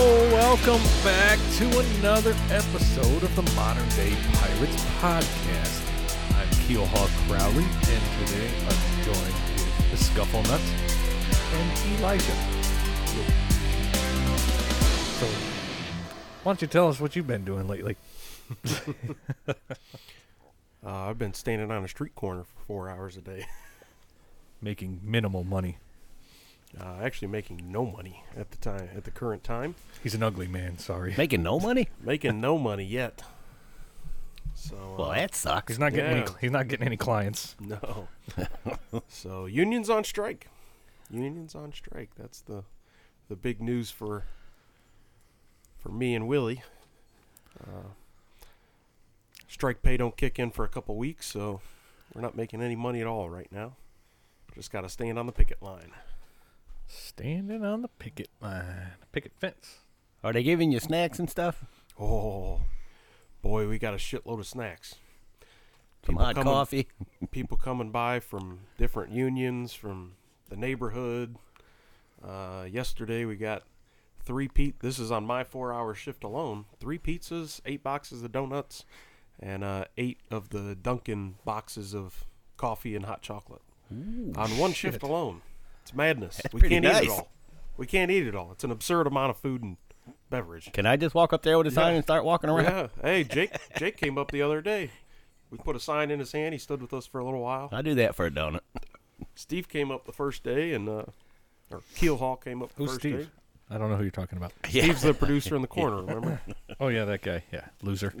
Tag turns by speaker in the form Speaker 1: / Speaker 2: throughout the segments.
Speaker 1: Welcome back to another episode of the Modern Day Pirates Podcast. I'm Keelhaw Crowley, and today I'm joined with the Scuffle Nuts and Elijah. So, why don't you tell us what you've been doing lately?
Speaker 2: Uh, I've been standing on a street corner for four hours a day,
Speaker 1: Making minimal money.
Speaker 2: uh, actually making no money at the time. At the current time,
Speaker 1: He's an ugly man, sorry.
Speaker 3: Making no money?
Speaker 2: making no money yet. So uh,
Speaker 3: Well, that
Speaker 1: He's
Speaker 3: sucks.
Speaker 1: not getting any,
Speaker 2: Yeah.
Speaker 1: he's not getting any clients.
Speaker 2: no. so unions on strike. Unions on strike. That's the the big news for for me and Willie. Uh, strike pay don't kick in for a couple weeks, so we're not making any money at all right now. Just got to stand on the picket line.
Speaker 1: Standing on the picket line, picket fence.
Speaker 3: Are they giving you snacks and stuff?
Speaker 2: Oh, boy, we got a shitload of snacks.
Speaker 3: Some
Speaker 2: People
Speaker 3: hot
Speaker 2: coming-
Speaker 3: coffee?
Speaker 2: People coming by from different unions, from the neighborhood. Uh, yesterday we got three pe- This is on my four-hour shift alone. Three pizzas, eight boxes of donuts, and uh, eight of the Dunkin' boxes of coffee and hot chocolate on one shift alone. It's madness. we
Speaker 3: pretty
Speaker 2: can't eat it
Speaker 3: nice.
Speaker 2: all. We can't eat it all. It's an absurd amount of food and beverage.
Speaker 3: Can I just walk up there with a sign
Speaker 2: Yeah.
Speaker 3: and start walking around?
Speaker 2: Yeah. Hey, Jake. Jake came up the other day. We put a sign in his hand. He stood with us for a little while.
Speaker 3: I do that for a donut.
Speaker 2: Steve came up the first day, and uh, or Keelhaw came up the
Speaker 1: Who's
Speaker 2: first
Speaker 1: Steve?
Speaker 2: day.
Speaker 1: I don't know who you're talking about.
Speaker 2: Steve's the producer in the corner. Remember?
Speaker 1: Oh yeah, that guy. Yeah, loser.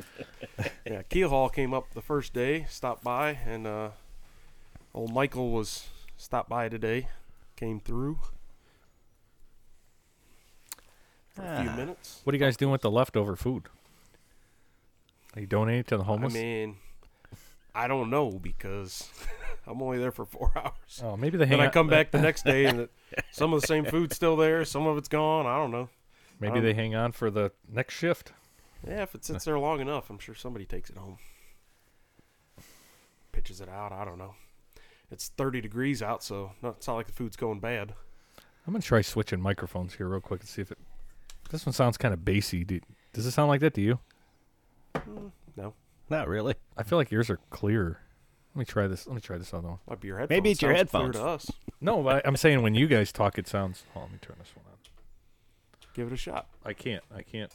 Speaker 2: yeah. Keelhaw came up the first day, stopped by, and uh, old Michael was stopped by today. Came through for a few
Speaker 3: Ah.
Speaker 2: minutes.
Speaker 1: What are you guys doing with the leftover food? Are you donating it to the homeless?
Speaker 2: I mean, I don't know because I'm only there for four hours.
Speaker 1: oh, maybe they hang
Speaker 2: then I
Speaker 1: out-
Speaker 2: come back the next day and it, some of the same food's still there, some of it's gone. I don't know.
Speaker 1: Maybe
Speaker 2: um,
Speaker 1: they hang on for the next shift.
Speaker 2: Yeah, if it sits there long enough, I'm sure somebody takes it home. Pitches it out. I don't know. It's 30 degrees out, so not, it's not like the food's going bad.
Speaker 1: I'm gonna try switching microphones here real quick and see if it. This one sounds kind of bassy. Do, does it sound like that to you?
Speaker 2: No,
Speaker 3: Not really.
Speaker 1: I feel like yours are clearer. Let me try this. Let me try this other one.
Speaker 2: might be your headphones.
Speaker 3: Maybe it's your
Speaker 2: Sounds clear
Speaker 3: headphones.
Speaker 2: to us.
Speaker 1: No, but I, I'm saying when you guys talk, it sounds. Oh, let me turn this one on.
Speaker 2: Give it a shot.
Speaker 1: I can't. I can't.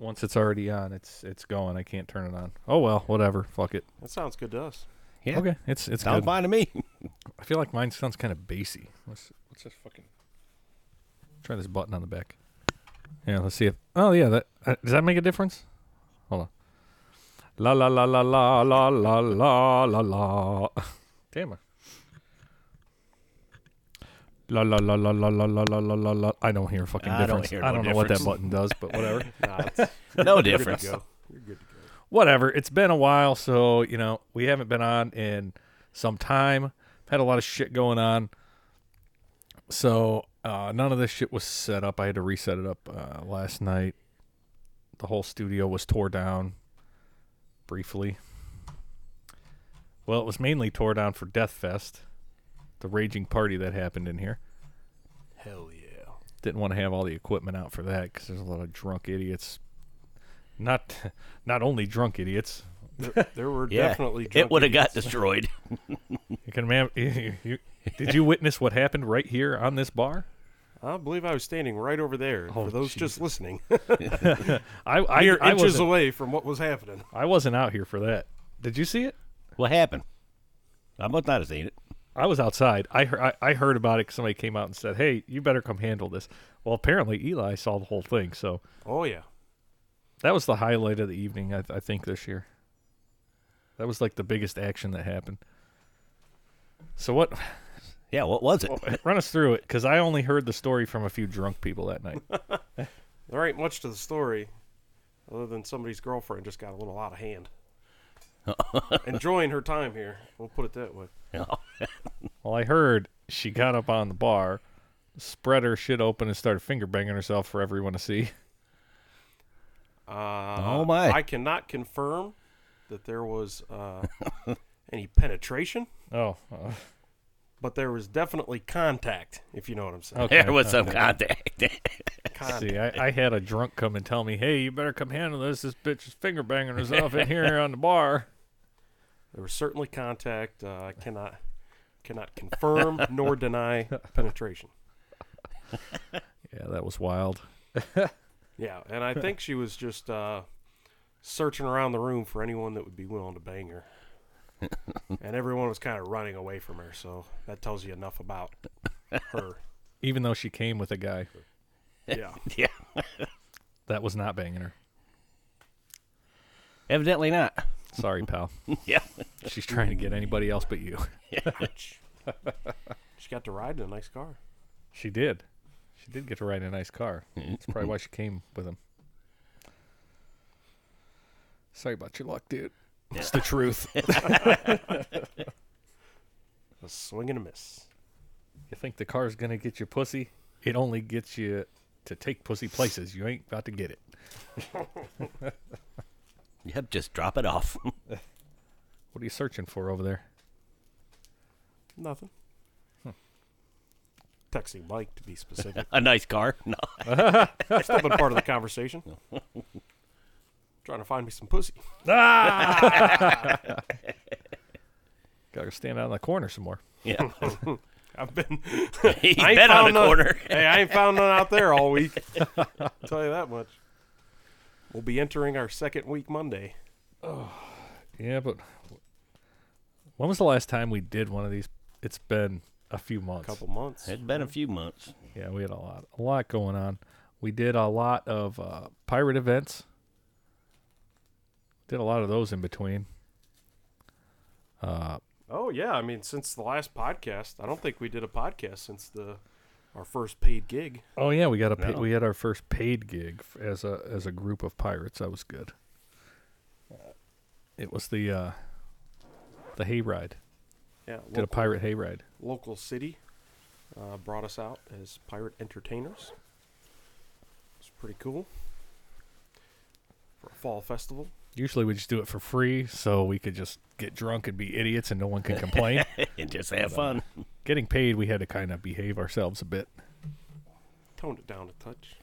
Speaker 1: Once it's already on, it's it's going. I can't turn it on. Oh well, whatever. Fuck it.
Speaker 2: That sounds good to us.
Speaker 3: Yeah.
Speaker 1: Okay, it's it's
Speaker 3: Sounds
Speaker 1: good.
Speaker 3: fine to me.
Speaker 1: I feel like mine sounds kind of bassy. Let's let's just fucking try this button on the back. Yeah, let's see if. Oh yeah, that uh, does that make a difference? Hold on. La la la la la la la la la la. Damn it. La la la la la la la la la la la. I don't hear a fucking
Speaker 3: I don't
Speaker 1: difference.
Speaker 3: hear
Speaker 1: I
Speaker 3: no
Speaker 1: don't know what that
Speaker 3: difference.
Speaker 1: button does, but whatever.
Speaker 2: Nah, it's,
Speaker 3: No
Speaker 2: you're good
Speaker 3: difference.
Speaker 2: to go. You're good to go.
Speaker 1: whatever. It's been a while, so you know we haven't been on in some time. Had a lot of shit going on, so uh, none of this shit was set up. I had to reset it up uh, last night. The whole studio was tore down briefly. Well, it was mainly tore down for Death Fest, the raging party that happened in here
Speaker 2: Hell yeah.
Speaker 1: didn't want to have all the equipment out for that because there's a lot of drunk idiots. Not, not only drunk idiots.
Speaker 2: There, there were
Speaker 3: Yeah.
Speaker 2: definitely.
Speaker 3: it
Speaker 2: drunk
Speaker 3: would have got
Speaker 2: idiots.
Speaker 3: destroyed.
Speaker 1: You can imagine. You, you- did you witness what happened right here on this bar?
Speaker 2: I believe I was standing right over there.
Speaker 1: Oh,
Speaker 2: for those
Speaker 1: Jesus.
Speaker 2: just listening,
Speaker 1: I, I,
Speaker 2: you're
Speaker 1: I
Speaker 2: inches
Speaker 1: wasn't,
Speaker 2: away from what was happening.
Speaker 1: I wasn't out here for that. Did you see it?
Speaker 3: What happened? I must not have seen it.
Speaker 1: I was outside. I heard, I, I heard about it 'cause somebody came out and said, "Hey, you better come handle this." Well, apparently Eli saw the whole thing, so
Speaker 2: Oh yeah.
Speaker 1: that was the highlight of the evening. I, I think this year. That was like the biggest action that happened. So what?
Speaker 3: Yeah, what was it?
Speaker 1: Run us through it, because I only heard the story from a few drunk people that night.
Speaker 2: There ain't much to the story, other than somebody's girlfriend just got a little out of hand. Enjoying her time here, we'll put it that way.
Speaker 3: Oh,
Speaker 1: Well, I heard she got up on the bar, spread her shit open, and started finger banging herself for everyone to see.
Speaker 2: Uh,
Speaker 3: Oh, my.
Speaker 2: I cannot confirm that there was uh, any penetration,
Speaker 1: Oh, uh,
Speaker 2: but there was definitely contact, if you know what I'm saying.
Speaker 1: Okay.
Speaker 3: There was some contact.
Speaker 2: Contact.
Speaker 1: See, I, I had a drunk come and tell me, "Hey, you better come handle this. This bitch is finger banging herself in here on the bar."
Speaker 2: There was certainly contact. Uh, I cannot cannot confirm nor deny penetration.
Speaker 1: Yeah, that was wild.
Speaker 2: Yeah, and I think she was just uh, searching around the room for anyone that would be willing to bang her. and everyone was kind of running away from her, so that tells you enough about her.
Speaker 1: Even though she came with a guy
Speaker 2: Yeah.
Speaker 3: yeah.
Speaker 1: that was not banging her.
Speaker 3: Evidently not.
Speaker 1: Sorry, pal.
Speaker 3: Yeah.
Speaker 1: She's trying to get anybody else but you.
Speaker 2: Ouch. she got to ride in a nice car.
Speaker 1: She did. She did get to ride in a nice car. That's probably why she came with him. Sorry about your luck, dude. It's the truth. you
Speaker 2: A swing and a miss.
Speaker 1: think the car's gonna get you pussy? It only gets you to take pussy places. You ain't about to get it.
Speaker 3: Yep. Just drop it off.
Speaker 1: What are you searching for over there?
Speaker 2: Nothing. Texting Mike to be specific.
Speaker 3: a nice car. No.
Speaker 2: Still been part of the conversation. Trying to find me some pussy.
Speaker 1: Gotta stand out in the corner some more.
Speaker 3: Yeah.
Speaker 2: I've been
Speaker 3: He's
Speaker 2: I ain't
Speaker 3: been on
Speaker 2: found
Speaker 3: a
Speaker 2: none-
Speaker 3: corner.
Speaker 2: hey, I ain't found none out there all week. tell you that much. We'll be entering our second week Monday.
Speaker 1: Yeah, but when was the last time we did one of these? It's been a few months.
Speaker 2: couple months.
Speaker 3: It's been a few months.
Speaker 1: Yeah, we had a lot, a lot going on. We did a lot of uh, pirate events. Did a lot of those in between.
Speaker 2: Oh yeah, I mean since the last podcast, I don't think we did a podcast since the our first paid gig.
Speaker 1: Oh yeah, we got a pa-
Speaker 3: No.
Speaker 1: we had our first paid gig f- as a as a group of pirates. That was good. It was the uh, the hayride.
Speaker 2: Yeah,
Speaker 1: Did a
Speaker 2: local,
Speaker 1: pirate hayride.
Speaker 2: local city uh, brought us out as pirate entertainers. It's pretty cool for a fall festival.
Speaker 1: Usually we just do it for free, so we could just get drunk and be idiots, and no one can complain.
Speaker 3: And just have fun.
Speaker 1: Getting paid, we had to kind of behave ourselves a bit.
Speaker 2: Toned it down a touch.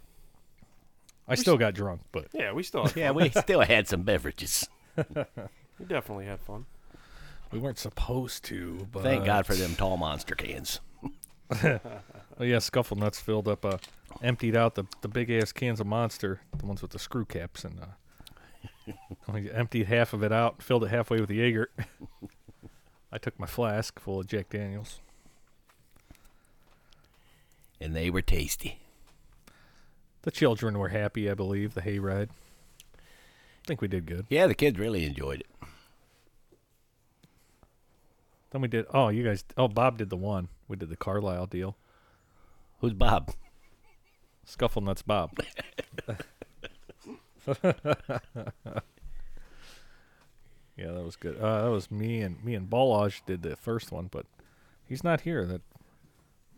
Speaker 1: I still got drunk, but
Speaker 2: Yeah, we still had,
Speaker 3: Yeah, we still had some beverages.
Speaker 2: we definitely had fun.
Speaker 1: we weren't supposed to. But
Speaker 3: Thank God for them tall monster cans.
Speaker 1: Oh, yeah, Scuffle Nuts filled up, uh, emptied out the, the big ass cans of Monster, the ones with the screw caps, and uh, we emptied half of it out, filled it halfway with Jaeger. I took my flask full of Jack Daniels.
Speaker 3: And they were tasty.
Speaker 1: The children were happy, I believe. The hayride. I think we did good.
Speaker 3: Yeah, the kids really enjoyed it.
Speaker 1: Then we did. Oh, you guys. Oh, Bob did the one. We did the Carlisle deal.
Speaker 3: Who's Bob?
Speaker 1: Scuffle Nuts Bob. yeah, that was good. Uh, that was me and me and Balaj did the first one, but he's not here. That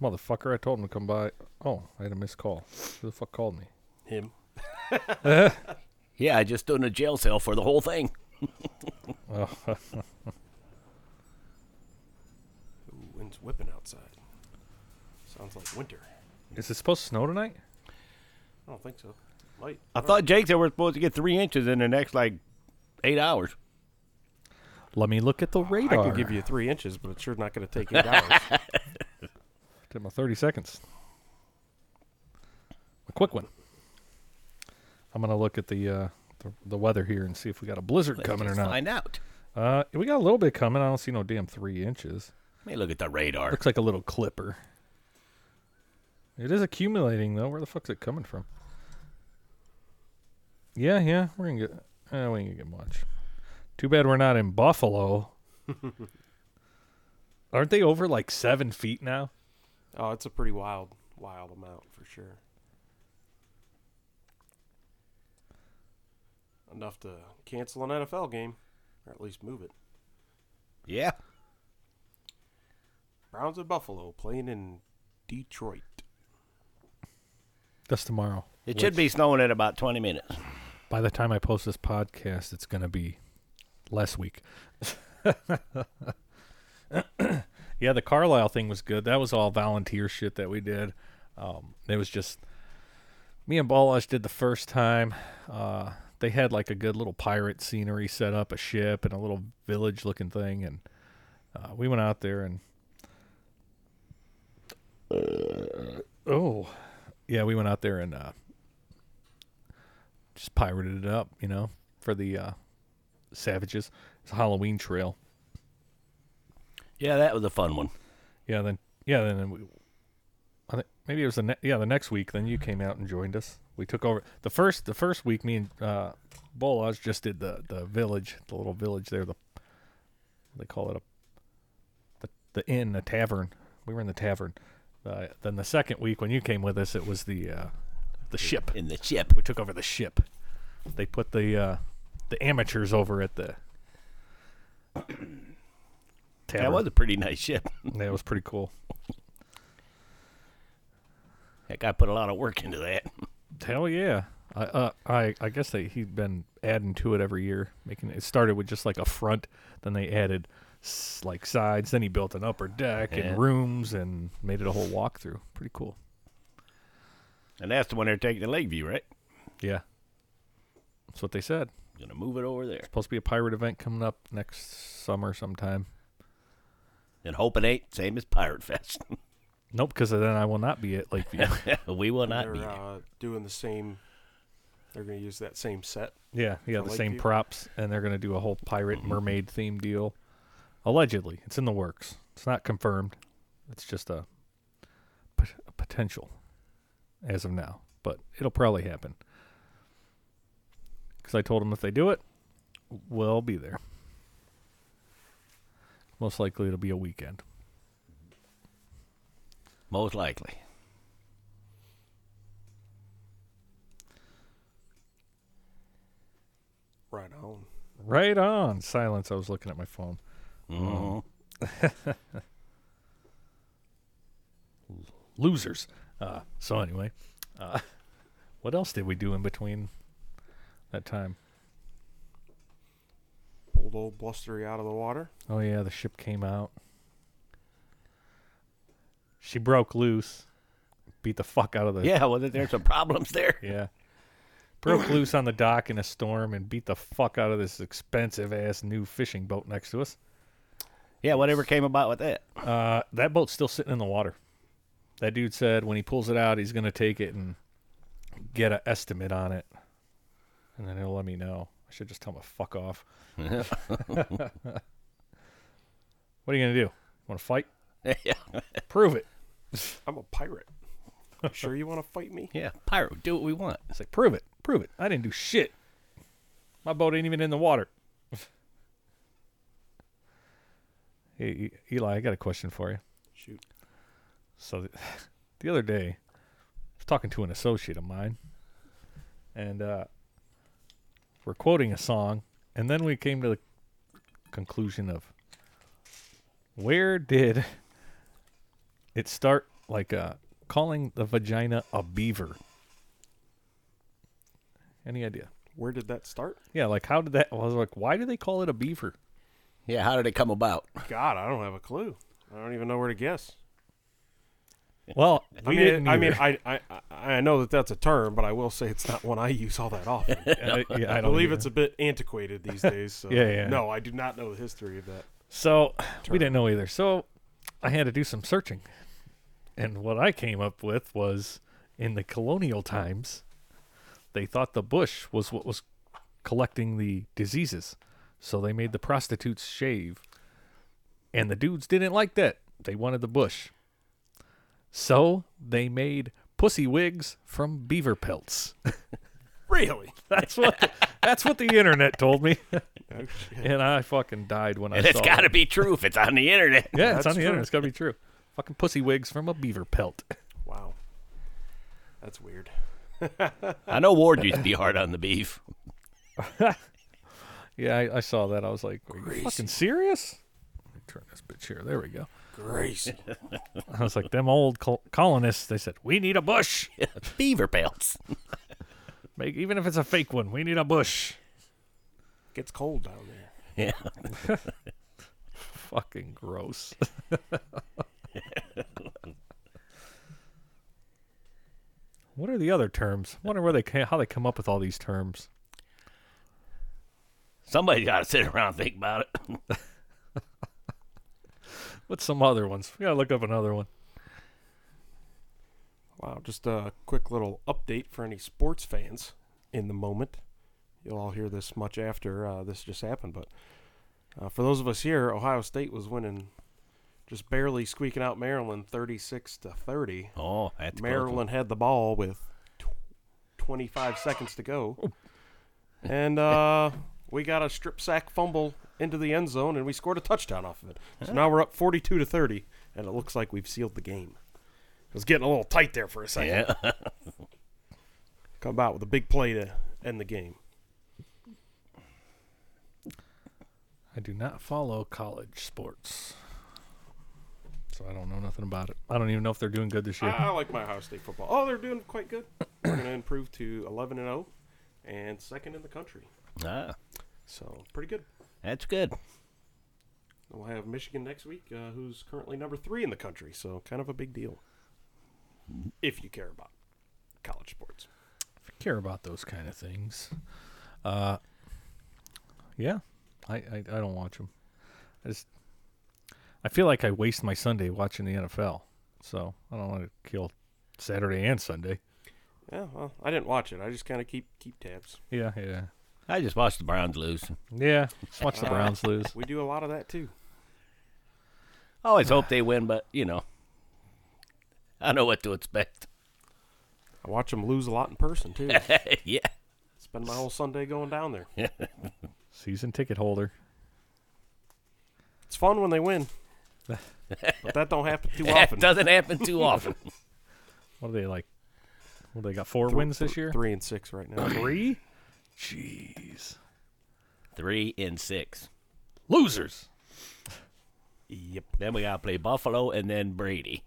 Speaker 1: motherfucker. I told him to come by. Oh, I had a missed call. Who the fuck called me?
Speaker 2: Him.
Speaker 3: Yeah, I just stood in a jail cell for the whole thing.
Speaker 2: Ooh, wind's whipping outside. Sounds like winter.
Speaker 1: Is it supposed to snow tonight?
Speaker 2: I don't think so. Light.
Speaker 3: I thought Jake said we're supposed to get three inches in the next like eight hours.
Speaker 1: Let me look at the
Speaker 2: I
Speaker 1: radar.
Speaker 2: can give you three inches, but it's sure not going to take eight hours.
Speaker 1: Took my thirty seconds. A quick one. I'm gonna look at the uh, the, the weather here and see if we got a blizzard coming or
Speaker 3: Let's
Speaker 1: not.
Speaker 3: Find out.
Speaker 1: Uh, we got a little bit coming. I don't see no damn three inches.
Speaker 3: Let me look at the radar.
Speaker 1: Looks like a little clipper. It is accumulating though. Where the fuck's it coming from? Yeah, yeah, we're gonna get. Uh, we ain't gonna get much. Too bad we're not in Buffalo. Aren't they over like seven feet now?
Speaker 2: oh, it's a pretty wild, wild amount for sure. Enough to cancel an NFL game, or at least move it.
Speaker 3: Yeah.
Speaker 2: Browns at Buffalo playing in Detroit.
Speaker 1: That's tomorrow.
Speaker 3: It should be snowing in about 20 minutes.
Speaker 1: By the time I post this podcast, it's gonna be less week. Yeah, the Carlisle thing was good. That was all volunteer shit that we did. Um, it was just me and Balaj did the first time. Uh, they had like a good little pirate scenery set up, a ship and a little village looking thing, and uh, we went out there and oh yeah, we went out there and uh, just pirated it up, you know, for the uh, savages. It's a Halloween trail.
Speaker 3: Yeah, that was a fun one.
Speaker 1: Yeah, then yeah, then we, I think maybe it was the ne- yeah the next week. Then you came out and joined us. We took over the first the first week. Me and uh, Bolaj just did the the village, the little village there. The they call it a the the inn, a tavern. We were in the tavern. Uh, then the second week when you came with us, it was the uh, the ship.
Speaker 3: In the ship.
Speaker 1: We took over the ship. They put the uh, the amateurs over at the tavern.
Speaker 3: That was a pretty nice ship.
Speaker 1: that was pretty cool.
Speaker 3: That guy put a lot of work into that.
Speaker 1: Hell yeah. I uh, I I guess they he'd been adding to it every year, making it started with just like a front, then they added s- like sides, then he built an upper deck
Speaker 3: Yeah.
Speaker 1: and rooms and made it a whole walkthrough. Pretty cool.
Speaker 3: And that's the one they're taking to Lakeview, right?
Speaker 1: Yeah, that's what they said.
Speaker 3: Gonna move it over there.
Speaker 1: Supposed to be a pirate event coming up next summer sometime.
Speaker 3: And hope it ain't same as Pirate Fest.
Speaker 1: Nope, because then I will not be at Lakeview.
Speaker 3: we will not
Speaker 2: they're
Speaker 3: be. there.
Speaker 2: uh, doing the same. They're going to use that same set.
Speaker 1: yeah, yeah,
Speaker 2: For
Speaker 1: the same
Speaker 2: Lakeview?
Speaker 1: props, and they're gonna do a whole pirate mermaid theme deal. Allegedly, it's in the works. It's not confirmed. It's just a, pot- a potential, as of now. But it'll probably happen. Because I told them if they do it, we'll be there. Most likely, it'll be a weekend.
Speaker 3: Most likely.
Speaker 2: Right on.
Speaker 1: Right on. Silence. I was looking at my phone.
Speaker 3: Mhm.
Speaker 1: losers. Uh, so anyway, uh, what else did we do in between that time?
Speaker 2: Pulled old blustery out of the water.
Speaker 1: Oh yeah, the ship came out. She broke loose, beat the fuck out of the
Speaker 3: Yeah, well, there's some problems there.
Speaker 1: yeah. Broke loose on the dock in a storm and beat the fuck out of this expensive ass new fishing boat next to us.
Speaker 3: Yeah, whatever came about with that.
Speaker 1: Uh, that boat's still sitting in the water. That dude said when he pulls it out, he's gonna take it and get an estimate on it, and then he'll let me know. I should just tell him to fuck off. what are you gonna do? Want to fight?
Speaker 3: yeah.
Speaker 1: Prove it.
Speaker 2: I'm a pirate. You sure you want to fight me?
Speaker 3: yeah, pirate, do what we want.
Speaker 1: It's like prove it, prove it. I didn't do shit. My boat ain't even in the water. hey, E- Eli, I got a question for you.
Speaker 2: Shoot.
Speaker 1: So the, the other day, I was talking to an associate of mine, and uh, we're quoting a song, and then we came to the conclusion of where did it start? Like uh, calling the vagina a beaver. Any idea?
Speaker 2: Where did that start?
Speaker 1: Yeah, like how did that? I was like, why do they call it a beaver?
Speaker 3: Yeah, how did it come about?
Speaker 2: God, I don't have a clue. I don't even know where to guess.
Speaker 1: Well,
Speaker 2: I
Speaker 1: we
Speaker 2: mean,
Speaker 1: didn't
Speaker 2: I mean,
Speaker 1: either.
Speaker 2: I, I I- I know that that's a term, but I will say it's not one I use all that often.
Speaker 1: I, Uh, yeah,
Speaker 2: I
Speaker 1: don't
Speaker 2: believe
Speaker 1: either.
Speaker 2: it's a bit antiquated these days. So
Speaker 1: Yeah, yeah.
Speaker 2: No, I do not know the history of that.
Speaker 1: So we didn't know either. So I had to do some searching. And what I came up with was in the colonial times, they thought the bush was what was collecting the diseases. So they made the prostitutes shave. And the dudes didn't like that. They wanted the bush. So they made pussy wigs from beaver pelts.
Speaker 2: Really?
Speaker 1: That's what the, that's what the internet told me.
Speaker 2: Oh, shit.
Speaker 1: And I fucking died when
Speaker 3: And
Speaker 1: I
Speaker 3: it's
Speaker 1: saw
Speaker 3: got
Speaker 1: it.
Speaker 3: to be true if it's on the internet.
Speaker 1: Yeah, it's on
Speaker 2: That's
Speaker 1: the
Speaker 2: true.
Speaker 1: internet. It's gotta be true. Fucking pussy wigs from a beaver pelt.
Speaker 2: Wow. That's weird.
Speaker 3: I know Ward used to be hard on the beef.
Speaker 1: Yeah, I, I saw that. I was like, Are you fucking serious? Let me turn this bitch here. There we go.
Speaker 2: Grace.
Speaker 1: I was like, them old col- colonists. They said, we need a bush.
Speaker 3: Beaver pelts.
Speaker 1: Make even if it's a fake one, we need a bush.
Speaker 2: Gets cold down there.
Speaker 3: Yeah.
Speaker 1: fucking gross. what are the other terms? Wonder where they ca how they come up with all these terms.
Speaker 3: Somebody's got to sit around and think about it.
Speaker 1: What's some other ones? We gotta look up another one.
Speaker 2: Wow, just a quick little update for any sports fans in the moment. You'll all hear this much after uh, this just happened, but uh, for those of us here, Ohio State was winning, just barely squeaking out Maryland, thirty-six to thirty.
Speaker 3: Oh, that's
Speaker 2: Maryland had the ball with tw- 25 seconds to go. And uh, we got a strip sack fumble into the end zone, and we scored a touchdown off of it. So now we're up 42 to 30, and it looks like we've sealed the game. It was getting a little tight there for a second.
Speaker 3: Yeah.
Speaker 2: Come out with a big play to end the game.
Speaker 1: I do not follow college sports. So I don't know nothing about it. I don't even know if they're doing good this year.
Speaker 2: I, I like my Ohio State football. Oh, they're doing quite good. We're going to improve to 11 and 0 and second in the country.
Speaker 3: Ah,
Speaker 2: So, pretty good.
Speaker 3: that's good.
Speaker 2: We'll have Michigan next week, uh, who's currently number three in the country, so kind of a big deal. If you care about college sports,
Speaker 1: care about those kind of things. Uh, yeah, I, I I don't watch them. I just I feel like I waste my Sunday watching the NFL, so I don't want to kill Saturday and Sunday.
Speaker 2: yeah. Well, I didn't watch it. I just kind of keep keep tabs.
Speaker 1: Yeah, yeah,
Speaker 3: I just watched the Browns lose.
Speaker 1: yeah. Just watch the Browns lose.
Speaker 2: We do a lot of that too.
Speaker 3: Always hope they win, but you know, I know what to expect.
Speaker 2: I watch them lose a lot in person too.
Speaker 3: yeah.
Speaker 2: Spend my whole Sunday going down there.
Speaker 1: Season ticket holder.
Speaker 2: It's fun when they win, but that don't happen too
Speaker 3: That
Speaker 2: often.
Speaker 3: doesn't happen too often.
Speaker 1: What are they like? What they got? Four
Speaker 2: Th-
Speaker 1: wins
Speaker 2: th-
Speaker 1: this year.
Speaker 2: Three and six right now.
Speaker 1: Three. Jeez,
Speaker 3: Three and six.
Speaker 1: losers.
Speaker 2: yep.
Speaker 3: Then we got to play Buffalo and then Brady.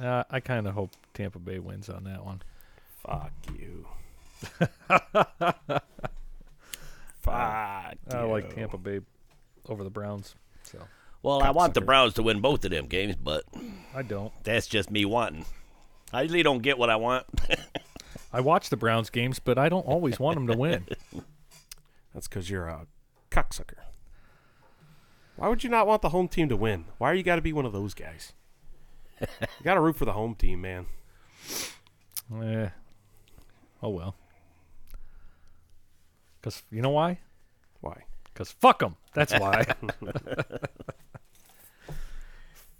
Speaker 1: Uh, I kind of hope Tampa Bay wins on that one.
Speaker 2: Fuck you. Fuck.
Speaker 1: I like
Speaker 2: you.
Speaker 1: Tampa Bay over the Browns. So
Speaker 3: Well, I want the Browns to win both of them games, but
Speaker 1: I don't.
Speaker 3: that's just me wanting. I usually don't get what I want.
Speaker 1: I watch the Browns games, but I don't always want them to win.
Speaker 2: That's because you're a cocksucker. Why would you not want the home team to win? Why are you got to be one of those guys? you got to root for the home team, man.
Speaker 1: Eh. Oh well. Cause you know why?
Speaker 2: Why?
Speaker 1: Cause fuck them. That's why.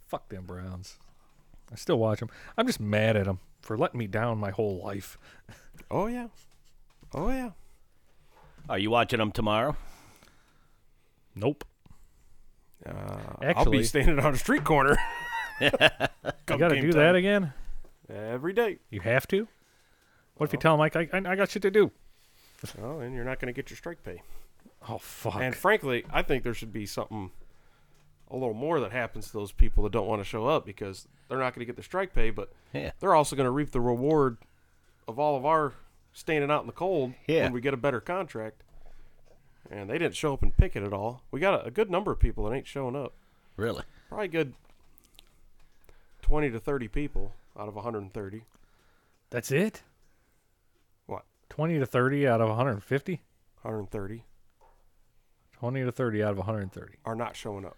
Speaker 1: fuck them Browns. I still watch them. I'm just mad at them for letting me down my whole life.
Speaker 2: Oh yeah, oh yeah.
Speaker 3: Are you watching them tomorrow?
Speaker 1: Nope.
Speaker 2: Uh, I'll
Speaker 1: Actually-
Speaker 2: be standing on a street corner.
Speaker 1: you gotta do that again.
Speaker 2: every day.
Speaker 1: You have to. What if you tell them like I, I I got shit to do?
Speaker 2: Oh, and you're not going to get your strike pay.
Speaker 1: Oh fuck.
Speaker 2: And frankly, I think there should be something a little more that happens to those people that don't want to show up because they're not going to get their strike pay, but
Speaker 3: Yeah.
Speaker 2: they're also going to reap the reward of all of our standing out in the cold
Speaker 3: Yeah.
Speaker 2: when we get a better contract. And they didn't show up and pick it at all. We got a, a good number of people that ain't showing up.
Speaker 3: Really?
Speaker 2: Probably a good 20 to 30 people out of 130.
Speaker 1: That's it.
Speaker 2: What?
Speaker 1: Twenty to thirty out of 150.
Speaker 2: 130
Speaker 1: 20 to 30 out of 130.
Speaker 2: are not showing up.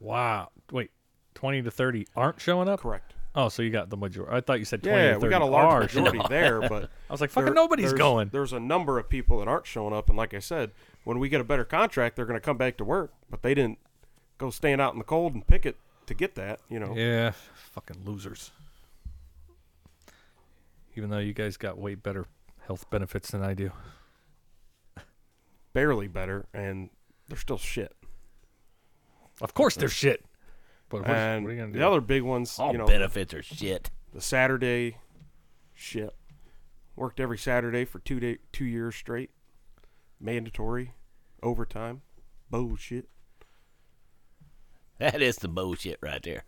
Speaker 1: Wow. Wait, 20 to 30 aren't showing up?
Speaker 2: Correct.
Speaker 1: Oh, so you got the majority. I thought you said 20 to
Speaker 2: Yeah,
Speaker 1: 30
Speaker 2: we got a
Speaker 1: are
Speaker 2: large
Speaker 1: showing
Speaker 2: majority there, but
Speaker 1: I was like, fucking
Speaker 2: there-
Speaker 1: nobody's
Speaker 2: there's-
Speaker 1: going.
Speaker 2: There's a number of people that aren't showing up, and like I said, when we get a better contract, they're going to come back to work. But they didn't go stand out in the cold and pick it to get that. You know,
Speaker 1: Yeah, fucking losers. Even though you guys got way better health benefits than I do.
Speaker 2: barely better, and they're still shit.
Speaker 1: Of course they're shit. But what, is-
Speaker 2: and
Speaker 1: what are you going to do?
Speaker 2: the other big ones,
Speaker 3: All
Speaker 2: you know,
Speaker 3: benefits are shit.
Speaker 2: the Saturday shit. Worked every Saturday for two day, two years straight. Mandatory, overtime, bullshit.
Speaker 3: That is the bullshit right there.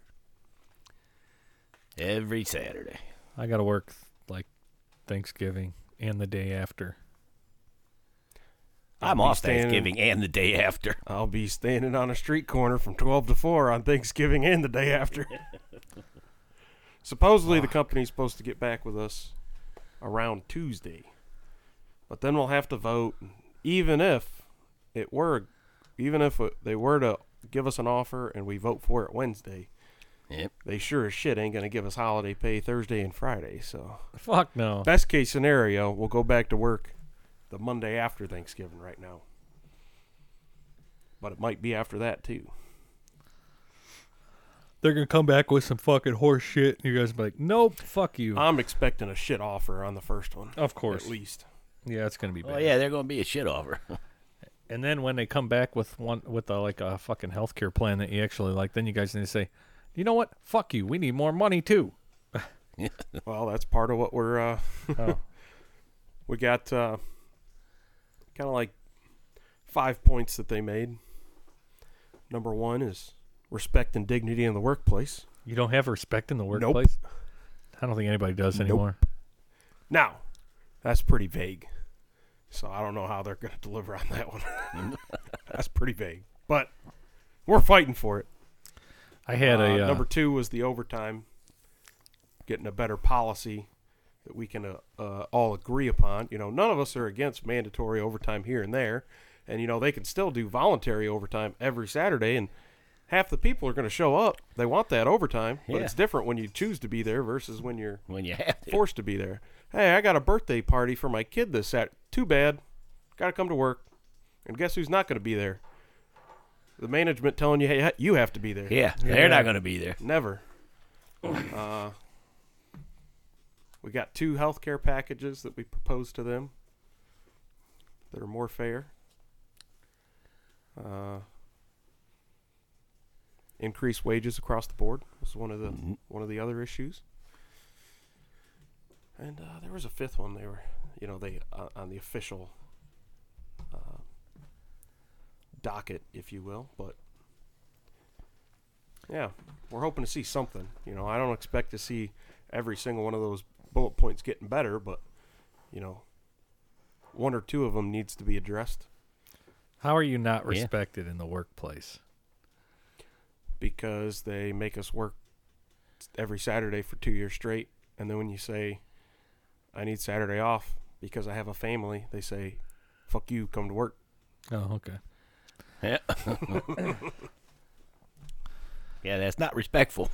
Speaker 3: Every Saturday.
Speaker 1: I got to work like Thanksgiving and the day after.
Speaker 3: I'm
Speaker 2: be
Speaker 3: off
Speaker 2: staying-
Speaker 3: Thanksgiving and the day after.
Speaker 2: I'll be standing on a street corner from 12 to 4 on Thanksgiving and the day after. Supposedly, the company's supposed to get back with us around Tuesday. But then we'll have to vote. Even if it were, even if it- they were to give us an offer and we vote for it Wednesday,
Speaker 3: Yep.
Speaker 2: they sure as shit ain't going to give us holiday pay Thursday and Friday. So,
Speaker 1: Fuck no.
Speaker 2: best case scenario, we'll go back to work the Monday after Thanksgiving right now. But it might be after that, too.
Speaker 1: They're gonna come back with some fucking horse shit, and you guys be like, nope, fuck you.
Speaker 2: I'm expecting a shit offer on the first one.
Speaker 1: of course.
Speaker 2: Uh, At least.
Speaker 1: Yeah, it's gonna be bad.
Speaker 3: Well, yeah, they're going to be a shit offer.
Speaker 1: And then when they come back with one with a, like a fucking healthcare plan that you actually like, then you guys need to say, you know what? Fuck you. We need more money too.
Speaker 2: Well, that's part of what we're. Uh,
Speaker 1: Oh.
Speaker 2: we got uh, kind of like five points that they made. Number one is respect and dignity in the workplace.
Speaker 1: You don't have respect in the
Speaker 2: Nope.
Speaker 1: workplace. I don't think anybody does
Speaker 2: Nope.
Speaker 1: anymore.
Speaker 2: Now, that's pretty vague. So I don't know how they're going to deliver on that one. that's pretty vague. But we're fighting for it.
Speaker 1: I had a
Speaker 2: Uh,
Speaker 1: uh,
Speaker 2: number two was the overtime, getting a better policy that we can uh, uh, all agree upon. You know, none of us are against mandatory overtime here and there, and you know they can still do voluntary overtime every Saturday, and half the people are going to show up. They want that overtime, but
Speaker 3: Yeah.
Speaker 2: it's different when you choose to be there versus when you're
Speaker 3: when you have to.
Speaker 2: forced to be there. Hey, I got a birthday party for my kid this Saturday. Too bad. Got to come to work. And guess who's not going to be there? The management telling you, hey, you have to be there.
Speaker 3: Yeah,
Speaker 1: Yeah.
Speaker 3: they're not going to be there.
Speaker 2: Never. uh, we got two healthcare packages that we proposed to them that are more fair. Uh, increased wages across the board was one of the one of the other issues. And uh, there was a fifth one. They were, you know, they uh, on the official uh, docket, if you will. But yeah, we're hoping to see something. You know, I don't expect to see every single one of those bullet points getting better, but you know, one or two of them needs to be addressed
Speaker 1: How are you not
Speaker 3: Yeah.
Speaker 1: respected in the workplace?
Speaker 2: because they make us work every Saturday for two years straight, and then when you say, "I need Saturday off because I have a family," they say, "Fuck you, come to work."
Speaker 1: Oh, okay.
Speaker 3: Yeah. yeah, that's not respectful.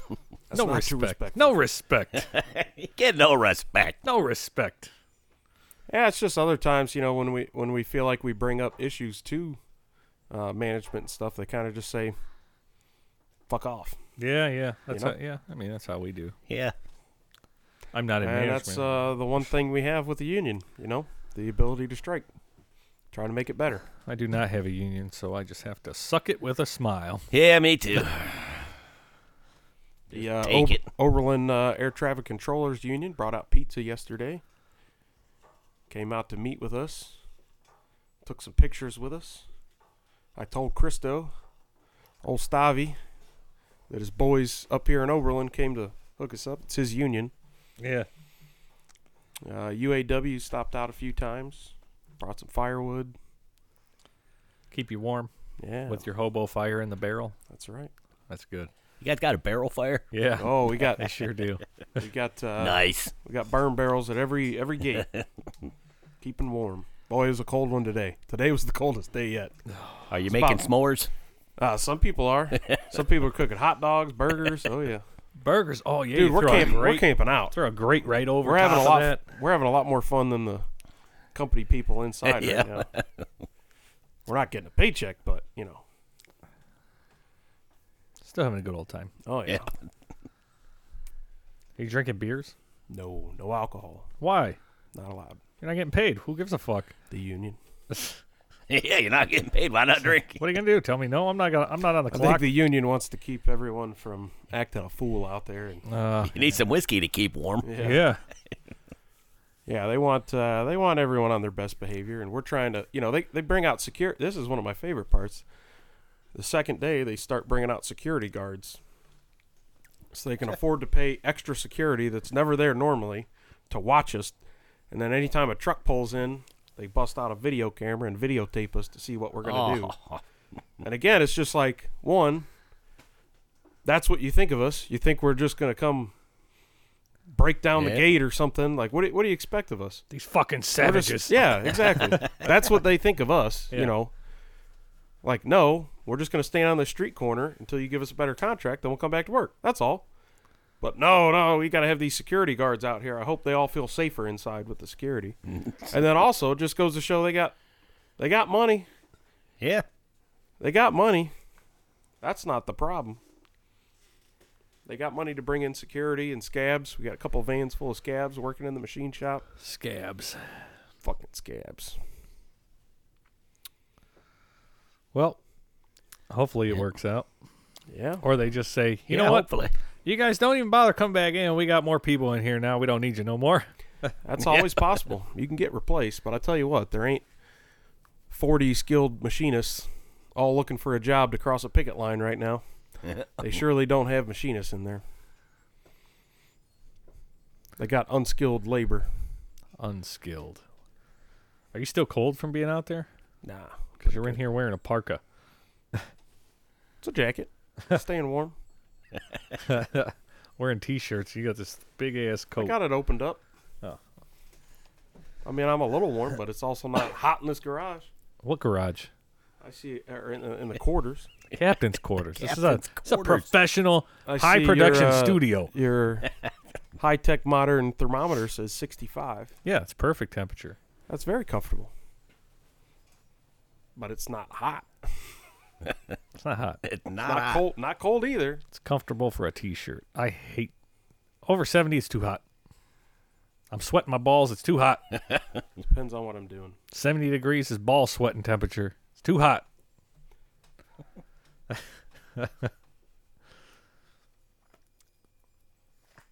Speaker 2: That's
Speaker 1: no
Speaker 2: not too
Speaker 1: respect.
Speaker 2: respectful.
Speaker 1: No respect.
Speaker 3: you get no respect.
Speaker 1: no respect.
Speaker 2: Yeah, it's just other times, you know, when we when we feel like we bring up issues to uh, management and stuff, they kind of just say, "Fuck off."
Speaker 1: Yeah, yeah. That's
Speaker 2: know?
Speaker 1: how, yeah. I mean, that's how we do.
Speaker 3: Yeah.
Speaker 1: I'm not in
Speaker 2: And
Speaker 1: management.
Speaker 2: that's uh, the one thing we have with the union, you know, the ability to strike, trying to make it better.
Speaker 1: I do not have a union, so I just have to suck it with a smile.
Speaker 3: Yeah, me too.
Speaker 2: The uh,
Speaker 3: take it.
Speaker 2: Oberlin uh, Air Traffic Controllers Union brought out pizza yesterday. Came out to meet with us. Took some pictures with us. I told Christo, old Stavi, that his boys up here in Oberlin came to hook us up. It's his union.
Speaker 1: Yeah.
Speaker 2: Uh, UAW stopped out a few times. Brought some firewood.
Speaker 1: Keep you warm
Speaker 2: Yeah,
Speaker 1: with your hobo fire in the barrel.
Speaker 2: that's right.
Speaker 1: That's good.
Speaker 3: You guys got a barrel fire?
Speaker 1: Yeah.
Speaker 2: Oh, we got
Speaker 1: I sure do.
Speaker 2: we got uh,
Speaker 3: nice.
Speaker 2: We got burn barrels at every every gate, keeping warm. Boy, it was a cold one today. Today was the coldest day yet.
Speaker 3: Are you
Speaker 2: Spot.
Speaker 3: making s'mores?
Speaker 2: Uh, some people are. Some people are cooking hot dogs, burgers. Oh yeah,
Speaker 1: Burgers. Oh yeah.
Speaker 2: dude,
Speaker 1: you
Speaker 2: we're
Speaker 1: throw a
Speaker 2: camping. We're
Speaker 1: great-
Speaker 2: camping out.
Speaker 1: Throw a great right over.
Speaker 2: We're having a
Speaker 1: top
Speaker 2: lot.
Speaker 1: Of that.
Speaker 2: We're having a lot more fun than the company people inside
Speaker 3: Yeah.
Speaker 2: right now. We're not getting a paycheck, but you know.
Speaker 1: Still having a good old time.
Speaker 2: Oh yeah.
Speaker 3: Yeah.
Speaker 1: Are you drinking beers?
Speaker 2: No, no alcohol.
Speaker 1: Why?
Speaker 2: Not allowed.
Speaker 1: You're not getting paid. Who gives a fuck?
Speaker 2: The union.
Speaker 3: yeah, you're not getting paid. Why not drink?
Speaker 1: What are you gonna do? Tell me no. I'm not gonna. I'm not on the
Speaker 2: I
Speaker 1: clock.
Speaker 2: think the union wants to keep everyone from acting a fool out there and
Speaker 1: uh,
Speaker 3: You need some whiskey to keep warm.
Speaker 1: yeah.
Speaker 2: Yeah, they want uh, they want everyone on their best behavior, and we're trying to you know they they bring out secure. This is one of my favorite parts. The second day they start bringing out security guards, so they can afford to pay extra security that's never there normally to watch us. And then anytime a truck pulls in, they bust out a video camera and videotape us to see what we're going to
Speaker 3: Oh,
Speaker 2: do. And again, it's just like one. That's what you think of us. You think we're just going to come break down
Speaker 3: Yeah.
Speaker 2: the gate or something. Like what? Do, what do you expect of us?
Speaker 1: These fucking
Speaker 2: We're just-
Speaker 1: savages.
Speaker 2: yeah, exactly. That's what they think of us.
Speaker 1: Yeah.
Speaker 2: You know, like no, we're just going to stand on the street corner until you give us a better contract. Then we'll come back to work. That's all. But no, no, we got to have these security guards out here. I hope they all feel safer inside with the security. and then also, it just goes to show they got they got money.
Speaker 3: yeah.
Speaker 2: They got money. That's not the problem. They got money to bring in security and scabs. We got a couple vans full of scabs working in the machine shop.
Speaker 1: Scabs.
Speaker 2: Fucking scabs.
Speaker 1: Well, hopefully it works out.
Speaker 2: Yeah.
Speaker 1: Or they just say, you
Speaker 3: Yeah,
Speaker 1: know what?
Speaker 3: Hopefully.
Speaker 1: You guys don't even bother coming back in. We got more people in here now. We don't need you no more.
Speaker 2: That's always possible. You can get replaced, but I tell you what, there ain't 40 skilled machinists all looking for a job to cross a picket line right now. They surely don't have machinists in there. They got unskilled labor.
Speaker 1: Unskilled. Are you still cold from being out there?
Speaker 2: Nah,
Speaker 1: Because you're in here wearing a parka.
Speaker 2: it's a jacket. Staying warm.
Speaker 1: Wearing t shirts. You got this big ass
Speaker 2: I
Speaker 1: coat.
Speaker 2: got it opened up.
Speaker 1: Oh.
Speaker 2: I mean, I'm a little warm, but it's also not hot in this garage.
Speaker 1: what garage?
Speaker 2: I see it or in, the- in the quarters.
Speaker 1: Captain's quarters. this is a,
Speaker 3: Captain's
Speaker 1: it's a
Speaker 3: quarters.
Speaker 1: professional,
Speaker 2: I see
Speaker 1: high
Speaker 2: your,
Speaker 1: production
Speaker 2: uh,
Speaker 1: studio.
Speaker 2: Your high tech modern thermometer says 65.
Speaker 1: Yeah, it's perfect temperature.
Speaker 2: That's very comfortable. But it's not hot.
Speaker 1: It's not hot.
Speaker 3: It's not,
Speaker 2: Not
Speaker 3: hot.
Speaker 2: cold. Not cold either.
Speaker 1: It's comfortable for a t-shirt. I hate over 70 it's too hot. I'm sweating my balls, it's too hot.
Speaker 2: Depends on what I'm doing.
Speaker 1: 70 degrees is ball sweating temperature. It's too hot.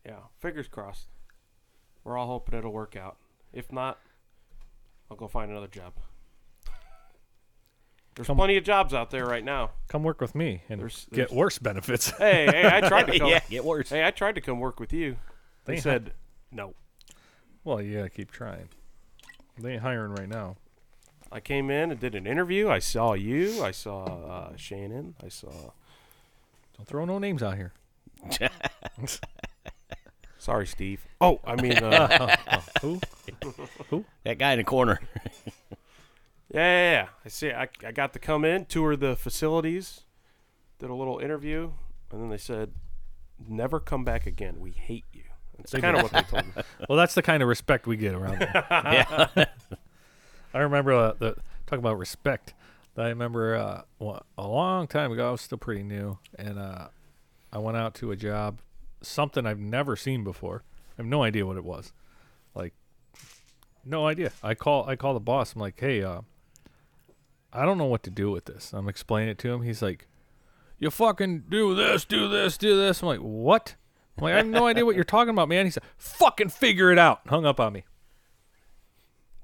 Speaker 2: Yeah. Fingers crossed. We're all hoping it'll work out. If not, I'll go find another job. There's
Speaker 1: Come-
Speaker 2: plenty of jobs out there right now.
Speaker 1: Come work with me and
Speaker 2: There's-
Speaker 1: get
Speaker 2: there's-
Speaker 1: worse benefits.
Speaker 2: Hey, hey, I tried to come.
Speaker 3: yeah, get worse.
Speaker 2: Hey, I tried to come work with you.
Speaker 1: They
Speaker 2: They
Speaker 1: ain't
Speaker 2: said no.
Speaker 1: well, you gotta keep trying. They ain't hiring right now.
Speaker 2: I came in and did an interview. I saw you. I saw uh, Shannon. I saw.
Speaker 1: Don't throw no names out here.
Speaker 2: Sorry, Steve. Oh, I mean, uh,
Speaker 1: Who?
Speaker 3: That guy in the corner.
Speaker 2: Yeah, yeah, yeah. I see. I, I got to come in, tour the facilities, did a little interview, and then they said, "Never come back again. We hate you." That's
Speaker 1: They
Speaker 2: kind of
Speaker 1: did.
Speaker 2: what they told me.
Speaker 1: Well, that's the kind of respect we get around here.
Speaker 3: yeah.
Speaker 1: I remember uh, the talk about respect. I remember uh, wa- a long time ago. I was still pretty new, and uh, I went out to a job, something I've never seen before. I have no idea what it was, like no idea. I call I call the boss. I'm like, hey, uh, I don't know what to do with this. I'm explaining it to him. He's like, you fucking do this, do this, do this. I'm like, what? I'm like, I have no idea what you're talking about, man. He said, fucking figure it out. Hung up on me.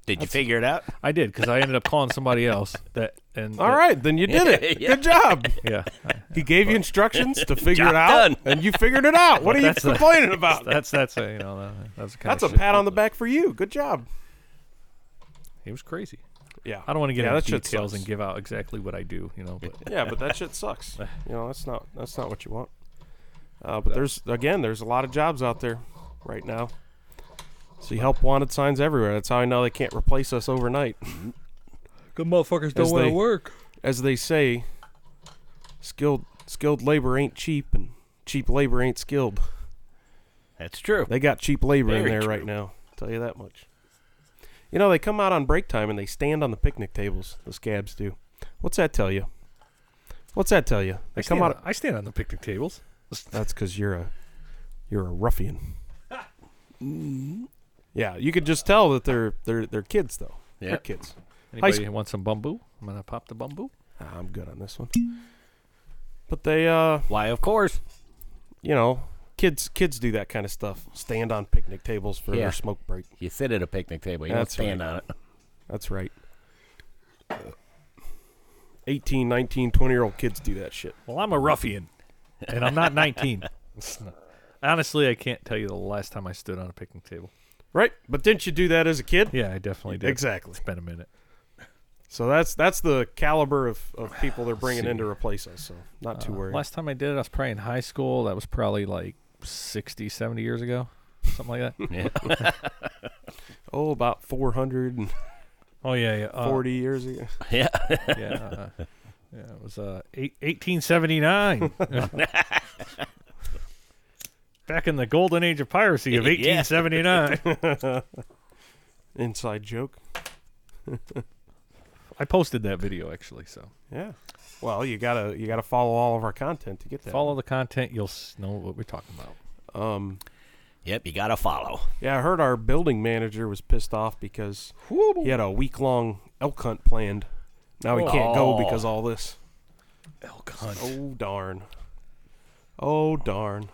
Speaker 3: Did you figure it out?
Speaker 1: I did because I ended up calling somebody else. That and
Speaker 2: All right, then you did it. Good job.
Speaker 1: yeah, I-
Speaker 2: He gave you instructions to figure
Speaker 3: Job
Speaker 2: it out,
Speaker 3: done.
Speaker 2: and you figured it out. What are you
Speaker 1: That's the-
Speaker 2: complaining about?
Speaker 1: that's that's a, you know that- that's the kind
Speaker 2: That's a
Speaker 1: of shit.
Speaker 2: pat on the back for you. Good job.
Speaker 1: He was crazy.
Speaker 2: Yeah,
Speaker 1: I don't want to get
Speaker 2: yeah, that
Speaker 1: into
Speaker 2: shit
Speaker 1: details
Speaker 2: sucks.
Speaker 1: and give out exactly what I do, you know. But
Speaker 2: yeah, but that shit sucks. You know, that's not that's not what you want. Uh, but there's again, there's a lot of jobs out there right now. See help wanted signs everywhere. That's how I know they can't replace us overnight.
Speaker 1: good motherfuckers
Speaker 2: don't wanna
Speaker 1: work.
Speaker 2: As they say, skilled skilled labor ain't cheap, and cheap labor ain't skilled.
Speaker 3: That's true.
Speaker 2: They got cheap labor in
Speaker 3: Very
Speaker 2: there
Speaker 3: true.
Speaker 2: right now. Tell you that much. You know, they come out on break time and they stand on the picnic tables. The scabs do. What's that tell you? What's that tell you? They
Speaker 1: I
Speaker 2: come
Speaker 1: stand,
Speaker 2: out.
Speaker 1: on, I stand on the picnic tables.
Speaker 2: That's because you're a you're a ruffian.
Speaker 1: Mm-hmm.
Speaker 2: yeah, you could just tell that they're they're they're kids though.
Speaker 3: Yeah.
Speaker 2: They're kids.
Speaker 1: Anybody want some bamboo? I'm gonna pop the bamboo.
Speaker 2: Ah, I'm good on this one. But they uh
Speaker 3: Why, of course.
Speaker 2: you know kids kids do that kind of stuff. Stand on picnic tables for
Speaker 3: Yeah.
Speaker 2: their smoke break.
Speaker 3: You sit at a picnic table. You
Speaker 2: That's
Speaker 3: don't stand
Speaker 2: right.
Speaker 3: on it.
Speaker 2: That's right. 18, 19, 20 year old kids do that shit.
Speaker 1: Well, I'm a ruffian, and I'm not 19. Honestly, I can't tell you the last time I stood on a picnic table.
Speaker 2: Right? But didn't you do that as a kid?
Speaker 1: Yeah, I definitely did.
Speaker 2: Exactly.
Speaker 1: It's been a minute.
Speaker 2: So that's that's the caliber of, of people they're bringing in
Speaker 1: see.
Speaker 2: to replace us. So not too
Speaker 1: Uh,
Speaker 2: worried.
Speaker 1: Last time I did it, I was probably in high school. That was probably like 60, 70 years ago, something like that.
Speaker 3: Yeah.
Speaker 2: oh, about 440
Speaker 1: Oh yeah, yeah. Uh,
Speaker 2: years ago.
Speaker 3: yeah.
Speaker 1: yeah, uh, yeah, it was uh, eight, 1879. Back in the golden age of piracy of
Speaker 3: Yeah.
Speaker 1: 1879.
Speaker 2: Inside joke.
Speaker 1: I posted that video actually, so
Speaker 2: Yeah. Well, you gotta you gotta follow all of our content to get that.
Speaker 1: follow the content. You'll s- know what we're talking about.
Speaker 2: Um.
Speaker 3: Yep, you gotta follow.
Speaker 2: Yeah, I heard our building manager was pissed off because he had a week long elk hunt planned. Now he can't go
Speaker 3: Oh.
Speaker 2: because all this.
Speaker 1: Elk hunt.
Speaker 2: Oh darn. Oh darn.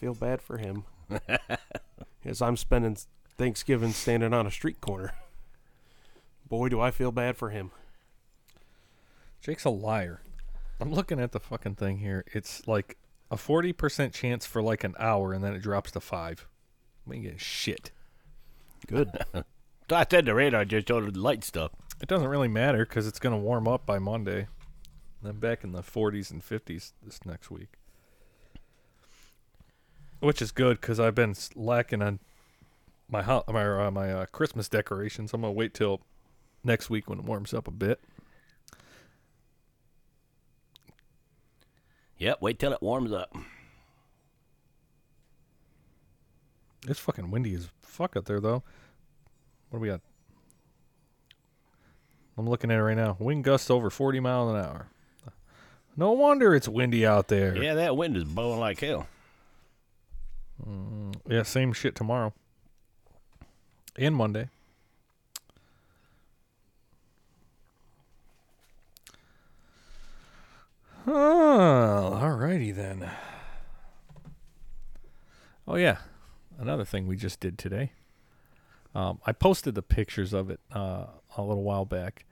Speaker 2: Feel bad for him. As I'm spending Thanksgiving standing on a street corner. Boy, do I feel bad for him.
Speaker 1: Jake's a liar. I'm looking at the fucking thing here. It's like a 40% chance for like an hour, and then it drops to five. We ain't getting shit.
Speaker 2: Good.
Speaker 3: I said the radar just showed the light stuff.
Speaker 1: It doesn't really matter because it's going to warm up by Monday. Then back in the 40s and 50s this next week. Which is good because I've been s- lacking on my ho- my uh, my uh, Christmas decorations. I'm gonna wait till next week when it warms up a bit.
Speaker 3: Yep, wait till it warms up.
Speaker 1: It's fucking windy as fuck up there though. What do we got? I'm looking at it right now. Wind gusts over 40 miles an hour. No wonder it's windy out there.
Speaker 3: Yeah, that wind is blowing like hell.
Speaker 1: Yeah, same shit tomorrow. And Monday. Oh, alrighty then. Oh yeah. Another thing we just did today. Um, I posted the pictures of it uh, a little while back.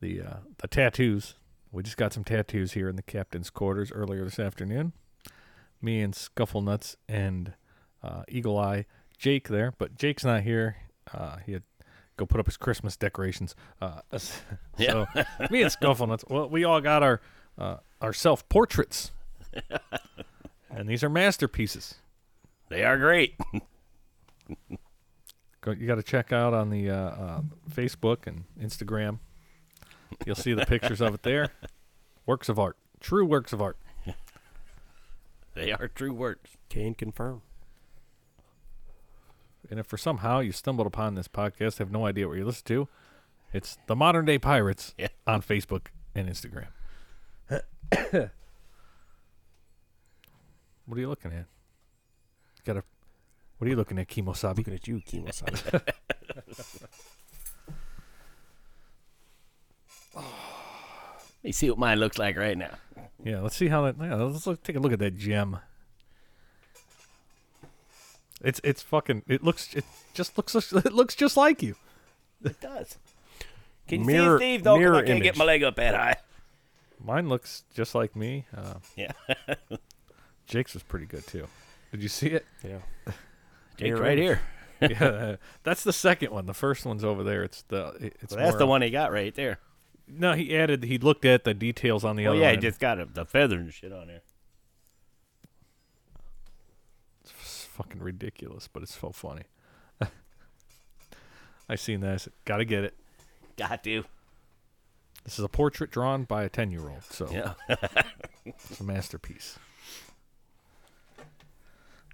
Speaker 1: The uh, the tattoos. We just got some tattoos here in the captain's quarters earlier this afternoon. Me and Scuffle Nuts and uh, Eagle Eye Jake there, but Jake's not here. Uh, he had to go put up his Christmas decorations. Uh, so
Speaker 3: Yeah.
Speaker 1: me and Scufflenuts, well, we all got our uh, our self portraits, and these are masterpieces.
Speaker 3: They are great.
Speaker 1: Go, you got to check out on the uh, uh, Facebook and Instagram. You'll see the pictures of it there. Works of art, true works of art.
Speaker 3: They are true words.
Speaker 2: Can confirm.
Speaker 1: And if for somehow you stumbled upon this podcast, have no idea what you listen to, it's the Modern Day Pirates
Speaker 3: Yeah.
Speaker 1: on Facebook and Instagram. what are you looking at? Got a? What are you looking at, Kimosabi?
Speaker 2: Looking at you, Kimo-san.
Speaker 3: Let me see what mine looks like right now.
Speaker 1: Yeah, let's see how that. Yeah, let's look, take a look at that gem. It's it's fucking. It looks. It just looks. It looks just like you.
Speaker 3: It does. Can you
Speaker 2: Mirror-
Speaker 3: see Steve though? 'Cause
Speaker 2: mirror
Speaker 3: I can't
Speaker 2: image.
Speaker 3: get my leg up that high.
Speaker 1: Mine looks just like me. Uh,
Speaker 3: Yeah.
Speaker 1: Jake's was pretty good too. Did you see it?
Speaker 2: yeah.
Speaker 3: Jake,
Speaker 2: Mirror
Speaker 3: right
Speaker 2: image.
Speaker 3: here.
Speaker 1: yeah, that's the second one. The first one's over there. It's the it- it's
Speaker 3: Well, that's
Speaker 1: more-
Speaker 3: the one he got right there.
Speaker 1: No, he added. He looked at the details on the
Speaker 3: Oh
Speaker 1: other.
Speaker 3: yeah, he
Speaker 1: one.
Speaker 3: just got a, the feather and shit on there.
Speaker 1: it's fucking ridiculous, but it's so funny. I seen that. I said, Gotta get it.
Speaker 3: Got to.
Speaker 1: This is a portrait drawn by a ten-year-old, so
Speaker 3: Yeah.
Speaker 1: it's a masterpiece.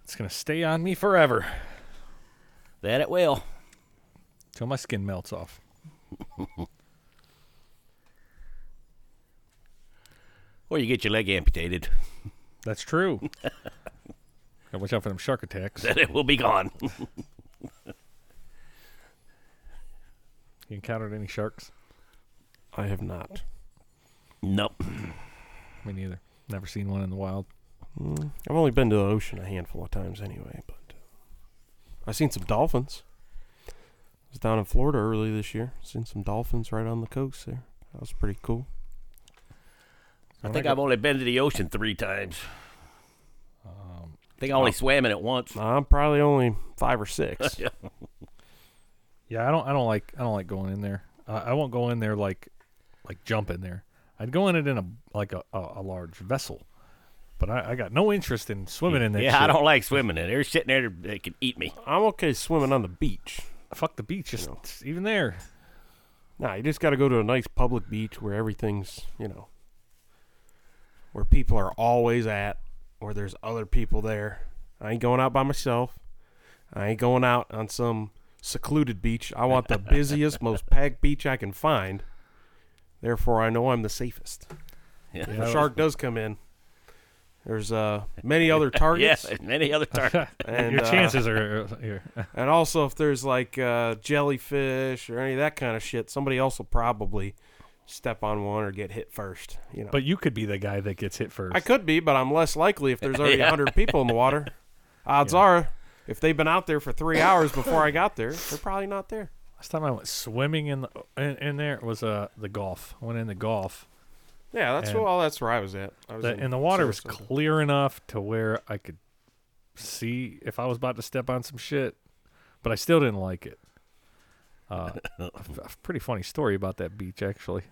Speaker 1: It's gonna stay on me forever
Speaker 3: That it will.
Speaker 1: till my skin melts off.
Speaker 3: Or you get your leg amputated.
Speaker 1: That's true. Gotta watch out for them shark attacks.
Speaker 3: Then it will be gone.
Speaker 1: You encountered any sharks?
Speaker 2: I have not.
Speaker 3: nope.
Speaker 1: Me neither. Never seen one in the wild.
Speaker 2: Hmm. I've only been to the ocean a handful of times anyway, but I've seen some dolphins. I was down in Florida early this year. Seen some dolphins right on the coast there. That was pretty cool.
Speaker 3: I
Speaker 1: When
Speaker 3: think
Speaker 1: go-
Speaker 3: I've only been to the ocean three times.
Speaker 1: Um,
Speaker 2: Um,
Speaker 3: I think I only swam in it once.
Speaker 2: I'm probably only five or six.
Speaker 1: Yeah, I don't. I don't like. I don't like going in there. Uh, I won't go in there like, like jump in there. I'd go in it in a like a, a, a large vessel, but I, I got no interest in swimming in that.
Speaker 3: yeah,
Speaker 1: shit.
Speaker 3: I don't like swimming in. it. They're sitting there, they can eat me.
Speaker 2: I'm okay swimming on the beach.
Speaker 1: Fuck the beach. Just even there.
Speaker 2: Nah, you just got to go to a nice public beach where everything's, you know, where people are always at, or there's other people there. I ain't going out by myself. I ain't going out on some secluded beach. I want the busiest, most packed beach I can find. Therefore, I know I'm the safest. If
Speaker 3: Yeah.
Speaker 2: a shark does come in, there's uh, many other
Speaker 3: Yeah,
Speaker 2: targets.
Speaker 3: and any other target.
Speaker 2: and,
Speaker 1: Your
Speaker 2: uh,
Speaker 1: chances are here.
Speaker 2: and also, if there's like uh, jellyfish or any of that kind of shit, somebody else will probably step on one or get hit first. You know,
Speaker 1: But you could be the guy that gets hit first.
Speaker 2: I could be, but I'm less likely if there's already a
Speaker 3: Yeah.
Speaker 2: 100 people in the water. Odds are, if they've been out there for three hours before I got there, they're probably not there.
Speaker 1: Last time I went swimming in the in, in there was uh the golf. I went in the golf.
Speaker 2: Yeah, that's
Speaker 1: And-
Speaker 2: well, that's where I was at. I was
Speaker 1: The,
Speaker 2: in
Speaker 1: and the water was
Speaker 2: Sarasota.
Speaker 1: clear enough to where I could see if I was about to step on some shit, but I still didn't like it. Uh, a f- pretty funny story about that beach actually.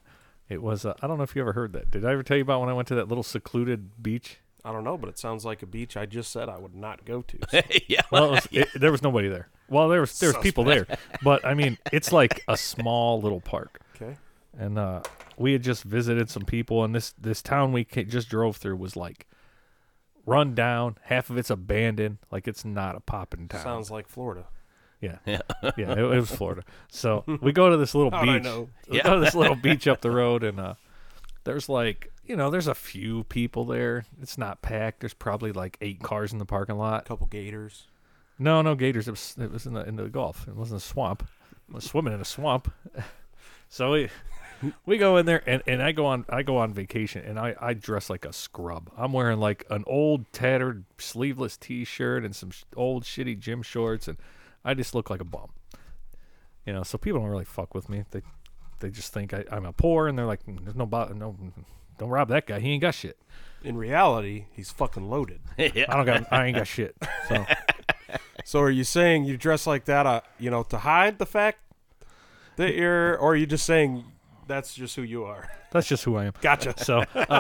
Speaker 1: It was uh, I don't know if you ever heard that. Did I ever tell you about when I went to that little secluded beach?
Speaker 2: I don't know, but it sounds like a beach I just said I would not go to.
Speaker 3: yeah.
Speaker 1: Well, it was, it, there was nobody there. Well, there was there was people there, but I mean, it's like a small little park.
Speaker 2: Okay.
Speaker 1: and uh, we had just visited some people, and this this town we ca- just drove through was like run down, half of it's abandoned, like it's not a popping town.
Speaker 2: Sounds like Florida.
Speaker 1: yeah, yeah, it, it was Florida. So we go to this little
Speaker 2: How'd I
Speaker 1: beach.
Speaker 2: know?
Speaker 1: We go to this little beach up the road, and uh, there's like you know there's a few people there. It's not packed. There's probably like eight cars in the parking lot.
Speaker 2: couple gators.
Speaker 1: No, no gators. It was it was in the in the Gulf. It wasn't a swamp. I was swimming in a swamp. So we we go in there and, and I go on I go on vacation and I, I dress like a scrub. I'm wearing like an old tattered sleeveless t-shirt and some sh- old shitty gym shorts and I just look like a bum. You know, so people don't really fuck with me. They they just think I, I'm a poor and they're like "Mm, there's no bo- no don't rob that guy. He ain't got shit.
Speaker 2: In reality, he's fucking loaded.
Speaker 1: I don't got I ain't got shit. So
Speaker 2: So are you saying you dress like that, uh, you know, to hide the fact that you're, or are you just saying that's just who you are?
Speaker 1: that's just who I am.
Speaker 2: Gotcha.
Speaker 1: So, uh, but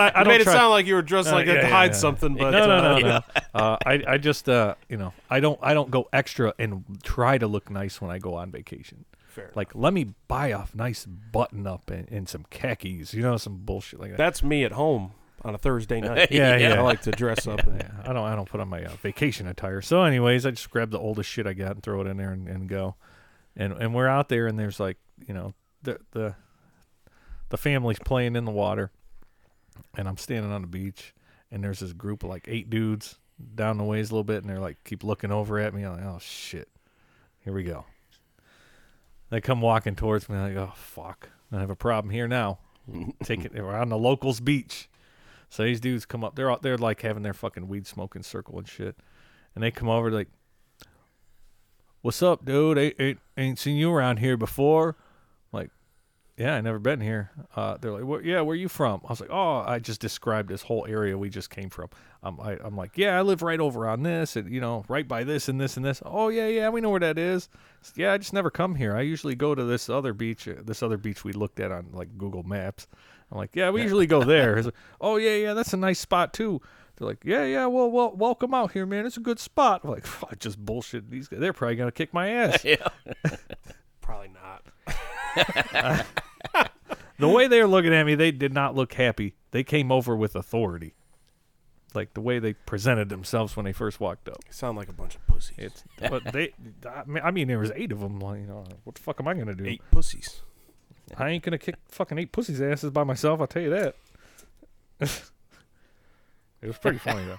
Speaker 1: I, I
Speaker 2: I
Speaker 1: don't
Speaker 2: made it
Speaker 1: try-
Speaker 2: sound like you were dressed
Speaker 1: No,
Speaker 2: like that
Speaker 1: yeah,
Speaker 2: to
Speaker 1: yeah,
Speaker 2: hide
Speaker 1: yeah.
Speaker 2: something, but
Speaker 1: no, no, no,
Speaker 2: uh,
Speaker 1: no. Uh, I, I just, uh, you know, I don't, I don't go extra and try to look nice when I go on vacation.
Speaker 2: Fair enough.
Speaker 1: Like, let me buy a nice button up and, and some khakis, you know, some bullshit like that.
Speaker 2: that's me at home on a Thursday night.
Speaker 1: Yeah, yeah.
Speaker 2: I like to dress up. And,
Speaker 1: Yeah, I don't, I don't put on my uh, vacation attire. So, anyways, I just grab the oldest shit I got and throw it in there and, and go. And and we're out there, and there's like, you know, the the the family's playing in the water, and I'm standing on the beach, and there's this group of like eight dudes down the ways a little bit, and they're like keep looking over at me. I'm like, oh shit, here we go. They come walking towards me. Like, oh fuck, I have a problem here now. Take it. We're on the locals' beach, so these dudes come up. They're out. They're like having their fucking weed smoking circle and shit, and they come over like, "What's up, dude? Ain't ain't, ain't seen you around here before." I'm like, yeah, I never been here. Uh, they're like, "Where- yeah, where you from? I was like, oh, I just described this whole area we just came from. Um, I, I'm like, yeah, I live right over on this, and you know, right by this and this and this. Oh yeah, yeah, we know where that is. S- Yeah, I just never come here. I usually go to this other beach, uh, this other beach we looked at on like Google Maps. I'm like, yeah, we usually go there. He's like, oh yeah, yeah, that's a nice spot too. They're like, yeah, yeah, well, well, welcome out here, man. It's a good spot. I'm like, I just bullshit these guys. They're probably gonna kick my ass.
Speaker 2: Probably not.
Speaker 1: the way they were looking at me, they did not look happy. They came over with authority. Like the way they presented themselves when they first walked up.
Speaker 2: You sound like a bunch of pussies.
Speaker 1: It's but they, I mean- I mean, there was eight of them. Like, you know, what the fuck am I gonna do?
Speaker 2: Eight pussies.
Speaker 1: I ain't gonna kick fucking eight pussies asses by myself. I'll tell you that. it was pretty funny though.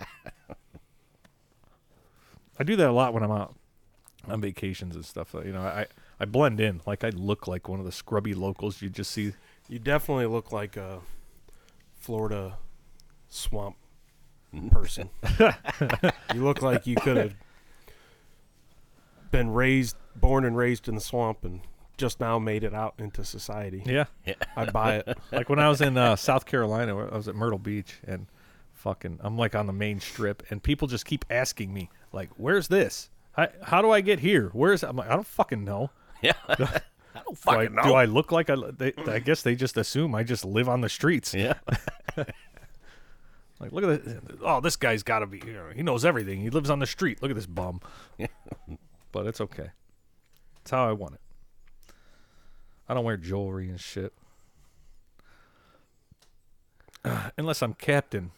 Speaker 1: I do that a lot when I'm out on vacations and stuff. You know, I I blend in. Like I look like one of the scrubby locals you just see.
Speaker 2: You definitely look like a Florida swamp person. you look like you could have been raised, born and raised in the swamp, and just now made it out into society.
Speaker 1: Yeah.
Speaker 2: I buy it.
Speaker 1: like when I was in uh, South Carolina, I was at Myrtle Beach, and fucking, I'm like on the main strip, and people just keep asking me, like, "Where's this?" I, how do I get here? Where's I'm like I don't fucking know.
Speaker 3: Yeah. I don't
Speaker 1: Do I,
Speaker 3: fucking know.
Speaker 1: do I look like I? They, I guess they just assume I just live on the streets.
Speaker 3: yeah.
Speaker 1: Like look at this. Oh, this guy's got to be. You know, he knows everything. He lives on the street. Look at this bum. but it's okay. It's how I want it. I don't wear jewelry and shit. Unless I'm captain,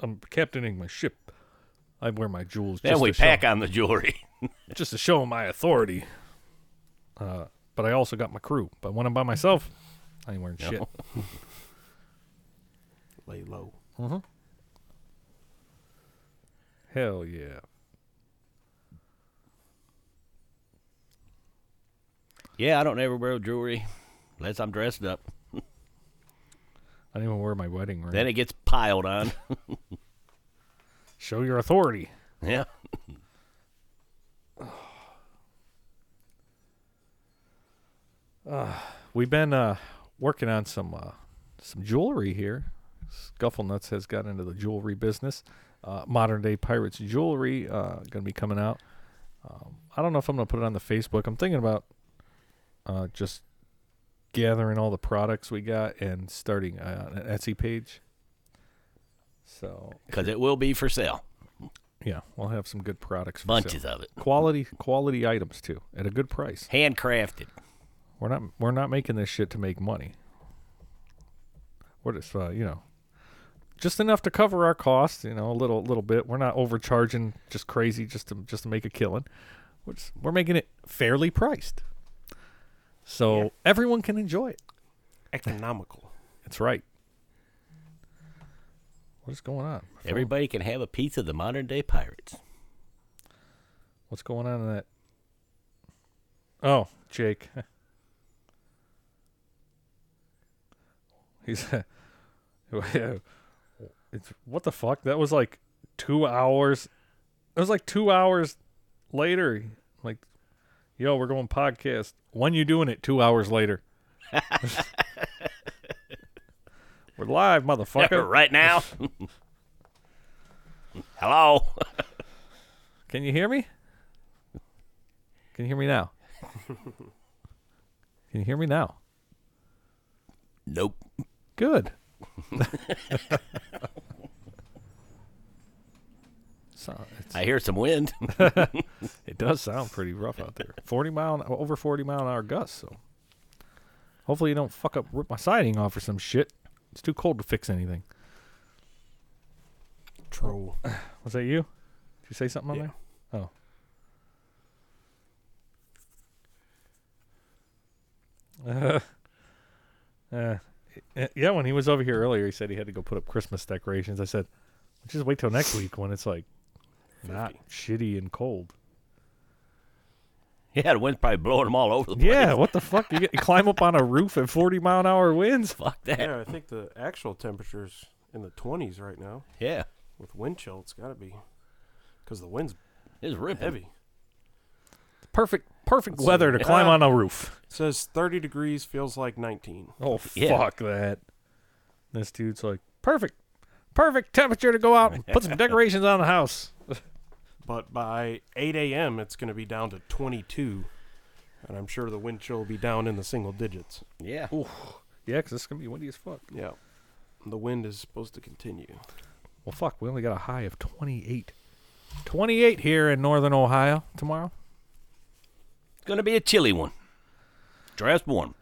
Speaker 1: I'm captaining my ship. I wear my jewels.
Speaker 3: Then
Speaker 1: just
Speaker 3: we
Speaker 1: to show-
Speaker 3: pack on the jewelry.
Speaker 1: just to show my authority. Uh, but I also got my crew. But when I'm by myself, I ain't wearing shit.
Speaker 2: Lay low.
Speaker 1: Hell yeah.
Speaker 3: yeah, I don't ever wear jewelry unless I'm dressed up.
Speaker 1: I didn't even wear my wedding ring.
Speaker 3: Then it gets piled on.
Speaker 1: show your authority.
Speaker 3: yeah.
Speaker 1: We've been uh, working on some uh, some jewelry here. Scuffle Nuts has got into the jewelry business. Uh, Modern Day Pirates Jewelry uh, going to be coming out. Um, I don't know if I'm going to put it on the Facebook. I'm thinking about uh, just gathering all the products we got and starting uh, an Etsy page. So
Speaker 3: Because it will be for sale.
Speaker 1: yeah, we'll have some good products. For sale.
Speaker 3: Bunches of it.
Speaker 1: quality quality items too at a good price.
Speaker 3: Handcrafted.
Speaker 1: We're not we're not making this shit to make money. We're just uh, you know, just enough to cover our costs. You know, a little little bit. We're not overcharging just crazy just to just to make a killing. We're just, we're making it fairly priced, so everyone can enjoy it.
Speaker 2: Economical.
Speaker 1: That's right. What is going on? My phone-
Speaker 3: Everybody can have a piece of the modern day pirates.
Speaker 1: What's going on in that? Oh, Jake. He's. it's what the fuck? That was like two hours. It was like two hours later. Like, yo, we're going podcast. When you doing it? Two hours later. we're live, motherfucker.
Speaker 3: right now. Hello.
Speaker 1: Can you hear me? Can you hear me now? Can you hear me now?
Speaker 3: Nope.
Speaker 1: Good. so it's,
Speaker 3: I hear some wind.
Speaker 1: it does sound pretty rough out there. Forty mile, an- over forty mile an hour gusts. So hopefully you don't fuck up, rip my siding off or some shit. It's too cold to fix anything.
Speaker 2: Troll.
Speaker 1: Was that you? Did you say something on
Speaker 2: Yeah.
Speaker 1: there? Oh. Oh. Uh, uh, yeah, when he was over here earlier, he said he had to go put up Christmas decorations. I said, just wait till next week when it's like not shitty and cold.
Speaker 3: yeah, the wind's probably blowing them all over the place.
Speaker 1: Yeah, what the fuck? You, get, you climb up on a roof at 40 mile an hour winds?
Speaker 3: Fuck that. Yeah.
Speaker 2: yeah, I think the actual temperature's in the 20s right now with wind chill. It's got to be because the wind's
Speaker 3: It's ripping.
Speaker 2: heavy.
Speaker 1: Perfect perfect
Speaker 2: Let's see.
Speaker 1: weather to climb
Speaker 2: Ah.
Speaker 1: on a roof.
Speaker 2: It says 30 degrees feels like 19.
Speaker 1: Oh,
Speaker 3: Yeah.
Speaker 1: fuck that. This dude's like, perfect, perfect temperature to go out and put some decorations on the house.
Speaker 2: But by 8 a.m., it's going to be down to 22. And I'm sure the wind chill will be down in the single digits.
Speaker 3: Yeah.
Speaker 1: Yeah, because it's going to be windy as fuck.
Speaker 2: Yeah. The wind is supposed to continue.
Speaker 1: Well, fuck, we only got a high of 28. 28 here in northern Ohio tomorrow.
Speaker 3: It's going to be a chilly one. Dress warm.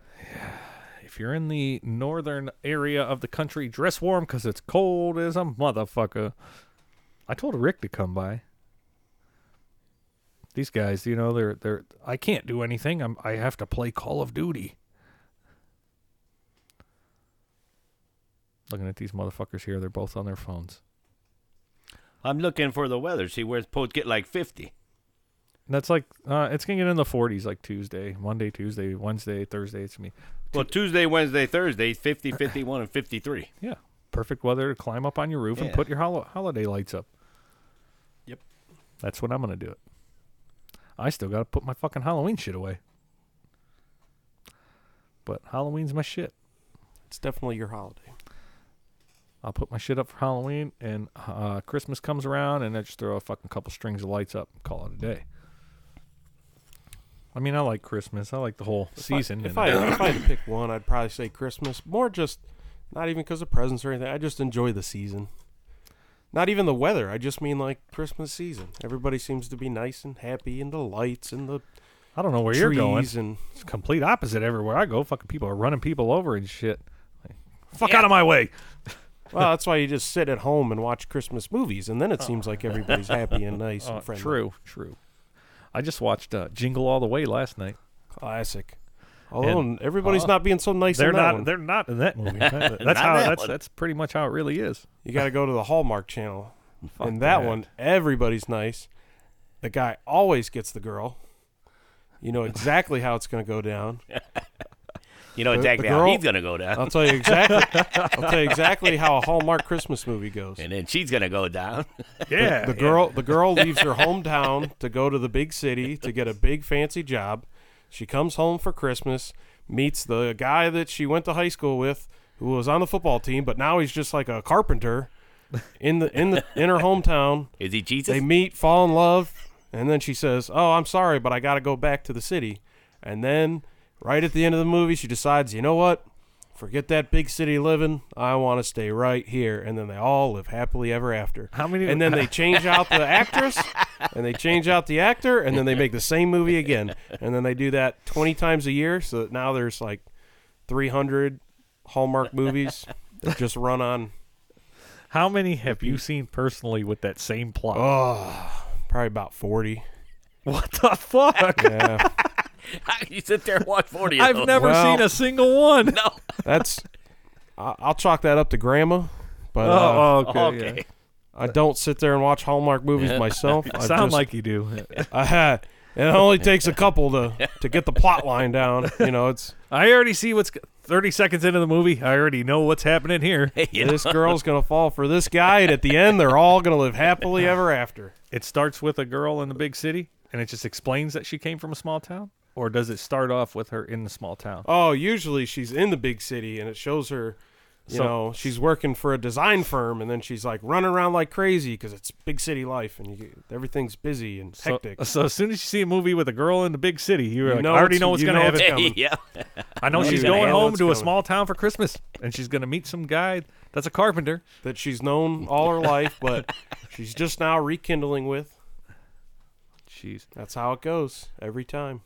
Speaker 1: If you're in the northern area of the country, dress warm because it's cold as a motherfucker. I told Rick to come by. These guys, you know, they're they're. I can't do anything. I'm. I have to play Call of Duty. Looking at these motherfuckers here, they're both on their phones.
Speaker 3: I'm looking for the weather. See where it's supposed to get like 50.
Speaker 1: And that's like, uh, it's gonna get in the 40s, like Tuesday, Monday, Tuesday, Wednesday, Thursday. It's me.
Speaker 3: Well, Tuesday, Wednesday, Thursday, 50, 51, and 53.
Speaker 1: Yeah, perfect weather to climb up on your roof and
Speaker 3: Yeah.
Speaker 1: put your hol- holiday lights up.
Speaker 2: Yep.
Speaker 1: That's when I'm gonna do it. I still gotta put my fucking Halloween shit away. But Halloween's my shit.
Speaker 2: It's definitely your holiday.
Speaker 1: I'll put my shit up for Halloween, and uh, Christmas comes around, and I just throw a fucking couple strings of lights up and call it a day. I mean, I like Christmas. I like the whole season.
Speaker 2: If
Speaker 1: and-
Speaker 2: I, if I had to pick one, I'd probably say Christmas. More just not even because of presents or anything. I just enjoy the season. Not even the weather. I just mean like Christmas season. Everybody seems to be nice and happy, and the lights and the
Speaker 1: I don't know where you're
Speaker 2: trees
Speaker 1: going.
Speaker 2: and
Speaker 1: It's complete opposite everywhere I go. Fucking people are running people over and shit. Like, Fuck out of my way.
Speaker 2: well, that's why you just sit at home and watch Christmas movies, and then it seems like everybody's happy and nice
Speaker 1: Uh,
Speaker 2: and friendly.
Speaker 1: true, true. I just watched uh, Jingle All the Way last night.
Speaker 2: classic. Although everybody's not being so nice.
Speaker 1: uh, they're
Speaker 2: in that
Speaker 1: not.
Speaker 2: one.
Speaker 1: They're not in that movie. That-
Speaker 3: Not
Speaker 1: that's how.
Speaker 3: that
Speaker 1: that's
Speaker 3: one.
Speaker 1: that's pretty much how it really is.
Speaker 2: You got to go to the Hallmark Channel.
Speaker 1: Fuck
Speaker 2: and that,
Speaker 1: that.
Speaker 2: one, everybody's nice. The guy always gets the girl. You know exactly how it's going to go down.
Speaker 3: You know
Speaker 2: The- the
Speaker 3: exactly how
Speaker 2: girl-
Speaker 3: he's gonna go down,
Speaker 2: I'll tell you exactly. I'll tell you exactly how a Hallmark Christmas movie goes.
Speaker 3: and then she's gonna go down.
Speaker 1: Yeah,
Speaker 2: The girl, the girl leaves her hometown to go to the big city to get a big fancy job. She comes home for Christmas, meets the guy that she went to high school with, who was on the football team, but now he's just like a carpenter in the in the in her hometown.
Speaker 3: Is he Jesus?
Speaker 2: They meet, fall in love, and then she says, "Oh, I'm sorry, but I got to go back to the city." And then, right at the end of the movie, she decides, "You know what? Forget that big city living. I want to stay right here." And then they all live happily ever after.
Speaker 1: How many-
Speaker 2: And then they change out the actress, and they change out the actor, and then they make the same movie again. And then they do that 20 times a year, so that now there's like 300 Hallmark movies that just run on
Speaker 1: How many have you seen personally with that same plot?
Speaker 2: probably about 40.
Speaker 1: what the fuck?
Speaker 2: Yeah.
Speaker 3: you sit there and watch forty. of
Speaker 1: I've
Speaker 3: those.
Speaker 1: never
Speaker 2: Well-
Speaker 1: seen a single one.
Speaker 3: No.
Speaker 2: That's I- I'll chalk that up to grandma, but uh,
Speaker 1: Oh, okay.
Speaker 3: Okay.
Speaker 1: yeah.
Speaker 2: I don't sit there and watch Hallmark movies myself. I
Speaker 1: Sound
Speaker 2: just-
Speaker 1: like you do.
Speaker 2: I, it only takes a couple to to get the plot line down. You know, it's
Speaker 1: I already see what's g- 30 seconds into the movie. I already know what's happening here.
Speaker 3: You know,
Speaker 2: this girl's gonna fall for this guy, and at the end, they're all gonna live happily ever after.
Speaker 1: It starts with a girl in the big city and it just explains that she came from a small town or does it start off with her in the small town?
Speaker 2: Oh, usually she's in the big city, and it shows her. You
Speaker 1: So-
Speaker 2: know, she's working for a design firm, and then she's like running around like crazy because it's big city life, and you, everything's busy and
Speaker 1: So,
Speaker 2: hectic.
Speaker 1: so as soon as you see a movie with a girl in the big city, you're like,
Speaker 2: know
Speaker 1: I already
Speaker 2: it's-
Speaker 1: know what's
Speaker 2: you
Speaker 1: going to
Speaker 2: know
Speaker 1: happen.
Speaker 2: it's- coming.
Speaker 3: yeah.
Speaker 1: I know
Speaker 2: you
Speaker 1: she's
Speaker 2: know
Speaker 1: going
Speaker 2: it's
Speaker 1: home to a
Speaker 2: coming.
Speaker 1: small town for Christmas and she's going to meet some guy that's a carpenter.
Speaker 2: that she's known all her life, but she's just now rekindling with.
Speaker 1: Jeez.
Speaker 2: That's how it goes every time.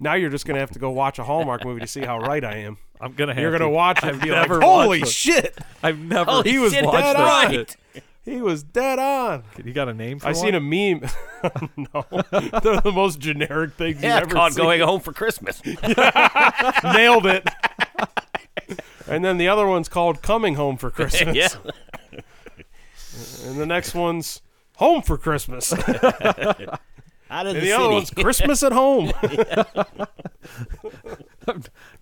Speaker 2: Now you're just gonna have to go watch a Hallmark movie to see how right I am.
Speaker 1: I'm going to have
Speaker 2: You're gonna Oh,
Speaker 1: to.
Speaker 2: watch it and be like,
Speaker 1: never
Speaker 2: "Holy
Speaker 1: watched it."
Speaker 2: shit,
Speaker 1: I've never
Speaker 3: Holy
Speaker 1: he was
Speaker 3: shit,
Speaker 1: watched
Speaker 3: that's
Speaker 1: that
Speaker 3: right.
Speaker 1: shit.
Speaker 2: he was dead on."
Speaker 1: You got a name for
Speaker 2: I
Speaker 1: one?
Speaker 2: seen a meme. no, they're the most generic things
Speaker 3: Yeah,
Speaker 2: you've
Speaker 3: it's
Speaker 2: ever
Speaker 3: called
Speaker 2: seen.
Speaker 3: going home for Christmas.
Speaker 2: Nailed it. and then the other one's called "Coming Home for Christmas,"
Speaker 3: yeah.
Speaker 2: and the next one's "Home for Christmas," and
Speaker 3: Out of
Speaker 2: the,
Speaker 3: the,
Speaker 2: other
Speaker 3: city.
Speaker 2: one's "Christmas at Home."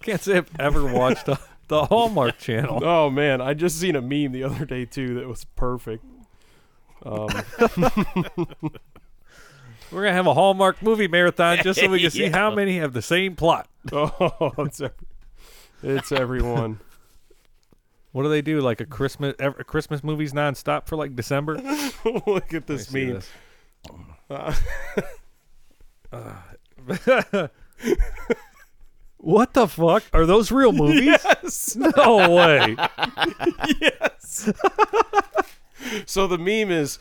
Speaker 1: Can't say I've ever watched the, the Hallmark Channel.
Speaker 2: Oh man, I just seen a meme the other day too that was perfect. Um,
Speaker 1: We're gonna have a Hallmark movie marathon just so we can see
Speaker 3: Yeah.
Speaker 1: how many have the same plot.
Speaker 2: oh, it's every, it's everyone.
Speaker 1: What do they do? Like a Christmas, ev- Christmas movies nonstop for like December. Let me
Speaker 2: Look at this
Speaker 1: see
Speaker 2: meme.
Speaker 1: this. what the fuck are those real movies?
Speaker 2: Yes.
Speaker 1: No way.
Speaker 2: So the meme is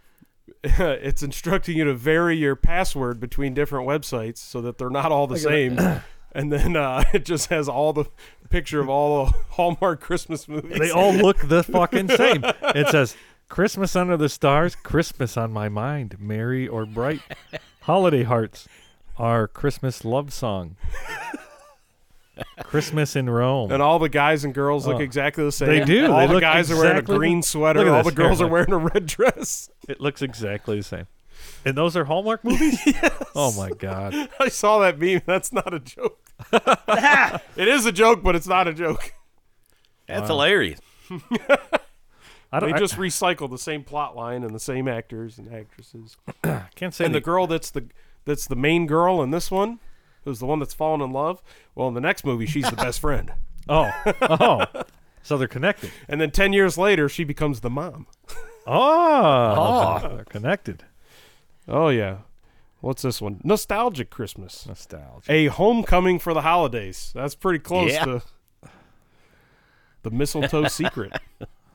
Speaker 2: it's instructing you to vary your password between different websites so that they're not all the same. And then uh, it just has all the picture of all the Hallmark Christmas movies.
Speaker 1: They all look the fucking same. It says Christmas under the stars, Christmas on my mind, merry or bright, holiday hearts, our Christmas love song, Christmas in Rome.
Speaker 2: and all the guys and girls look
Speaker 1: Oh.
Speaker 2: exactly the same.
Speaker 1: They do.
Speaker 2: All
Speaker 1: They
Speaker 2: the
Speaker 1: look
Speaker 2: guys are wearing a
Speaker 1: exactly the-
Speaker 2: green
Speaker 1: Look
Speaker 2: sweater.
Speaker 1: at
Speaker 2: All the
Speaker 1: this
Speaker 2: girls
Speaker 1: hair,
Speaker 2: are wearing a red dress.
Speaker 1: It looks exactly the same. And those are Hallmark movies? Oh my god.
Speaker 2: I saw that meme. That's not a joke. it is a joke, but it's not a joke.
Speaker 3: That's hilarious.
Speaker 1: I
Speaker 2: They
Speaker 1: don't I
Speaker 2: just recycle the same plot line and the same actors and actresses.
Speaker 1: can't say
Speaker 2: And the
Speaker 1: the,
Speaker 2: girl that's the that's the main girl in this one, who's the one that's fallen in love. Well, in the next movie, she's the best friend.
Speaker 1: Oh. Oh. so they're connected.
Speaker 2: And then ten years later, she becomes the mom.
Speaker 1: Oh. They're Ah. connected.
Speaker 2: Oh yeah. What's this one? Nostalgic Christmas.
Speaker 1: Nostalgia.
Speaker 2: A homecoming for the holidays. That's pretty close
Speaker 3: Yeah.
Speaker 2: to the mistletoe secret.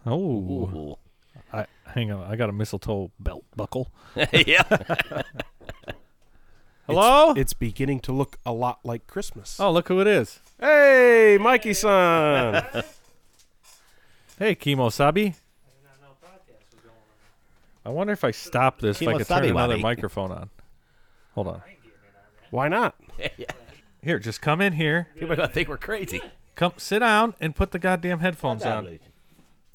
Speaker 1: Oh,
Speaker 3: Ooh.
Speaker 1: I, hang on. I got a mistletoe belt buckle.
Speaker 3: yeah.
Speaker 1: Hello?
Speaker 2: It's beginning to look a lot like Christmas.
Speaker 1: oh, look who it is.
Speaker 2: Hey, Mikey son.
Speaker 1: Hey, Kimosabi. I wonder if I stop this, if I could turn
Speaker 3: Kimosabi-wabi.
Speaker 1: another microphone on. Hold on.
Speaker 2: Why not?
Speaker 1: Here, just come in here.
Speaker 3: People are gonna think we're crazy.
Speaker 1: Come sit down and put the goddamn headphones on.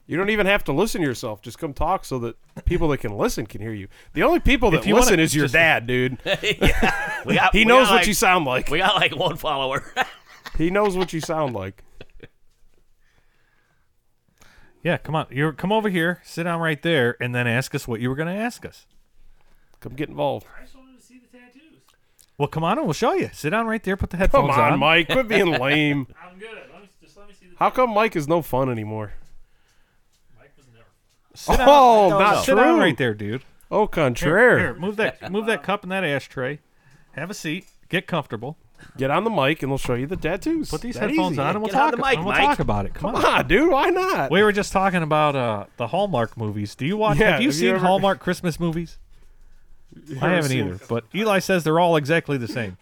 Speaker 2: You don't even have to listen to yourself. Just come talk so that people that can listen can hear you. The only people that
Speaker 1: you wanna-
Speaker 2: listen is your
Speaker 1: just-
Speaker 2: dad, dude.
Speaker 3: We got,
Speaker 2: He
Speaker 3: we
Speaker 2: knows
Speaker 3: got
Speaker 2: what
Speaker 3: like,
Speaker 2: you sound like.
Speaker 3: We got like one follower.
Speaker 2: He knows what you sound like.
Speaker 1: Yeah, come on. You come over here, sit down right there, and then ask us what you were going to ask us.
Speaker 2: Come get involved.
Speaker 4: I just wanted to see the tattoos.
Speaker 1: Well, come on and we'll show you. Sit down right there, put the
Speaker 2: Come
Speaker 1: headphones
Speaker 2: on, Mike. Quit being lame.
Speaker 4: I'm good. Let me, just let me see the.
Speaker 2: How come Mike is no fun anymore?
Speaker 4: Mike was never.
Speaker 1: Sit down.
Speaker 2: Oh,
Speaker 1: No,
Speaker 2: not
Speaker 1: Sit down
Speaker 2: true.
Speaker 1: right there, dude.
Speaker 2: Au
Speaker 1: Here,
Speaker 2: contraire.
Speaker 1: here, move that move that cup and that ashtray. Have a seat. Get comfortable.
Speaker 2: Get on the mic and they'll show you the tattoos.
Speaker 1: Put these
Speaker 2: That
Speaker 1: headphones
Speaker 2: easy.
Speaker 1: on and we'll
Speaker 3: Get on
Speaker 1: talk.
Speaker 3: the mic,
Speaker 1: and we'll
Speaker 3: Mike.
Speaker 1: talk about it. Come on.
Speaker 2: Come on, dude. Why not?
Speaker 1: We were just talking about uh, the Hallmark movies. Do you watch?
Speaker 2: Yeah,
Speaker 1: have you
Speaker 2: have you
Speaker 1: seen
Speaker 2: ever-
Speaker 1: Hallmark Christmas movies?
Speaker 2: You
Speaker 1: I
Speaker 2: ever
Speaker 1: haven't
Speaker 2: seen-
Speaker 1: either. But Eli says they're all exactly the same.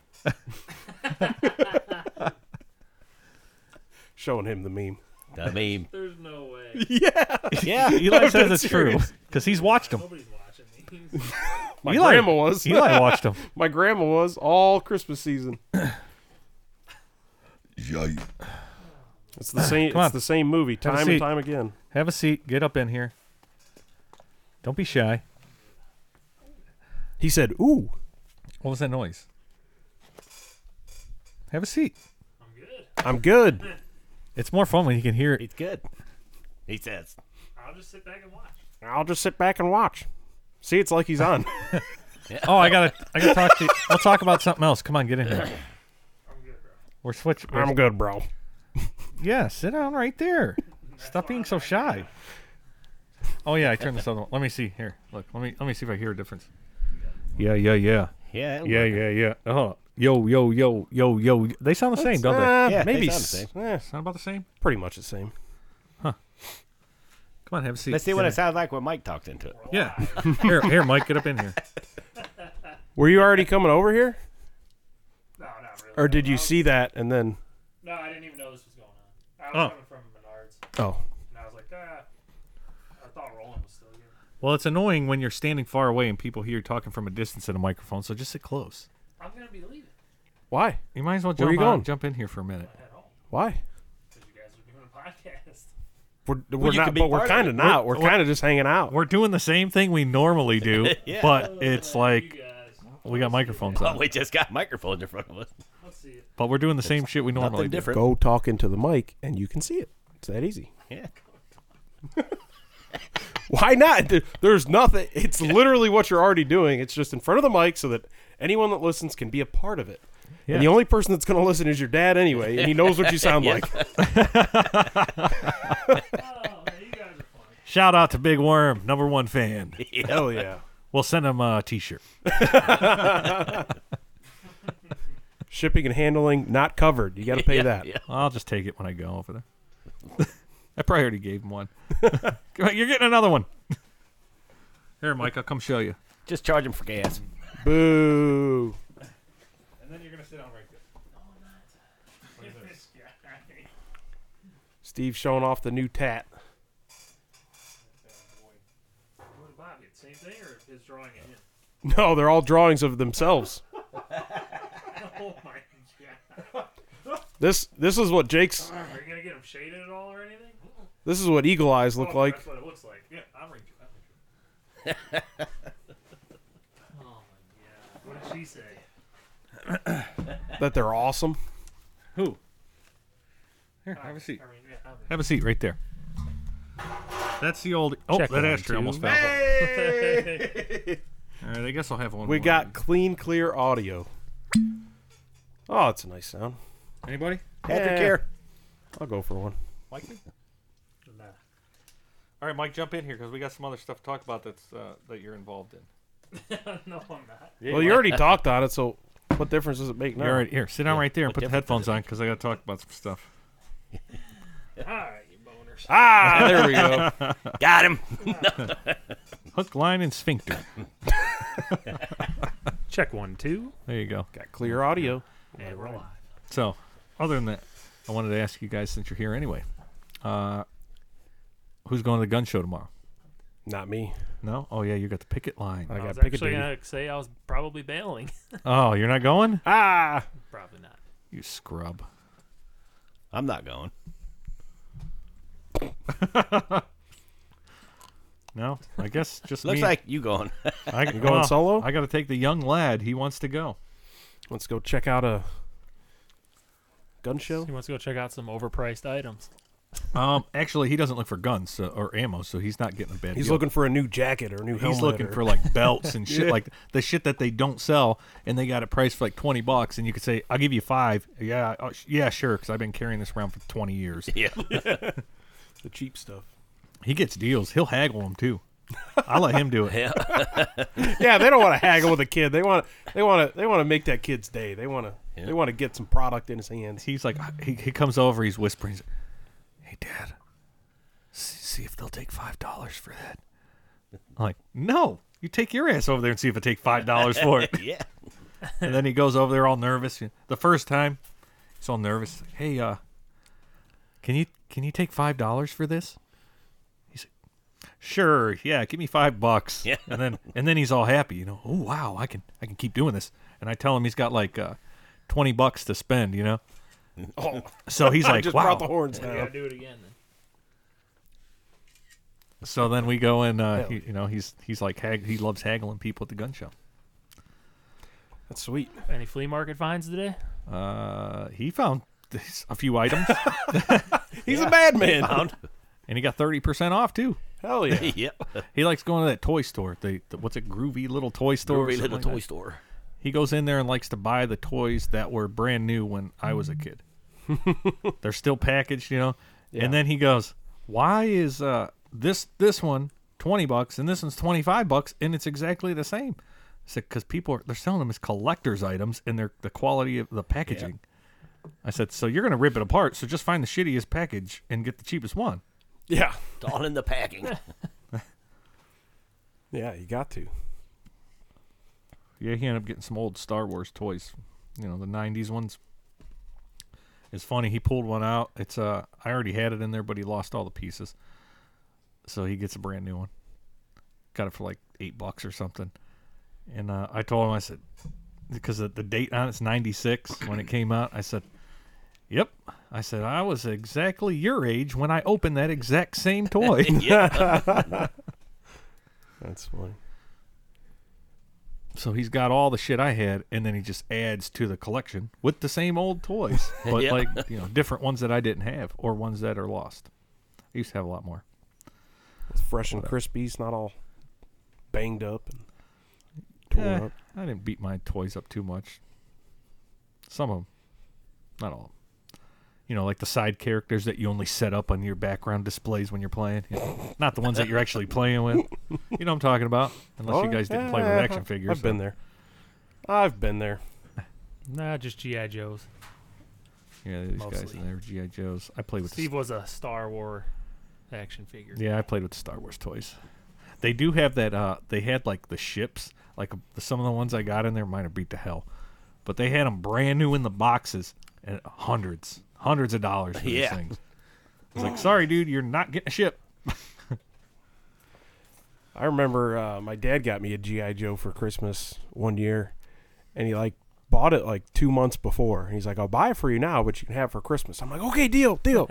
Speaker 2: Showing him the meme.
Speaker 3: I mean,
Speaker 4: There's no way.
Speaker 3: yeah.
Speaker 1: Eli says
Speaker 2: dead
Speaker 1: it's true because he's watched them.
Speaker 4: Nobody's watching me.
Speaker 2: My
Speaker 1: Eli-
Speaker 2: grandma was.
Speaker 1: Eli watched them.
Speaker 2: My grandma was all Christmas season. It's the same.
Speaker 1: Come on.
Speaker 2: It's the same movie,
Speaker 1: Have a
Speaker 2: time
Speaker 1: seat.
Speaker 2: and time again.
Speaker 1: Have a seat. Get up in here. Don't be shy.
Speaker 2: He said, "Ooh,
Speaker 1: What was that noise? Have a seat.
Speaker 4: I'm good.
Speaker 2: I'm good."
Speaker 1: It's more fun when you can hear it.
Speaker 3: It's good. He says.
Speaker 4: I'll just sit back and watch.
Speaker 2: I'll just sit back and watch. See, it's like he's on.
Speaker 1: Oh, I gotta, I gotta talk to. you. We'll talk about something else. Come on, get in here.
Speaker 4: I'm good, bro.
Speaker 1: We're switching.
Speaker 2: I'm good, bro.
Speaker 1: Yeah, sit down right there. Stop being so shy. Oh yeah, I turned this other one. Let me see here. Look, let me let me see if I hear a difference. Yeah, yeah, yeah,
Speaker 3: Yeah.
Speaker 1: yeah, yeah, yeah. Oh, yo, yo, yo, yo, yo. They sound the same, don't they?
Speaker 2: Eh,
Speaker 3: Yeah, they
Speaker 2: maybe
Speaker 3: sound the
Speaker 2: s-
Speaker 3: same.
Speaker 2: eh,
Speaker 1: Sound about the same.
Speaker 2: pretty much the same.
Speaker 1: Come on, have a seat.
Speaker 3: Let's see what
Speaker 1: Sit
Speaker 3: it sounds like when Mike talked into it.
Speaker 1: down. Yeah. here, here, Mike, get up in here.
Speaker 2: Were you already coming over here,
Speaker 4: No, not really.
Speaker 2: or did you see that and then?
Speaker 4: No, I didn't even know this was going on. I was
Speaker 1: Oh.
Speaker 4: coming from Menards,
Speaker 2: Oh,
Speaker 4: and I was like, ah. I thought Roland was still here.
Speaker 1: Well, it's annoying when you're standing far away and people hear you talking from a distance at a microphone. So just sit close.
Speaker 4: I'm gonna be leaving
Speaker 2: why?
Speaker 1: You might as well
Speaker 2: Where
Speaker 1: jump
Speaker 2: you
Speaker 1: on-
Speaker 2: going?
Speaker 1: jump in here for a minute.
Speaker 4: at home
Speaker 2: Why?
Speaker 4: because you guys are doing a podcast.
Speaker 2: We're, we're
Speaker 3: you
Speaker 2: not,
Speaker 3: could be
Speaker 2: but we're
Speaker 3: part of
Speaker 2: kind of
Speaker 3: it.
Speaker 2: not. We're, kind of just hanging out.
Speaker 1: We're doing the same thing we normally do,
Speaker 3: Yeah. Oh,
Speaker 1: but it's
Speaker 4: You
Speaker 1: like
Speaker 4: guys,
Speaker 1: we got microphones
Speaker 3: Well,
Speaker 1: on.
Speaker 3: we just got microphones in front of us.
Speaker 4: let's see it.
Speaker 1: But we're doing the same shit we normally
Speaker 3: Nothing
Speaker 1: do.
Speaker 3: different.
Speaker 2: Go talk into the mic, and you can see it. It's that easy.
Speaker 3: Yeah.
Speaker 2: Why not? There- There's nothing. It's literally what you're already doing. It's just in front of the mic so that anyone that listens can be a part of it.
Speaker 1: Yeah.
Speaker 2: And the only person that's going to listen is your dad anyway, and he knows what you sound like.
Speaker 4: Oh, man, you guys are funny.
Speaker 1: Shout out to Big Worm, number one fan.
Speaker 2: Hell yeah.
Speaker 1: We'll send him a T-shirt.
Speaker 2: Shipping and handling not covered. You got to pay
Speaker 3: yeah,
Speaker 2: that.
Speaker 3: Yeah.
Speaker 1: I'll just take it when I go over there. I probably already gave him one. Come on, You're getting another one. Here, Mike, I'll come show you.
Speaker 3: Just charge them for gas.
Speaker 2: Boo.
Speaker 4: And then you're gonna sit down right there. No, I'm not. This guy.
Speaker 2: Steve showing off the new tat.
Speaker 4: Oh, What did Bob get? Same thing, or is drawing it him?
Speaker 2: No, they're all drawings of themselves.
Speaker 4: Oh my god!
Speaker 2: This this is what Jake's.
Speaker 4: Are you gonna get him shaded at all or anything?
Speaker 2: This is what Eagle Eyes look
Speaker 4: Oh,
Speaker 2: like.
Speaker 4: That's what it looks like. Yeah, I'm reaching. I'm reaching. oh my god! What did she say?
Speaker 2: That they're awesome.
Speaker 1: Who? Here, have a seat.
Speaker 4: I mean, yeah, I'm reaching.
Speaker 1: Have a seat right there. That's the old. Oh,
Speaker 2: Check
Speaker 1: that
Speaker 2: one,
Speaker 1: ashtray
Speaker 2: two.
Speaker 1: almost fell. off. All right, I guess I'll have one.
Speaker 2: We
Speaker 1: more.
Speaker 2: got clean, clear audio. Oh, it's a nice sound. Eh,
Speaker 1: anybody?
Speaker 3: Patrick here.
Speaker 2: I'll go for one.
Speaker 4: Nah.
Speaker 1: All right, Mike, jump in here because we got some other stuff to talk about that's uh, that you're involved in.
Speaker 4: no, I'm not.
Speaker 2: well, you already talked on it, so what difference does it make now?
Speaker 1: You're right here. Sit down right there and
Speaker 3: What
Speaker 1: put the
Speaker 3: difference does
Speaker 1: headphones on because I got to talk about some stuff.
Speaker 4: All right, you boners.
Speaker 2: Ah, there we go.
Speaker 3: Got him.
Speaker 1: Hook, line, and sphincter.
Speaker 4: Check one, two,
Speaker 1: There you go.
Speaker 2: Got clear audio.
Speaker 4: and we're live.
Speaker 1: So, other than that, I wanted to ask you guys since you're here anyway, uh, who's going to the gun show tomorrow?
Speaker 2: Not me.
Speaker 1: No? Oh yeah, you got the picket line.
Speaker 2: I
Speaker 4: I
Speaker 2: got
Speaker 4: was
Speaker 2: pick a
Speaker 4: actually
Speaker 2: duty.
Speaker 4: gonna say I was probably bailing.
Speaker 1: Oh, you're not going?
Speaker 2: Ah,
Speaker 4: probably not.
Speaker 1: You scrub.
Speaker 3: I'm not going.
Speaker 1: No, I guess just
Speaker 3: Looks
Speaker 1: me-
Speaker 3: like you going.
Speaker 1: I, you
Speaker 2: going solo?
Speaker 1: I got to take the young lad. He wants to go.
Speaker 2: let's go check out a gun show.
Speaker 4: He wants to go check out some overpriced items.
Speaker 1: Um, actually, he doesn't look for guns so, or ammo, so he's not getting a bad.
Speaker 2: He's
Speaker 1: deal.
Speaker 2: looking for a new jacket or a new helmet.
Speaker 1: He's looking
Speaker 2: or-
Speaker 1: for like belts and shit,
Speaker 2: Yeah.
Speaker 1: like the shit that they don't sell, and they got it priced for like twenty bucks, and you could say, "I'll give you five. Yeah, oh, sh- yeah, sure, because I've been carrying this around for twenty years.
Speaker 3: yeah.
Speaker 2: the cheap stuff.
Speaker 1: He gets deals. He'll haggle them too. I'll let him do it.
Speaker 3: yeah.
Speaker 2: yeah, they don't want to haggle with a kid. They want they want to they want to make that kid's day. They want to they want to get some product in his hands.
Speaker 1: He's like, he, he comes over, he's whispering, he's like, "Hey, Dad, see, see if they'll take five dollars for that." I'm like, no. You take your ass over there and see if I take five dollars for it.
Speaker 3: Yeah.
Speaker 1: And then he goes over there all nervous. The first time, he's all nervous. Hey, uh, can you can you take five dollars for this? He's like, sure, yeah, give me five bucks.
Speaker 3: Yeah.
Speaker 1: And then and then he's all happy, you know. Oh wow, I can I can keep doing this. And I tell him he's got like uh, twenty bucks to spend, you know.
Speaker 2: Oh,
Speaker 1: So he's
Speaker 2: I
Speaker 1: like,
Speaker 2: just
Speaker 1: wow.
Speaker 2: brought the horns
Speaker 4: We gotta
Speaker 2: down.
Speaker 4: do it again. Then.
Speaker 1: So then we go and uh,
Speaker 2: Hell
Speaker 1: he, you know he's he's like hag- he loves haggling people at the gun show.
Speaker 2: That's sweet.
Speaker 4: Any flea market finds today?
Speaker 1: Uh, he found this- a few items
Speaker 2: He's a bad man.
Speaker 3: Found.
Speaker 1: and he got thirty percent off too.
Speaker 2: Hell yeah.
Speaker 3: yep.
Speaker 1: He likes going to that toy store. The, the what's it, groovy little toy store? or
Speaker 3: Groovy
Speaker 1: something
Speaker 3: little
Speaker 1: like
Speaker 3: toy
Speaker 1: that.
Speaker 3: store.
Speaker 1: He goes in there and likes to buy the toys that were brand new when I was a kid. They're still packaged, you know.
Speaker 2: Yeah.
Speaker 1: And then he goes, "Why is uh, this this one twenty bucks and this one's twenty five bucks and it's exactly the same?" I said, "Because people are, they're selling them as collectors' items and they're the quality of the packaging." I said, "So you're gonna rip it apart? So just find the shittiest package and get the cheapest one."
Speaker 2: Yeah.
Speaker 3: It's all in the packing.
Speaker 2: Yeah, you got to.
Speaker 1: Yeah, he ended up getting some old Star Wars toys, you know, the '90s ones. It's funny he pulled one out. It's uh, I already had it in there, but he lost all the pieces, so he gets a brand new one. Got it for like eight bucks or something, and uh, I told him I said, because the, the date on it's '96 when it came out. I said, "Yep," I said I was exactly your age when I opened that exact same toy.
Speaker 3: yeah.
Speaker 2: That's funny.
Speaker 1: So he's got all the shit I had, and then he just adds to the collection with the same old toys, but
Speaker 3: Yeah.
Speaker 1: like you know, different ones that I didn't have or ones that are lost. I used to have a lot more.
Speaker 2: It's fresh and crispy. It's not all banged up and torn
Speaker 1: Eh,
Speaker 2: up.
Speaker 1: I didn't beat my toys up too much. Some of them, not all. 'em. You know, like the side characters that you only set up on your background displays when you're playing. you know, not the ones that you're actually playing with. You know what I'm talking about? Unless you
Speaker 2: Oh,
Speaker 1: guys didn't play with
Speaker 2: yeah,
Speaker 1: action figures.
Speaker 2: I've been there. I've been there.
Speaker 4: Nah, just GI Joes.
Speaker 1: Yeah, these guys
Speaker 4: Mostly.
Speaker 1: in there, GI Joes. I played with the
Speaker 4: Steve was a Star Wars action figure.
Speaker 1: Yeah, I played with the Star Wars toys. They do have that. Uh, they had like the ships, like uh, some of the ones I got in there might have beat to hell, but they had them brand new in the boxes and hundreds, hundreds of dollars for
Speaker 3: Yeah.
Speaker 1: these things. It's like, sorry, dude, you're not getting a ship.
Speaker 2: I remember uh, my dad got me a GI Joe for Christmas one year, and he like bought it like two months before. And he's like, "I'll buy it for you now, but you can have it for Christmas." I'm like, "Okay, deal, deal."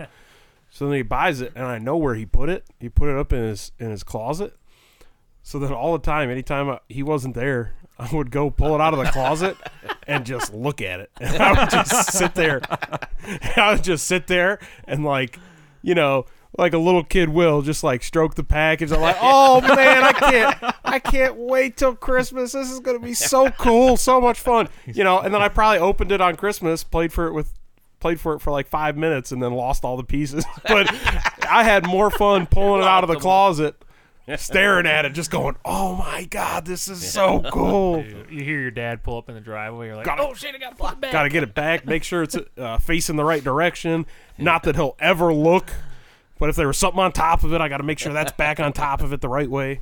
Speaker 2: so then he buys it, and I know where he put it. He put it up in his in his closet. So then all the time, anytime I, he wasn't there, I would go pull it out of the closet and just look at it. And I would just sit there. I would just sit there and like, you know, like a little kid will just like stroke the package. I'm like, oh man, I can't, I can't wait till Christmas. This is gonna be so cool, so much fun, you know. And then I probably opened it on Christmas, played for it with, played for it for like five minutes, and then lost all the pieces. But I had more fun pulling it out of the
Speaker 3: Lost 'em.
Speaker 2: closet staring at it, just going, "Oh my god, this is so cool."
Speaker 4: You hear your dad pull up in the driveway. You're like,
Speaker 2: Got it.
Speaker 4: oh shit, I got blocked back.
Speaker 2: Got to get it back. Make sure it's uh, facing the right direction. Not that he'll ever look, but if there was something on top of it, I got to make sure that's back on top of it the right way.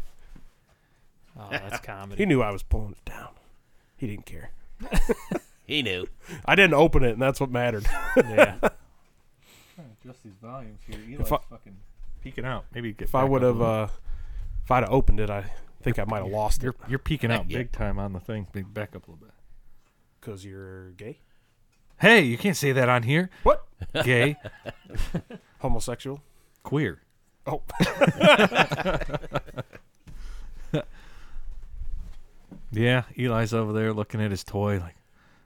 Speaker 4: Oh, that's comedy.
Speaker 2: He knew I was pulling it down. He didn't care.
Speaker 3: He knew.
Speaker 2: I didn't open it, and that's what mattered.
Speaker 4: yeah.
Speaker 1: Adjust these volumes here.
Speaker 2: If I-
Speaker 1: fucking peeking out. Maybe get
Speaker 2: If I
Speaker 1: back
Speaker 2: would
Speaker 1: up a
Speaker 2: have,
Speaker 1: little.
Speaker 2: uh, if I'd have opened it, I think I might have lost it
Speaker 1: you're you're peeking out
Speaker 3: Yeah.
Speaker 1: big time on the thing. Big back up a little bit.
Speaker 2: because you're gay,
Speaker 1: Hey, you can't say that on here.
Speaker 2: What?
Speaker 1: Gay,
Speaker 2: homosexual.
Speaker 1: queer.
Speaker 2: Oh,
Speaker 1: Yeah, Eli's over there looking at his toy, like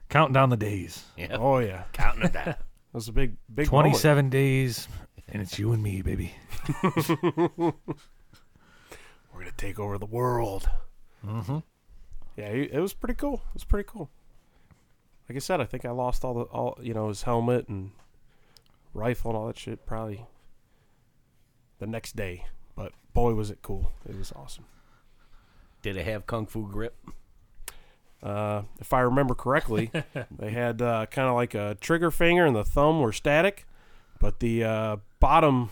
Speaker 1: counting down the days.
Speaker 2: oh yeah,
Speaker 3: Counting it down.
Speaker 2: that was a big, big moment.
Speaker 1: Twenty-seven days, and it's you and me, baby.
Speaker 2: We're gonna take over the world. Mm-hmm. Yeah, it it was pretty cool. It was pretty cool. Like I said, I think I lost all the all you know his helmet and rifle and all that shit probably the next day. But boy, was it cool! It was awesome.
Speaker 3: Did it have kung fu grip?
Speaker 2: Uh, if I remember correctly, they had uh, kind of like a trigger finger and the thumb were static, but the uh, bottom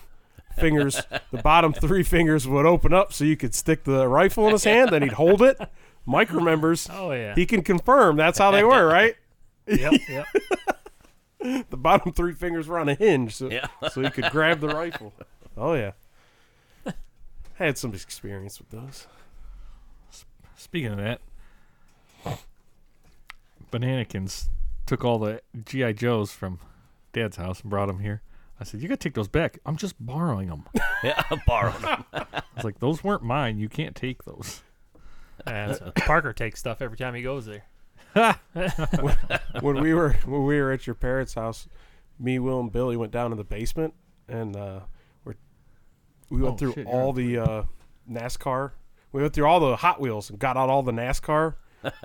Speaker 2: fingers, the bottom three fingers would open up so you could stick the rifle in his hand, then he'd hold it. Mike remembers.
Speaker 4: Oh yeah.
Speaker 2: He can confirm that's how they were, right?
Speaker 4: yep. Yep.
Speaker 2: The bottom three fingers were on a hinge, so,
Speaker 3: Yeah.
Speaker 2: so he could grab the rifle. Oh, yeah. I had some experience with those.
Speaker 1: Speaking of that, Bananakins took all the GI Joes from Dad's house and brought them here. I said, "You gotta take those back. I'm just borrowing them." I
Speaker 3: Yeah, I borrowed them.
Speaker 1: was like, "Those weren't mine. You can't take those."
Speaker 4: Yeah, that's- Parker takes stuff every time he goes there.
Speaker 2: when we were when we were at your parents' house, me, Will, and Billy went down in the basement and uh, we're, we went
Speaker 1: Oh,
Speaker 2: through
Speaker 1: shit, you're
Speaker 2: all the uh, NASCAR. We went through all the Hot Wheels and got out all the NASCAR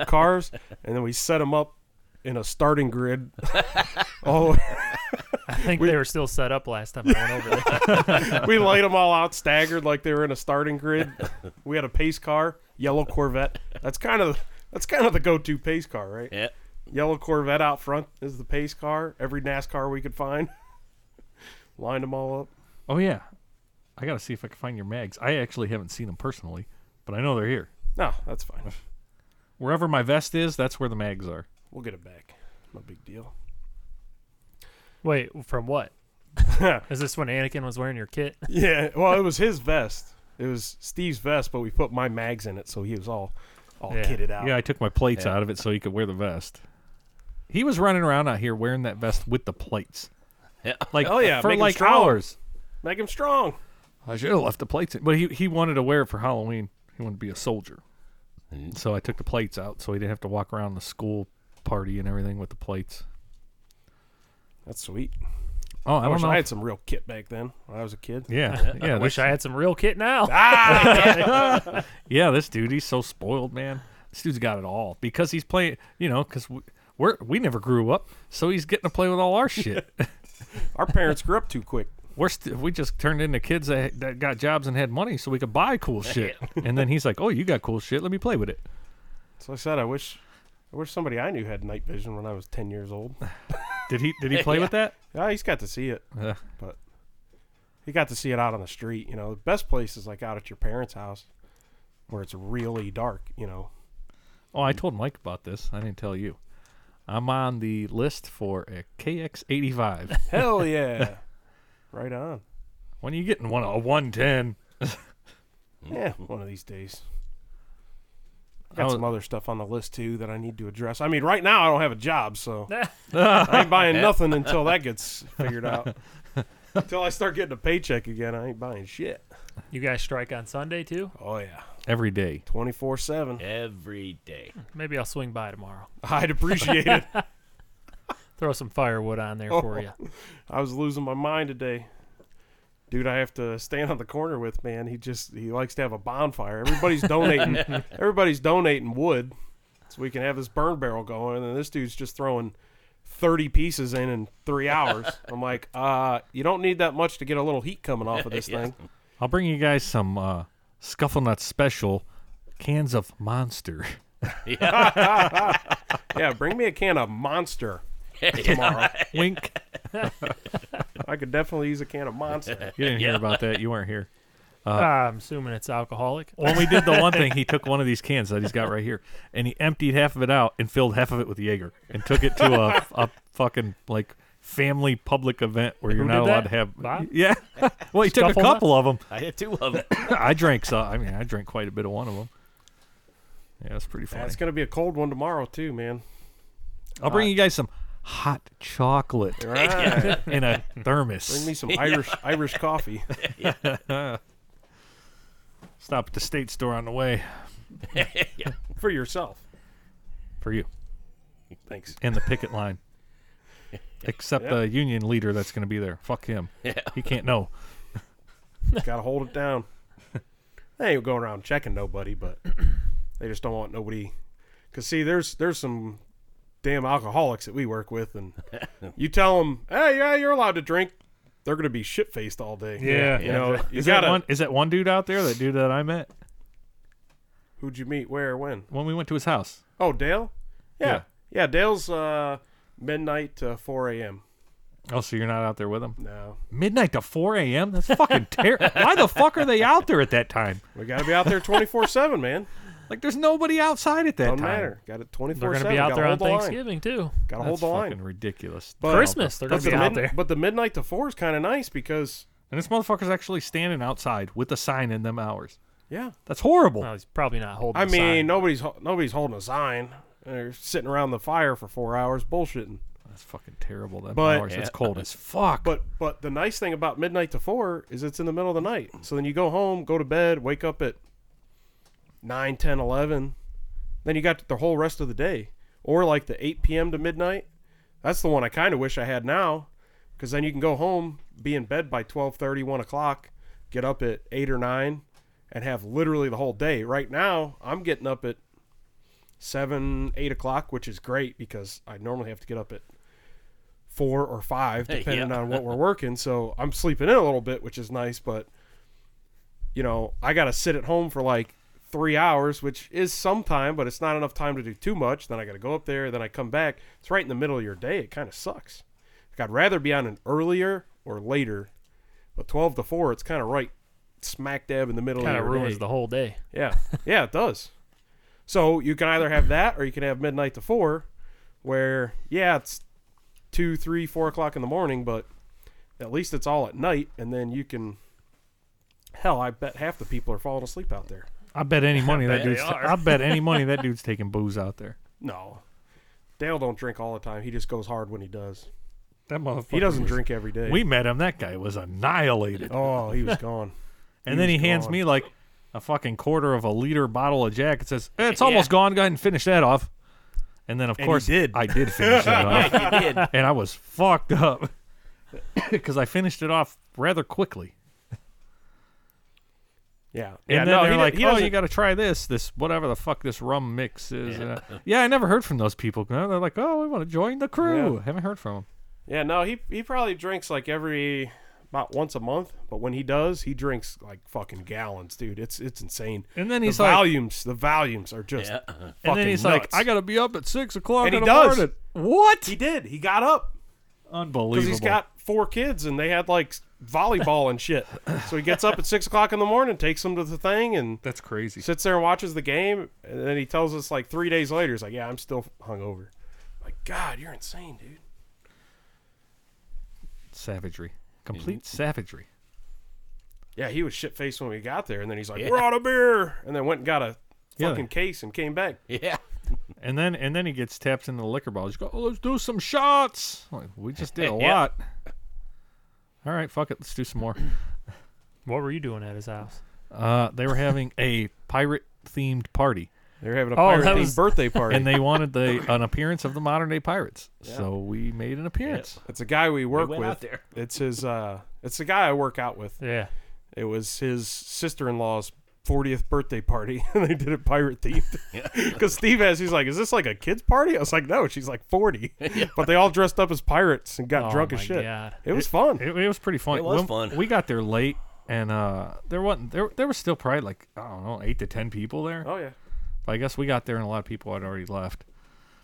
Speaker 2: cars, and then we set them up in a starting grid. all the way.
Speaker 4: I think they were still set up last time I went over there.
Speaker 2: we laid them all out staggered like they were in a starting grid. We had a pace car, yellow Corvette. That's kind of that's kind of the go-to pace car, right?
Speaker 3: Yeah.
Speaker 2: Yellow Corvette out front is the pace car. Every NASCAR we could find, lined them all up.
Speaker 1: Oh yeah, I gotta see if I can find your mags. I actually haven't seen them personally, but I know they're here.
Speaker 2: No, that's fine.
Speaker 1: Wherever my vest is, that's where the mags are.
Speaker 2: We'll get it back. No big deal.
Speaker 4: Wait, from what? Is this when Anakin was wearing your kit?
Speaker 2: Yeah. Well, it was his vest. It was Steve's vest, but we put my mags in it, so he was all all
Speaker 4: Yeah.
Speaker 2: kitted out.
Speaker 1: Yeah, I took my plates out of it so he could wear the vest. He was running around out here wearing that vest with the plates.
Speaker 3: Yeah.
Speaker 1: Like
Speaker 2: Oh, yeah,
Speaker 1: for
Speaker 2: make 'em
Speaker 1: like
Speaker 2: strong.
Speaker 1: hours.
Speaker 2: Make him strong.
Speaker 1: I should have left the plates in. But he, he wanted to wear it for Halloween. He wanted to be a soldier. So I took the plates out so he didn't have to walk around the school party and everything with the plates.
Speaker 2: That's sweet.
Speaker 1: Oh, I,
Speaker 2: I,
Speaker 1: don't
Speaker 2: wish
Speaker 1: know.
Speaker 2: I
Speaker 1: if-
Speaker 2: had some real kit back then when I was a kid.
Speaker 1: yeah, yeah.
Speaker 4: I wish
Speaker 1: this-
Speaker 4: I had some real kit now.
Speaker 1: Yeah, this dude, he's so spoiled, man. This dude's got it all because he's playing. You know, because we, we're we never grew up, so he's getting to play with all our shit.
Speaker 2: Our parents grew up too quick.
Speaker 1: we're st- we just turned into kids that, that got jobs and had money so we could buy cool shit. and then he's like, "Oh, you got cool shit. Let me play with it."
Speaker 2: So I said, I wish, I wish somebody I knew had night vision when I was ten years old.
Speaker 1: Did he did he play with that?
Speaker 2: Yeah, he's got to see it,
Speaker 1: Uh,
Speaker 2: but he got to see it out on the street. You know, the best place is like out at your parents' house, where it's really dark. You know,
Speaker 1: oh, I told Mike about this. I didn't tell you. I'm on the list for a KX85.
Speaker 2: hell yeah, right on.
Speaker 1: when are you getting one a 110?
Speaker 2: Yeah, one of these days. I
Speaker 1: I
Speaker 2: got
Speaker 1: was-
Speaker 2: some other stuff on the list too that I need to address. I mean, right now I don't have a job, so I ain't buying nothing until that gets figured out. Until I start getting a paycheck again, I ain't buying shit.
Speaker 4: You guys strike on Sunday too?
Speaker 2: Oh yeah,
Speaker 1: Every day.
Speaker 2: twenty four seven.
Speaker 3: Every day.
Speaker 4: Maybe I'll swing by tomorrow.
Speaker 2: I'd appreciate it.
Speaker 4: Throw some firewood on there for you.
Speaker 2: I was losing my mind today. Dude, I have to stand on the corner with man. He just he likes to have a bonfire. Everybody's donating. everybody's donating wood, so we can have this burn barrel going. And this dude's just throwing thirty pieces in in three hours. I'm like, uh, you don't need that much to get a little heat coming off of this
Speaker 3: Yeah.
Speaker 2: thing.
Speaker 1: I'll bring you guys some uh, Scuffle Nuts Special, cans of Monster.
Speaker 2: Yeah, bring me a can of Monster.
Speaker 1: Wink.
Speaker 2: I could definitely use a can of Monster.
Speaker 1: You didn't hear about that. You weren't here.
Speaker 4: Ah, I'm assuming it's alcoholic.
Speaker 1: When we did the one thing, he took one of these cans that he's got right here, and he emptied half of it out and filled half of it with Jaeger, and took it to a, a fucking like family public event where you're
Speaker 4: Who
Speaker 1: not
Speaker 4: did
Speaker 1: allowed
Speaker 4: that?
Speaker 1: to have.
Speaker 4: Bob?
Speaker 1: Yeah. well, he took a
Speaker 4: Scuffle
Speaker 1: couple of them.
Speaker 3: I had two of them.
Speaker 1: I drank. So I mean, I drank quite a bit of one of them. Yeah, that's pretty funny.
Speaker 2: That's gonna be a cold one tomorrow too, man.
Speaker 1: I'll bring you guys some hot chocolate
Speaker 2: Right.
Speaker 1: in a
Speaker 2: Bring
Speaker 1: thermos.
Speaker 2: me some Irish Irish coffee.
Speaker 1: Stop at the state store on the way
Speaker 2: For yourself.
Speaker 1: for you
Speaker 2: Thanks.
Speaker 1: in the picket line. Except the union leader that's going to be there. Fuck him. He can't know.
Speaker 2: Gotta hold it down. They ain't going around checking nobody, but they just don't want nobody. Cause see, there's there's some damn alcoholics that we work with, and you tell them, hey, yeah, you're allowed to drink. They're gonna be shit faced all day.
Speaker 4: Yeah.
Speaker 2: you know, you
Speaker 1: Is
Speaker 2: gotta.
Speaker 1: that one? Is that one dude out there? That dude that I met
Speaker 2: Who'd you meet? Where? When?
Speaker 1: when we went to his house.
Speaker 2: Oh, Dale. Yeah,
Speaker 1: Yeah.
Speaker 2: yeah. Dale's uh, midnight to four a.m.
Speaker 1: Oh, so you're not out there with him?
Speaker 2: No,
Speaker 1: Midnight to 4 a.m. That's fucking terrible. Why the fuck are they out there at that time?
Speaker 2: we gotta be out there twenty four seven, man.
Speaker 1: Like, there's nobody outside at that
Speaker 2: Don't
Speaker 1: time.
Speaker 2: matter. Got it twenty
Speaker 4: They're
Speaker 2: four
Speaker 4: going
Speaker 2: seven.
Speaker 4: to be out there on
Speaker 2: the line.
Speaker 4: Thanksgiving, too.
Speaker 1: That's
Speaker 2: Gotta hold the
Speaker 1: fucking
Speaker 2: line.
Speaker 1: ridiculous.
Speaker 2: But-
Speaker 4: Christmas, they're going
Speaker 2: But
Speaker 4: to
Speaker 2: the,
Speaker 4: be out
Speaker 2: mid-
Speaker 4: there.
Speaker 2: but the midnight to four is kind of nice because
Speaker 1: And this motherfucker's actually standing outside with a sign in them hours.
Speaker 2: yeah,
Speaker 1: That's horrible.
Speaker 4: Well, he's probably not holding
Speaker 2: I
Speaker 4: the
Speaker 2: mean
Speaker 4: sign.
Speaker 2: nobody's ho- nobody's holding a sign. They're sitting around the fire for four hours bullshitting.
Speaker 1: That's fucking terrible. Them
Speaker 2: But-
Speaker 1: hours. It's cold as fuck.
Speaker 2: But but the nice thing about midnight to four is it's in the middle of the night. So then you go home, go to bed, wake up at 9, 10, 11. Then you got the whole rest of the day. Or like the 8 p.m. to midnight. That's the one I kind of wish I had now because then you can go home, be in bed by 12.30, 1 o'clock, get up at 8 or 9, and have literally the whole day. Right now, I'm getting up at 7, 8 o'clock, which is great because I normally have to get up at 4 or 5, depending on what we're working. So I'm sleeping in a little bit, which is nice, but, you know, I got to sit at home for like three hours, which is some time, but it's not enough time to do too much. Then I got to go up there, then I come back. It's right in the middle of your day. It kind of sucks. Like, I'd rather be on an earlier or later, but 12 to 4, it's kind of right smack dab in the middle
Speaker 4: kind
Speaker 2: of
Speaker 4: of
Speaker 2: your
Speaker 4: ruins
Speaker 2: day.
Speaker 4: the whole day.
Speaker 2: Yeah. Yeah, it does. So you can either have that or you can have midnight to four, where yeah, it's two, three, four o'clock in the morning, but at least it's all at night and then you can hell, I bet half the people are falling asleep out there.
Speaker 1: I bet any money that
Speaker 4: bet they
Speaker 1: dude's.
Speaker 4: are.
Speaker 1: I bet any money that dude's taking booze out there.
Speaker 2: No. Dale don't drink all the time. He just goes hard when he does.
Speaker 1: That motherfucker.
Speaker 2: He doesn't
Speaker 1: was-
Speaker 2: drink every day.
Speaker 1: We met him. That guy was annihilated.
Speaker 2: oh, he was gone.
Speaker 1: and then he
Speaker 2: was
Speaker 1: hands
Speaker 2: gone.
Speaker 1: me like a fucking quarter of a liter bottle of Jack. and says, "Eh, "It's almost gone. Go ahead and finish that off." And then of
Speaker 2: And he
Speaker 1: course
Speaker 2: did.
Speaker 1: I did finish that off.
Speaker 3: you did.
Speaker 1: and I was fucked up because I finished it off rather quickly.
Speaker 2: Yeah.
Speaker 1: And
Speaker 2: yeah,
Speaker 1: then
Speaker 2: no,
Speaker 1: they're
Speaker 2: he,
Speaker 1: like,
Speaker 2: he
Speaker 1: "Oh,
Speaker 2: doesn't-
Speaker 1: you got to try this, this whatever the fuck this rum mix is." Yeah, yeah I never heard from those people. No, They're like, "Oh, we want to join the crew."
Speaker 2: Yeah.
Speaker 1: Haven't heard from them.
Speaker 2: Yeah, no, he he probably drinks like every about once a month, but when he does, he drinks like fucking gallons, dude. It's it's insane.
Speaker 1: And then
Speaker 2: the
Speaker 1: he's like-
Speaker 2: volumes, the volumes are just
Speaker 3: Yeah.
Speaker 1: And then
Speaker 2: fucking
Speaker 1: he's like,
Speaker 2: nuts.
Speaker 1: "I got to be up at six o'clock
Speaker 2: And
Speaker 1: in
Speaker 2: he
Speaker 1: the
Speaker 2: does.
Speaker 1: morning." What?
Speaker 2: He did. He got up because
Speaker 1: Unbelievable.
Speaker 2: he's got four kids, and they had like volleyball and shit. So he gets up at six o'clock in the morning, takes them to the thing, and
Speaker 1: That's crazy.
Speaker 2: sits there and watches the game. And then he tells us like three days later, he's like, "Yeah, I'm still hungover." Like, God, you're insane, dude.
Speaker 1: Savagery. Complete savagery.
Speaker 2: Yeah, he was shit faced when we got there, and then he's like,
Speaker 3: Yeah.
Speaker 2: "We're out of beer," and then went and got a
Speaker 1: Yeah.
Speaker 2: fucking case and came back.
Speaker 3: Yeah.
Speaker 1: And then and then he gets tapped into the liquor bottle. He's go, oh, let's do some shots. Like, we just did a
Speaker 3: Yeah.
Speaker 1: lot. All right, fuck it. Let's do some more.
Speaker 4: What were you doing at his house?
Speaker 1: Uh, they were having a pirate themed party,
Speaker 2: They were having a
Speaker 4: Oh,
Speaker 2: pirate
Speaker 4: that
Speaker 2: themed
Speaker 4: was-
Speaker 2: birthday party.
Speaker 1: and they wanted the an appearance of the modern day pirates. So we made an appearance.
Speaker 2: it's a guy we work
Speaker 3: went
Speaker 2: with.
Speaker 3: out there.
Speaker 2: It's his. Uh, it's the guy I work out with.
Speaker 4: Yeah.
Speaker 2: It was his sister in law's. 40th birthday party and they did it pirate themed because steve has he's like is this like a kids party i was like no she's like 40 but they all dressed up as pirates and got
Speaker 4: Oh
Speaker 2: drunk as
Speaker 4: my
Speaker 2: shit
Speaker 4: God.
Speaker 2: it was fun
Speaker 1: It, it was pretty fun.
Speaker 3: It was
Speaker 1: When-
Speaker 3: fun.
Speaker 1: We got there late, and uh, there wasn't there there was still probably like I don't know eight to ten people there.
Speaker 2: Oh yeah.
Speaker 1: But I guess we got there and a lot of people had already left.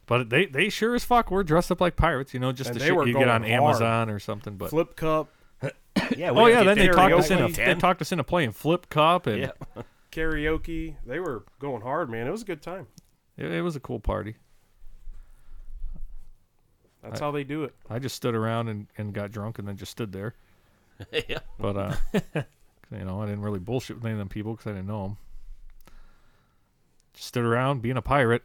Speaker 1: But they they sure as fuck were dressed up like pirates, you know, just
Speaker 2: And
Speaker 1: the
Speaker 2: they
Speaker 1: shit
Speaker 2: were
Speaker 1: you get
Speaker 2: going
Speaker 1: on
Speaker 2: hard.
Speaker 1: Amazon or something. But
Speaker 2: Flip cup,
Speaker 3: Yeah.
Speaker 1: oh yeah, then they talked us into
Speaker 2: karaoke.
Speaker 1: they talked us into playing flip cup and
Speaker 3: Yeah.
Speaker 2: karaoke. They were going hard, man. It was a good time.
Speaker 1: it, it was a cool party.
Speaker 2: That's how they do it.
Speaker 1: I just stood around and, and got drunk and then just stood there.
Speaker 3: yeah.
Speaker 1: But uh, you know, I didn't really bullshit with any of them people because I didn't know them. Just stood around being a pirate.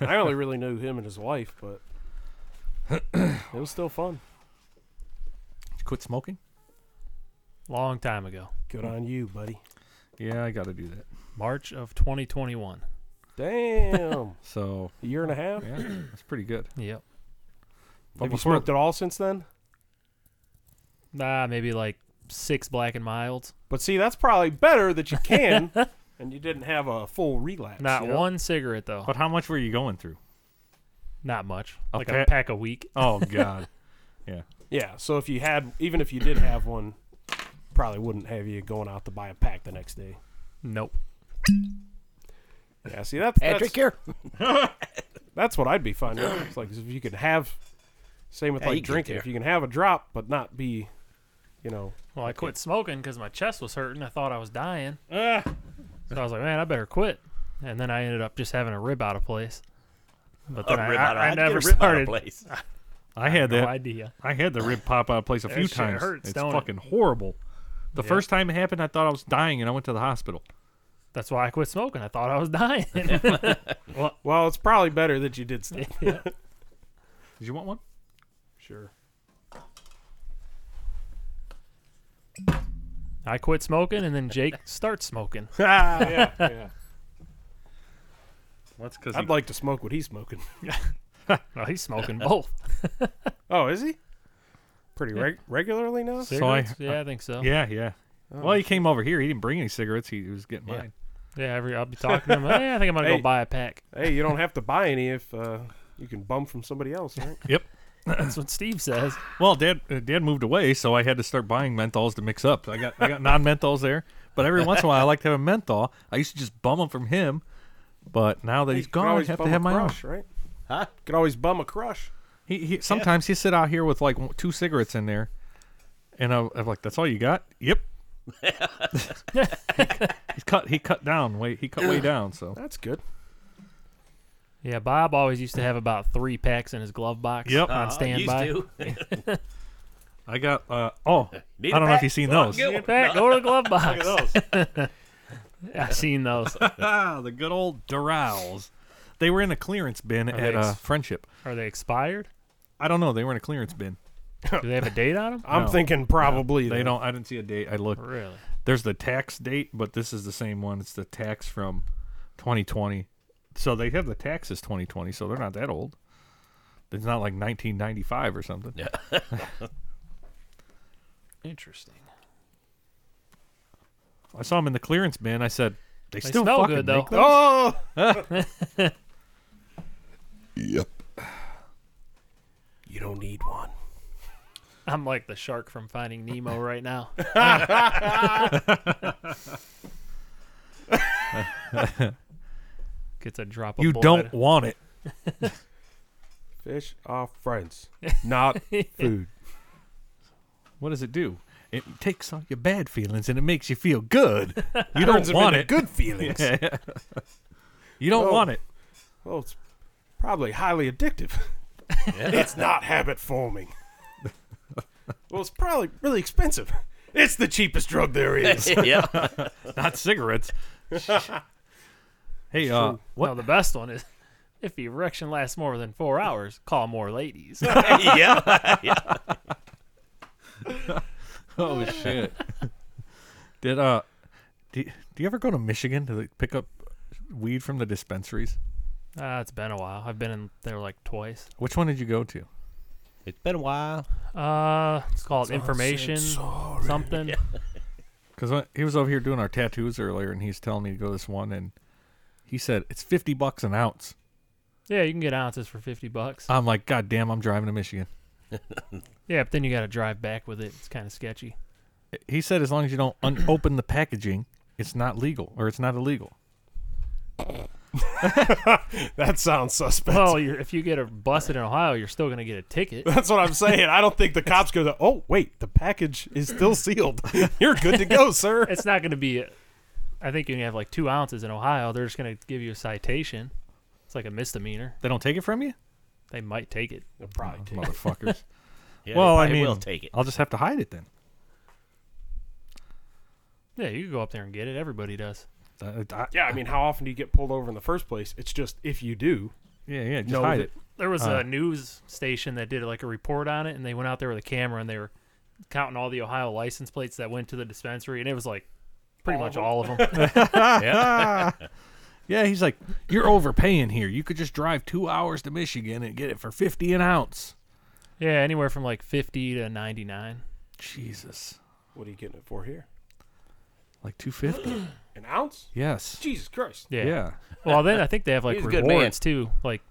Speaker 2: I only really knew him and his wife, but it was still fun.
Speaker 1: Did you quit smoking?
Speaker 4: Long time ago.
Speaker 2: Good on you, buddy.
Speaker 1: Yeah, I got to do that.
Speaker 4: March of 2021.
Speaker 2: Damn,
Speaker 1: So
Speaker 2: a year and a half.
Speaker 1: yeah, that's pretty good.
Speaker 4: Yep.
Speaker 1: But
Speaker 2: Have you
Speaker 1: before-
Speaker 2: smoked at all since then?
Speaker 4: Ah, maybe like six black and milds.
Speaker 2: But see, that's probably better that you can, and you didn't have a full relapse.
Speaker 4: Not
Speaker 2: you know?
Speaker 4: one cigarette though.
Speaker 1: But how much were you going through?
Speaker 4: Not much.
Speaker 1: A
Speaker 4: like
Speaker 1: pa-
Speaker 4: a pack a week.
Speaker 1: Oh God.
Speaker 2: Yeah. So if you had, even if you did have one, probably wouldn't have you going out to buy a pack the next day.
Speaker 4: Nope.
Speaker 2: Yeah. See, that's that's,
Speaker 3: Patrick here.
Speaker 2: that's what I'd be fine with. It's like if you could have, same with
Speaker 3: Yeah, you
Speaker 2: like
Speaker 3: get
Speaker 2: drinking.
Speaker 3: there.
Speaker 2: If you can have a drop but not be, you know,
Speaker 4: Well, I quit smoking because my chest was hurting. I thought I was dying. So I was like, man, I better quit. And then I ended up just having a rib out of place. But then I,
Speaker 3: rib
Speaker 4: I-
Speaker 3: out of-
Speaker 4: I
Speaker 3: I'd get a
Speaker 4: never
Speaker 3: rib out of
Speaker 4: started.
Speaker 3: place.
Speaker 1: I had
Speaker 4: No
Speaker 1: that.
Speaker 4: idea.
Speaker 1: I had the rib pop out of place a few
Speaker 4: shit
Speaker 1: times.
Speaker 4: hurts,
Speaker 1: it's
Speaker 4: don't it?
Speaker 1: fucking horrible. The first time it happened, I thought I was dying, and I went to the hospital.
Speaker 4: That's why I quit smoking. I thought I was dying.
Speaker 2: well, it's probably better that you did stop.
Speaker 1: Did you want one?
Speaker 2: Sure.
Speaker 4: I quit smoking, and then Jake starts smoking.
Speaker 2: yeah, yeah.
Speaker 1: That's because
Speaker 2: I'd like to smoke what he's smoking.
Speaker 4: Well, he's smoking both.
Speaker 2: Oh, is he? Pretty reg- regularly now.
Speaker 1: So I-
Speaker 4: Cigarettes? yeah, I think so.
Speaker 1: Yeah, yeah. well, he came over here. He didn't bring any cigarettes. He was getting
Speaker 2: Yeah.
Speaker 1: mine.
Speaker 4: Yeah, every I'll be talking to him. Hey, I think I'm gonna
Speaker 2: Hey.
Speaker 4: go buy a pack.
Speaker 2: Hey, you don't have to buy any if uh, you can bum from somebody else, right?
Speaker 4: That's what Steve says.
Speaker 1: Well, dad, uh, dad moved away, so I had to start buying menthols to mix up. I got I got non menthols there, but every once in a while I like to have a menthol. I used to just bum them from him, but now that
Speaker 2: Hey,
Speaker 1: he's
Speaker 2: you can
Speaker 1: gone, I
Speaker 2: always
Speaker 1: have to
Speaker 2: bum a
Speaker 1: have my own.
Speaker 2: crush, right?
Speaker 3: Huh?
Speaker 2: You can always bum a crush.
Speaker 1: He, he sometimes he sit out here with like w- two cigarettes in there, and I'm, I'm like, "That's all you got?" Yep. He's cut. He cut down. Way he cut way down. So
Speaker 2: That's good.
Speaker 4: Yeah, Bob always used to have about three packs in his glove box.
Speaker 1: Yep.
Speaker 4: on
Speaker 3: Uh,
Speaker 4: standby.
Speaker 3: used to.
Speaker 1: I got. Uh, oh,
Speaker 3: Need
Speaker 1: I
Speaker 3: a
Speaker 1: don't know if
Speaker 3: pack?
Speaker 1: you've seen
Speaker 3: Well,
Speaker 1: those.
Speaker 3: get
Speaker 4: Get
Speaker 3: one.
Speaker 4: back, go to the glove box.
Speaker 1: those.
Speaker 4: I've seen those.
Speaker 1: Ah, the good old Dorals. They were in a clearance bin at
Speaker 4: they
Speaker 1: uh,
Speaker 4: ex-
Speaker 1: Friendship.
Speaker 4: Are they expired?
Speaker 1: I don't know. They were in a clearance bin.
Speaker 4: Do they have a date on them?
Speaker 2: I'm
Speaker 1: No.
Speaker 2: thinking probably
Speaker 1: They
Speaker 2: that-
Speaker 1: don't. I didn't see a date. I looked.
Speaker 4: Really?
Speaker 1: There's the tax date, but this is the same one. It's the tax from 2020. So they have the taxes 2020. So they're not that old. It's not like 1995 or something.
Speaker 3: Yeah.
Speaker 4: Interesting.
Speaker 1: I saw them in the clearance bin. I said, "They,
Speaker 4: They
Speaker 1: still
Speaker 4: smell
Speaker 1: fucking
Speaker 4: good though.
Speaker 1: make them?"
Speaker 2: Oh,
Speaker 5: Yep.
Speaker 2: you don't need one.
Speaker 4: I'm like the shark from Finding Nemo right now. Gets a drop of
Speaker 1: You
Speaker 4: blood.
Speaker 1: don't want it.
Speaker 2: Fish are friends, not food.
Speaker 1: What does it do? It takes all your bad feelings and it makes you feel good. You don't
Speaker 2: Turns them
Speaker 1: want
Speaker 2: into
Speaker 1: it.
Speaker 2: Good feelings.
Speaker 1: You don't
Speaker 2: Well-
Speaker 1: want it.
Speaker 2: Well, it's probably highly addictive. it's not habit forming. well, it's probably really expensive. It's the cheapest drug there is.
Speaker 3: yeah.
Speaker 1: Not cigarettes. hey, uh, what?
Speaker 4: No, the best one is if the erection lasts more than four hours, call more ladies.
Speaker 3: yeah. Yeah.
Speaker 1: Oh shit! Did uh, do, do you ever go to Michigan to like, pick up weed from the dispensaries?
Speaker 4: Uh, it's been a while. I've been in there like twice.
Speaker 1: Which one did you go to?
Speaker 3: It's been a while.
Speaker 4: Uh, it's called information something.
Speaker 1: Because he was over here doing our tattoos earlier, and he's telling me to go to this one, and he said it's fifty bucks an ounce.
Speaker 4: Yeah, you can get ounces for fifty bucks.
Speaker 1: I'm like, God damn, I'm driving to Michigan.
Speaker 4: yeah, but then you got to drive back with it. It's kind of sketchy.
Speaker 1: He said as long as you don't un- open the packaging, it's not legal or it's not illegal.
Speaker 2: That sounds suspect.
Speaker 1: Oh.
Speaker 4: Well, Oh, you're, if you get a busted in Ohio, you're still gonna get a ticket.
Speaker 2: That's what I'm saying. I don't think the cops go, oh, wait, the package is still sealed. You're good to go, sir.
Speaker 4: It's not gonna be. I think you can have like two ounces in Ohio. They're just gonna give you a citation. It's like a misdemeanor.
Speaker 1: They don't take it from you, Oh,
Speaker 4: They might take it.
Speaker 2: They'll probably take
Speaker 1: motherfuckers.
Speaker 3: Yeah,
Speaker 1: well,
Speaker 3: they
Speaker 1: I
Speaker 3: probably
Speaker 1: mean,
Speaker 3: will take it.
Speaker 1: I'll just have to hide it then.
Speaker 4: Yeah, you could go up there and get it. Everybody does.
Speaker 1: Uh, I-
Speaker 2: Yeah, I mean, how often do you get pulled over in the first place? It's just if you do.
Speaker 1: yeah, yeah. Just
Speaker 2: No,
Speaker 1: hide
Speaker 2: the-
Speaker 1: it.
Speaker 4: There was
Speaker 1: Uh.
Speaker 4: a news station that did like a report on it, and they went out there with a camera and they were counting all the Ohio license plates that went to the dispensary, and it was like pretty much all of them.
Speaker 1: Yeah, he's like, you're overpaying here. You could just drive two hours to Michigan and get it for fifty an ounce.
Speaker 4: yeah, anywhere from like fifty to ninety nine.
Speaker 1: Jesus,
Speaker 2: What are you getting it for here?
Speaker 1: like two fifty.
Speaker 2: An ounce?
Speaker 1: yes.
Speaker 2: Jesus Christ.
Speaker 4: Yeah.
Speaker 1: Yeah.
Speaker 4: Well, then I think they have like
Speaker 3: He's a good
Speaker 4: rewards
Speaker 3: man.
Speaker 4: too. Like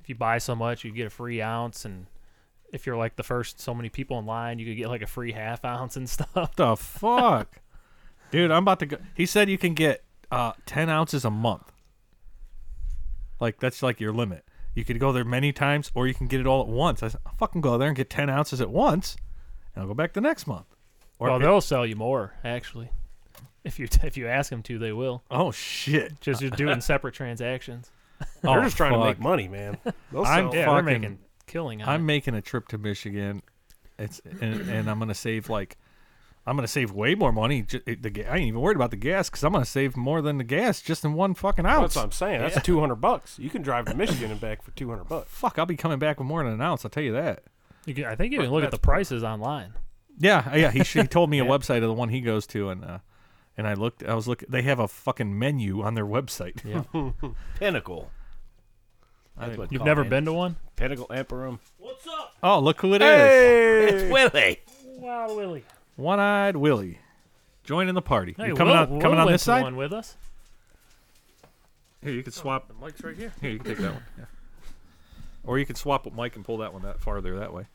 Speaker 4: if you buy so much, you get a free ounce, and if you're like the first so many people in line, you could get like a free half ounce and stuff.
Speaker 1: the fuck, dude? I'm about to go. He said you can get uh, ten ounces a month. Like that's like your limit. You could go there many times, or you can get it all at once. I said, I'll fucking go there and get ten ounces at once, and I'll go back the next month. Or
Speaker 4: well, they'll sell you more actually. If you if you ask them to, they will.
Speaker 1: oh shit,
Speaker 4: Just you do it in separate transactions.
Speaker 2: They're
Speaker 1: Oh,
Speaker 2: just trying to make
Speaker 1: fuck.
Speaker 2: money, man. They'll
Speaker 1: I'm
Speaker 2: sell-
Speaker 4: Yeah,
Speaker 1: fucking.
Speaker 4: they're making killing on
Speaker 1: I'm
Speaker 4: it.
Speaker 1: making a trip to Michigan. It's and, and I'm gonna save like, I'm gonna save way more money. ju- it- the ga- I ain't even worried about the gas because I'm gonna save more than the gas just in one fucking
Speaker 2: That's
Speaker 1: ounce.
Speaker 2: what I'm saying. That's 200 bucks. You can drive to Michigan and back for 200 bucks.
Speaker 1: Fuck, I'll be coming back with more than an ounce. I'll tell you that.
Speaker 4: You can, I think you can look at the prices online.
Speaker 1: Yeah, uh, yeah. He, sh- he told me a website of the one he goes to, and uh, and I looked. I was looking. They have a fucking menu on their website.
Speaker 4: Yeah.
Speaker 3: Pinnacle. That's what
Speaker 4: You've
Speaker 3: call
Speaker 4: never
Speaker 3: it.
Speaker 4: been to one?
Speaker 3: Pinnacle Emperor.
Speaker 1: Oh, look who it is!
Speaker 3: It's Willie.
Speaker 4: Wow, Willie.
Speaker 1: One-eyed Willie, joining the party.
Speaker 4: Hey,
Speaker 1: you coming
Speaker 4: Will-
Speaker 1: on? Coming
Speaker 4: Will
Speaker 1: on
Speaker 4: went
Speaker 1: this
Speaker 4: to
Speaker 1: side?
Speaker 4: One with us.
Speaker 1: Here, you could swap.
Speaker 4: The mic's right here.
Speaker 1: Here, you can take that one. Yeah. Or you could swap with Mike and pull that one that farther that way.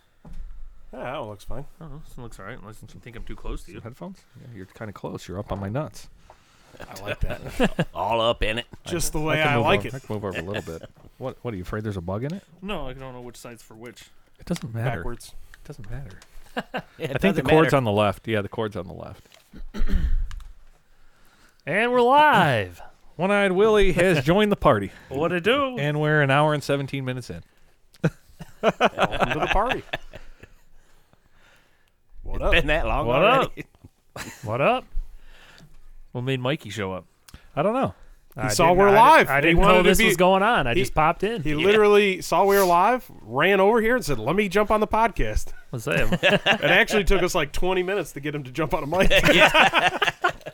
Speaker 2: Yeah, that one looks fine.
Speaker 4: Oh, this looks all right. Unless you think I'm too close to you.
Speaker 1: Headphones? Yeah, you're kind of close. You're up on my nuts.
Speaker 2: I like that.
Speaker 3: All up in it.
Speaker 2: Just the
Speaker 1: I
Speaker 2: way
Speaker 1: can
Speaker 2: I,
Speaker 1: move
Speaker 2: like
Speaker 1: over-
Speaker 2: it.
Speaker 1: I can move over a little bit. What? What are you afraid? There's a bug in it?
Speaker 4: No, I don't know which side's for which.
Speaker 1: It doesn't matter.
Speaker 2: Backwards.
Speaker 1: It doesn't matter.
Speaker 3: It
Speaker 1: I think the
Speaker 3: doesn't
Speaker 1: cord's
Speaker 3: matter.
Speaker 1: on the left. Yeah, the cord's on the left.
Speaker 4: And we're live.
Speaker 1: One-eyed Willie has joined the party.
Speaker 4: what to do?
Speaker 1: And we're an hour and 17 minutes in.
Speaker 2: Welcome to the party. What up?
Speaker 3: Been that long
Speaker 4: What
Speaker 3: already?
Speaker 4: what up? Well, made Mikey show up.
Speaker 1: I don't know.
Speaker 4: He I
Speaker 2: saw
Speaker 4: didn't-
Speaker 2: we're
Speaker 4: I didn't-
Speaker 2: live.
Speaker 4: I
Speaker 2: He
Speaker 4: didn't
Speaker 2: wanted
Speaker 4: know
Speaker 2: to
Speaker 4: this
Speaker 2: be-
Speaker 4: was going on. I
Speaker 2: he-
Speaker 4: just popped in.
Speaker 2: He literally saw we were live, ran over here, and said, "Let me jump on the podcast."
Speaker 4: What's that?
Speaker 2: It actually took us like 20 minutes to get him to jump on a mic.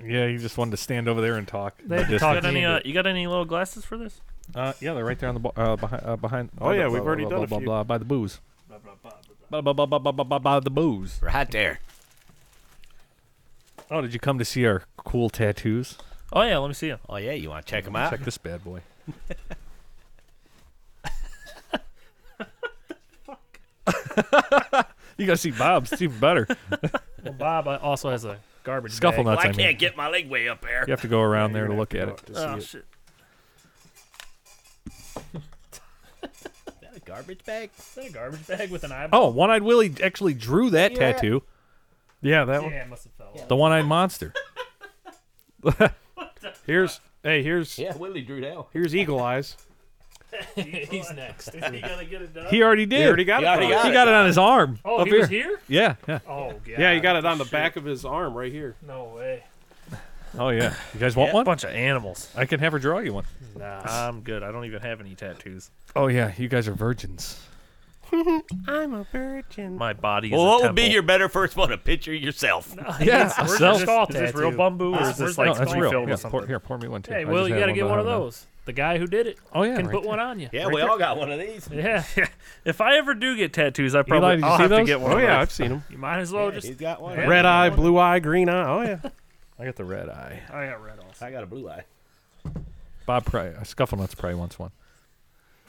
Speaker 1: Yeah, he just wanted to stand over there and talk.
Speaker 4: They had to talk
Speaker 5: got any
Speaker 4: to
Speaker 5: uh,
Speaker 4: you.
Speaker 5: you got any little glasses for this?
Speaker 1: Uh, yeah, they're right there on the bo- uh, behind. Uh, behind.
Speaker 2: Oh, yeah, we've already
Speaker 1: blah,
Speaker 2: done a
Speaker 1: blah,
Speaker 2: few.
Speaker 1: blah, by the booze. Blah blah blah blah blah blah blah blah the booze.
Speaker 3: Right there.
Speaker 1: Oh, did you come to see our cool tattoos?
Speaker 5: Oh yeah, let me see them.
Speaker 3: Oh yeah, you want to check them
Speaker 5: Ah.
Speaker 3: out?
Speaker 1: Check this bad boy. you gotta see Bob's. It's even better.
Speaker 4: Well, Bob uh, also has a garbage
Speaker 1: Scuffle
Speaker 4: bag.
Speaker 1: nuts.
Speaker 5: I
Speaker 1: I mean,
Speaker 5: can't get my leg way up there.
Speaker 1: you have to go around there to look at it.
Speaker 5: Oh shit.
Speaker 3: Is that a garbage bag?
Speaker 4: Is that a garbage bag with an eyeball?
Speaker 1: Oh, One Eyed Willie actually drew that
Speaker 3: Yeah.
Speaker 1: tattoo. Yeah, that
Speaker 4: Yeah, it must have fell. off.
Speaker 1: The One Eyed Monster.
Speaker 2: Here's hey, here's
Speaker 3: Yeah, Willie drew that. one.
Speaker 2: here's Eagle Eyes.
Speaker 4: He's next.
Speaker 5: You gotta get it done.
Speaker 1: He already did.
Speaker 2: He already got
Speaker 3: He
Speaker 2: it.
Speaker 3: already
Speaker 2: though.
Speaker 3: got
Speaker 1: He got it on his arm.
Speaker 4: Oh,
Speaker 1: up
Speaker 4: he
Speaker 1: here.
Speaker 4: was here?
Speaker 1: Yeah, yeah.
Speaker 4: Oh, God.
Speaker 2: Yeah, he got it on the back of his arm right here.
Speaker 4: No way.
Speaker 1: Oh yeah. You guys want one?
Speaker 5: Bunch of animals.
Speaker 1: I can have her draw you one.
Speaker 4: Nah.
Speaker 5: I'm good. I don't even have any tattoos.
Speaker 1: Oh yeah, you guys are virgins.
Speaker 5: My body is.
Speaker 3: Well,
Speaker 5: a
Speaker 3: what would be
Speaker 5: temple.
Speaker 3: your better first one? A picture of yourself.
Speaker 1: Yeah, a
Speaker 4: Where's
Speaker 1: self-
Speaker 4: the skull
Speaker 5: Is this
Speaker 4: tattoo?
Speaker 5: real bamboo or is this
Speaker 4: where's
Speaker 5: like
Speaker 1: no, that's
Speaker 5: refilled
Speaker 1: real.
Speaker 5: with
Speaker 1: Yeah,
Speaker 5: something?
Speaker 1: pour, here, pour me one too.
Speaker 4: Hey,
Speaker 1: I
Speaker 4: Will,
Speaker 1: just
Speaker 4: you
Speaker 1: had
Speaker 4: gotta get one of
Speaker 1: behind
Speaker 4: those. The guy who did it
Speaker 1: Oh yeah,
Speaker 4: can
Speaker 1: right
Speaker 4: put
Speaker 1: there.
Speaker 4: one on you.
Speaker 3: Yeah, we all got one of these.
Speaker 4: Yeah.
Speaker 5: If I ever do get tattoos, I probably
Speaker 1: did you
Speaker 5: I'll
Speaker 1: see
Speaker 5: have
Speaker 1: those?
Speaker 5: to get one.
Speaker 2: Oh
Speaker 5: of
Speaker 2: yeah,
Speaker 5: those.
Speaker 2: I've seen him.
Speaker 4: You might as well
Speaker 3: Yeah,
Speaker 4: just.
Speaker 3: he's got one.
Speaker 4: Yeah.
Speaker 2: Red eye, blue eye, green eye. Oh yeah.
Speaker 1: I got the red eye.
Speaker 4: I got red off.
Speaker 3: I got a blue eye.
Speaker 1: Bob probably uh, Scuffle Nuts probably wants one.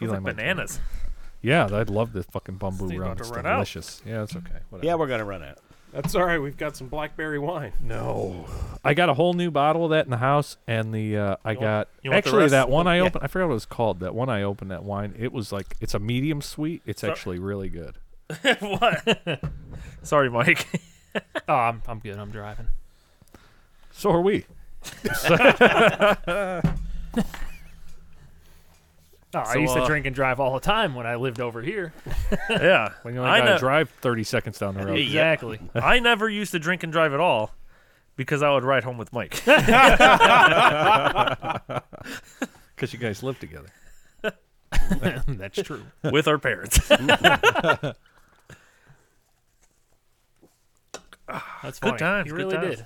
Speaker 5: Those
Speaker 1: Eli
Speaker 5: are
Speaker 1: might want
Speaker 5: bananas.
Speaker 1: one. Yeah, I'd love this fucking bamboo
Speaker 5: thing's
Speaker 1: rum.
Speaker 5: about to
Speaker 1: It's
Speaker 5: run out.
Speaker 1: delicious. Yeah, it's okay. Whatever.
Speaker 3: Yeah, we're gonna run out.
Speaker 2: That's all right. We've got some blackberry wine.
Speaker 1: No. I got a whole new bottle of that in the house, and the uh, I
Speaker 5: want-
Speaker 1: got
Speaker 5: you want the
Speaker 1: actually
Speaker 5: rest?
Speaker 1: that one I
Speaker 3: Yeah.
Speaker 1: opened. I forgot what it was called. That one I opened. That wine. It was like it's a medium sweet. It's
Speaker 5: Sorry.
Speaker 1: actually really good.
Speaker 5: what? Sorry, Mike.
Speaker 4: Oh, I'm, I'm good. I'm driving.
Speaker 1: So are we.
Speaker 4: Oh, I
Speaker 5: So,
Speaker 4: used to
Speaker 5: uh,
Speaker 4: drink and drive all the time when I lived over here.
Speaker 5: yeah.
Speaker 1: When you only
Speaker 5: I,
Speaker 1: gotta
Speaker 5: ne-
Speaker 1: drive thirty seconds down the road.
Speaker 4: Exactly.
Speaker 5: I never used to drink and drive at all because I would ride home with Mike.
Speaker 1: Because you guys live together.
Speaker 4: That's true.
Speaker 5: with our parents.
Speaker 4: That's funny.
Speaker 5: Good times,
Speaker 4: You
Speaker 5: good
Speaker 4: really
Speaker 5: times.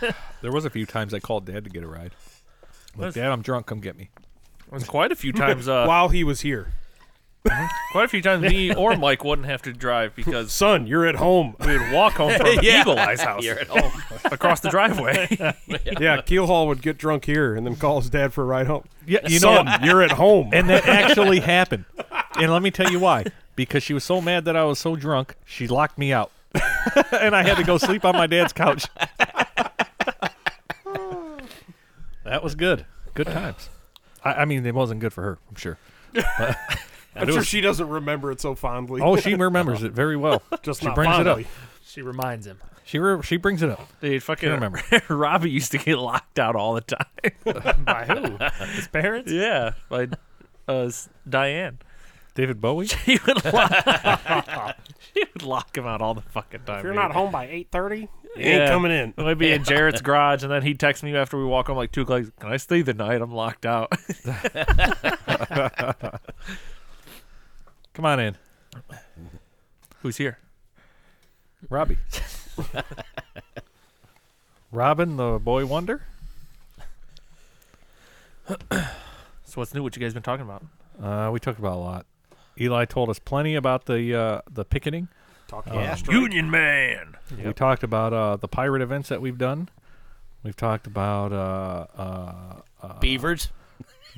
Speaker 4: did.
Speaker 1: There was a few times I called Dad to get a ride. I'm Like,
Speaker 5: That's-
Speaker 1: Dad, I'm drunk. Come get me.
Speaker 5: It was quite a few times. Uh,
Speaker 2: While he was here,
Speaker 5: Quite a few times, me or Mike wouldn't have to drive because
Speaker 2: son, you're at home.
Speaker 5: we would walk home from Eagle Eye's house
Speaker 3: You're at home.
Speaker 5: across the driveway.
Speaker 2: yeah, Keelhaul would get drunk here and then call his dad for a ride home.
Speaker 1: Yeah, you
Speaker 2: son,
Speaker 1: know,
Speaker 2: you're at home.
Speaker 1: and that actually happened. And let me tell you why. Because she was so mad that I was so drunk, she locked me out, and I had to go sleep on my dad's couch. that was good. Good times. I, I mean, it wasn't good for her. I'm sure.
Speaker 2: I'm sure she doesn't remember it so fondly.
Speaker 1: Oh, she remembers it very well.
Speaker 2: just
Speaker 1: she
Speaker 2: not
Speaker 1: brings it up.
Speaker 2: fondly.
Speaker 4: She reminds him.
Speaker 1: She re- she brings it up.
Speaker 5: Dude, fucking
Speaker 1: remember.
Speaker 5: Robbie used to get locked out all the time.
Speaker 4: By who? His parents?
Speaker 5: Yeah, by uh, s- Diane.
Speaker 1: David Bowie.
Speaker 5: He would lock. she would lock him out all the fucking time.
Speaker 2: If you're
Speaker 5: dude.
Speaker 2: not home by 8:30, you
Speaker 5: Yeah.
Speaker 2: ain't coming in.
Speaker 5: It would be in Jarrett's garage, and then he'd text me after we walk home like two o'clock. he's like, Can I stay the night? I'm locked out.
Speaker 1: Come on in,
Speaker 5: Who's here?
Speaker 1: Robbie. Robin, the boy wonder.
Speaker 5: So what's new? What you guys been talking about?
Speaker 1: Uh, we talked about a lot. Eli told us plenty about the uh, the picketing.
Speaker 2: Talking
Speaker 3: Yeah.
Speaker 2: about straight.
Speaker 5: Union man.
Speaker 1: We talked about uh, the pirate events that we've done. We've talked about uh, uh,
Speaker 3: Beavers.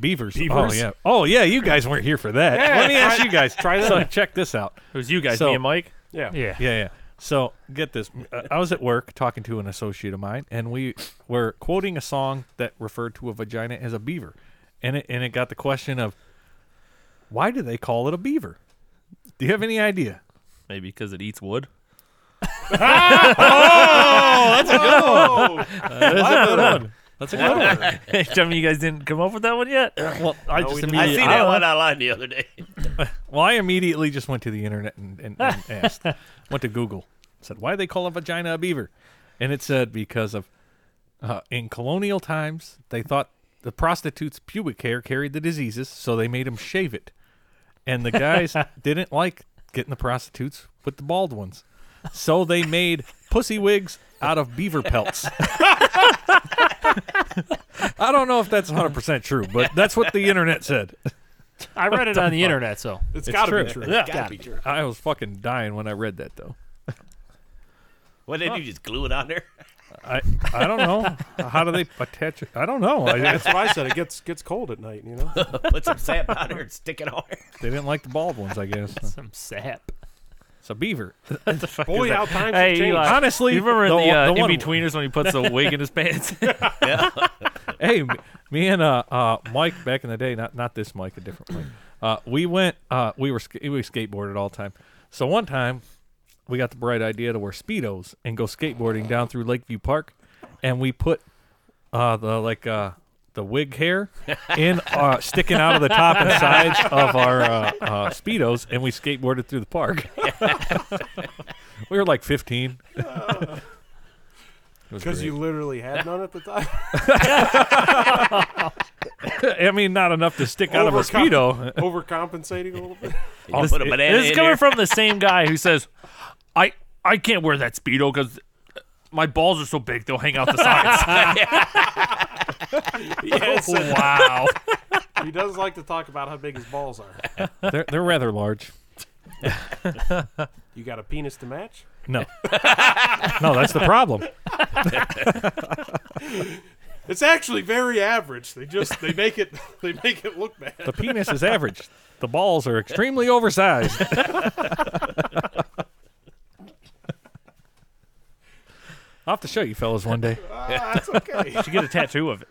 Speaker 1: beavers. Oh
Speaker 2: Beavers?
Speaker 1: yeah. Oh yeah. You guys weren't here for that. Let me ask you guys. Try this. So check this out.
Speaker 5: Who's you guys?
Speaker 1: So-
Speaker 5: me and Mike.
Speaker 2: Yeah.
Speaker 4: Yeah.
Speaker 1: Yeah, yeah. So get this. Uh, I was at work talking to an associate of mine, and we were quoting a song that referred to a vagina as a beaver, and it and it got the question of why do they call it a beaver? Do you have any idea?
Speaker 5: Maybe because it eats wood. Oh,
Speaker 1: That's a good one.
Speaker 5: Tell me you guys didn't come up with that one yet. Well, I just
Speaker 3: I
Speaker 5: immediately.
Speaker 3: seen that one online the other day.
Speaker 1: Well, I immediately just went to the internet and, and, and asked, went to Google, said, why they call a vagina a beaver? And it said because of, uh, in colonial times, they thought the prostitute's pubic hair carried the diseases, so they made them shave it. And the guys didn't like getting the prostitutes with the bald ones. So they made pussy wigs out of beaver pelts. I don't know if that's 100% true, but that's what the internet said.
Speaker 4: I read it on the internet, so
Speaker 2: it's got to be
Speaker 1: true.
Speaker 2: true.
Speaker 3: Gotta be true.
Speaker 1: I was fucking dying when I read that though.
Speaker 3: What did you just glue it on there?
Speaker 1: I I don't know. How do they attach it? I don't know. I,
Speaker 2: That's what I said. It gets gets cold at night, you know.
Speaker 3: Put some sap on there and stick it on there.
Speaker 1: they didn't like the bald ones, I guess.
Speaker 4: some sap.
Speaker 1: It's a beaver.
Speaker 2: Boy, how times
Speaker 5: Hey,
Speaker 2: have changed.
Speaker 5: Eli.
Speaker 1: Honestly,
Speaker 5: You remember
Speaker 1: the,
Speaker 5: in the,
Speaker 1: one-
Speaker 5: uh,
Speaker 1: the one-
Speaker 5: in betweeners when he puts a wig in his pants?
Speaker 1: Hey, m- me and uh, uh, Mike back in the day, not not this Mike, a different Mike. Uh, we went. Uh, we were sk- we skateboarded all the time. So one time, we got the bright idea to wear speedos and go skateboarding down through Lakeview Park, and we put uh, the like uh, the wig hair in uh, sticking out of the top and sides of our uh, uh, speedos, and we skateboarded through the park. we were like fifteen. It was
Speaker 2: Because
Speaker 1: great.
Speaker 2: you literally had none at the time.
Speaker 1: I mean, not enough to stick out of a
Speaker 2: Overcome-
Speaker 1: speedo.
Speaker 2: Overcompensating a little bit.
Speaker 3: You put a banana
Speaker 5: this
Speaker 3: in
Speaker 5: is coming
Speaker 3: there.
Speaker 5: from the same guy who says, "I I can't wear that speedo because my balls are so big they'll hang out the sides."
Speaker 2: Yes, and
Speaker 5: wow.
Speaker 2: he does like to talk about how big his balls are.
Speaker 1: They're they're rather large.
Speaker 2: You got a penis to match?
Speaker 1: No, no, that's the problem.
Speaker 2: It's actually very average. They just they make it they make it look bad.
Speaker 1: The penis is average. The balls are extremely oversized. I'll have to show you fellas one day.
Speaker 2: Ah, that's okay.
Speaker 5: Should get a tattoo of it.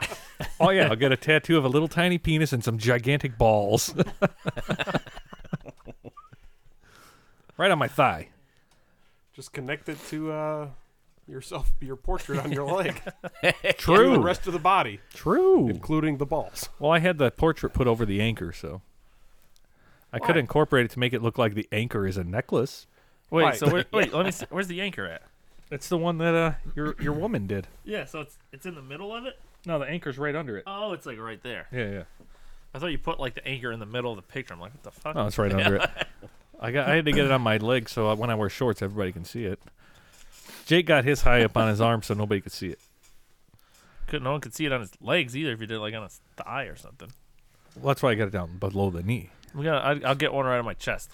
Speaker 1: Oh yeah, I'll get a tattoo of a little tiny penis and some gigantic balls. right on my thigh.
Speaker 2: Just connect it to uh, yourself, your portrait on your leg.
Speaker 1: True.
Speaker 2: And the rest of the body,
Speaker 1: True.
Speaker 2: including the balls.
Speaker 1: Well, I had the portrait put over the anchor, so I could incorporate it to make it look like the anchor is a necklace.
Speaker 5: Wait,
Speaker 2: Right.
Speaker 5: so where, wait, let me. See, where's the anchor at?
Speaker 1: It's the one that uh your your woman did.
Speaker 4: Yeah, so it's it's in the middle of it.
Speaker 1: No, the anchor's right under it.
Speaker 4: Oh, it's like right there.
Speaker 1: Yeah, yeah.
Speaker 5: I thought you put like the anchor in the middle of the picture. I'm like, what the fuck?
Speaker 1: Oh, it's right under it. I got I had to get it on my leg so uh, when I wear shorts, everybody can see it. Jake got his high up on his arm so nobody could see it.
Speaker 5: Couldn't, no one could see it on his legs either. If you did it, like on his thigh or something.
Speaker 1: Well, that's why I got it down below the knee.
Speaker 5: We got. I, I'll get one right on my chest.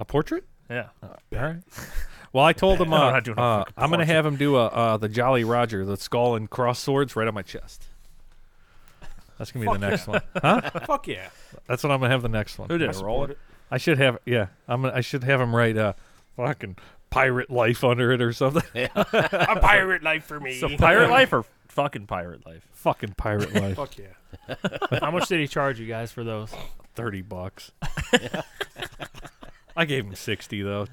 Speaker 1: A portrait?
Speaker 5: Yeah.
Speaker 4: Uh,
Speaker 1: All right. Well, I told him uh,
Speaker 5: I'm not doing a
Speaker 1: uh,
Speaker 5: fucking
Speaker 1: I'm going to
Speaker 5: portrait.
Speaker 1: have him do a, uh, the Jolly Roger, the skull and cross swords right on my chest. That's going to be the next one. Huh?
Speaker 2: Fuck yeah.
Speaker 1: That's what I'm going to have the next one.
Speaker 5: Who did
Speaker 1: I
Speaker 5: it?
Speaker 1: support
Speaker 5: Roland?
Speaker 1: I should have yeah, I'm gonna, I should have him write uh fucking pirate life under it or something.
Speaker 2: A pirate life for me.
Speaker 5: So pirate life or fucking pirate life?
Speaker 1: fucking pirate life.
Speaker 2: Fuck yeah.
Speaker 4: How much did he charge you guys for those?
Speaker 1: 30 bucks. I gave him 60 though.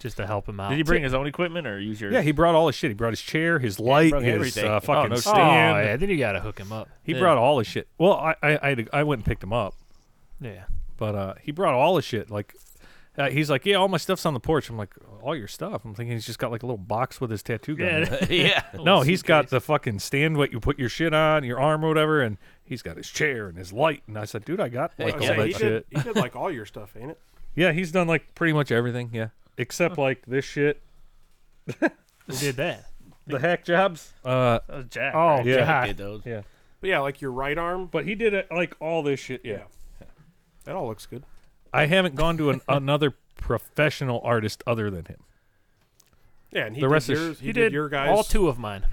Speaker 4: Just to help him out.
Speaker 5: Did he bring his own equipment or use your?
Speaker 1: Yeah, he brought all his shit. He brought his chair, his light,
Speaker 3: brought
Speaker 1: his
Speaker 3: everything.
Speaker 1: uh,
Speaker 3: Oh,
Speaker 1: fucking
Speaker 5: no shit.
Speaker 4: Oh
Speaker 1: stand.
Speaker 4: yeah, then you gotta hook him up.
Speaker 1: He
Speaker 5: Yeah.
Speaker 1: brought all his shit. Well, I I I, had to- I went and picked him up,
Speaker 4: Yeah.
Speaker 1: but uh he brought all his shit like uh, he's like, "Yeah, all my stuff's on the porch." I'm like, "All your stuff?" I'm thinking he's just got like a little box with his tattoo gun. in it.
Speaker 3: yeah.
Speaker 1: No, he's got the fucking stand what you put your shit on, your arm or whatever, and he's got his chair and his light. And I said, dude, I got like
Speaker 2: I
Speaker 1: all
Speaker 2: was saying,
Speaker 1: that
Speaker 2: Oh, he,
Speaker 1: shit.
Speaker 2: did, he did like all your stuff, ain't it?
Speaker 1: Yeah, he's done like pretty much everything. Yeah, except like this shit,
Speaker 4: Who did that?
Speaker 1: the hack jobs. Uh,
Speaker 5: That was Jack.
Speaker 4: Oh
Speaker 1: Yeah.
Speaker 4: god.
Speaker 3: Did those.
Speaker 1: yeah.
Speaker 2: But yeah, like your right arm.
Speaker 1: But he did it like all this shit. Yeah.
Speaker 2: That all looks good.
Speaker 1: I haven't gone to an, another professional artist other than him.
Speaker 2: Yeah, and he
Speaker 1: The
Speaker 2: did
Speaker 1: rest is-
Speaker 2: yours. he, did, your guys.
Speaker 4: All two of mine.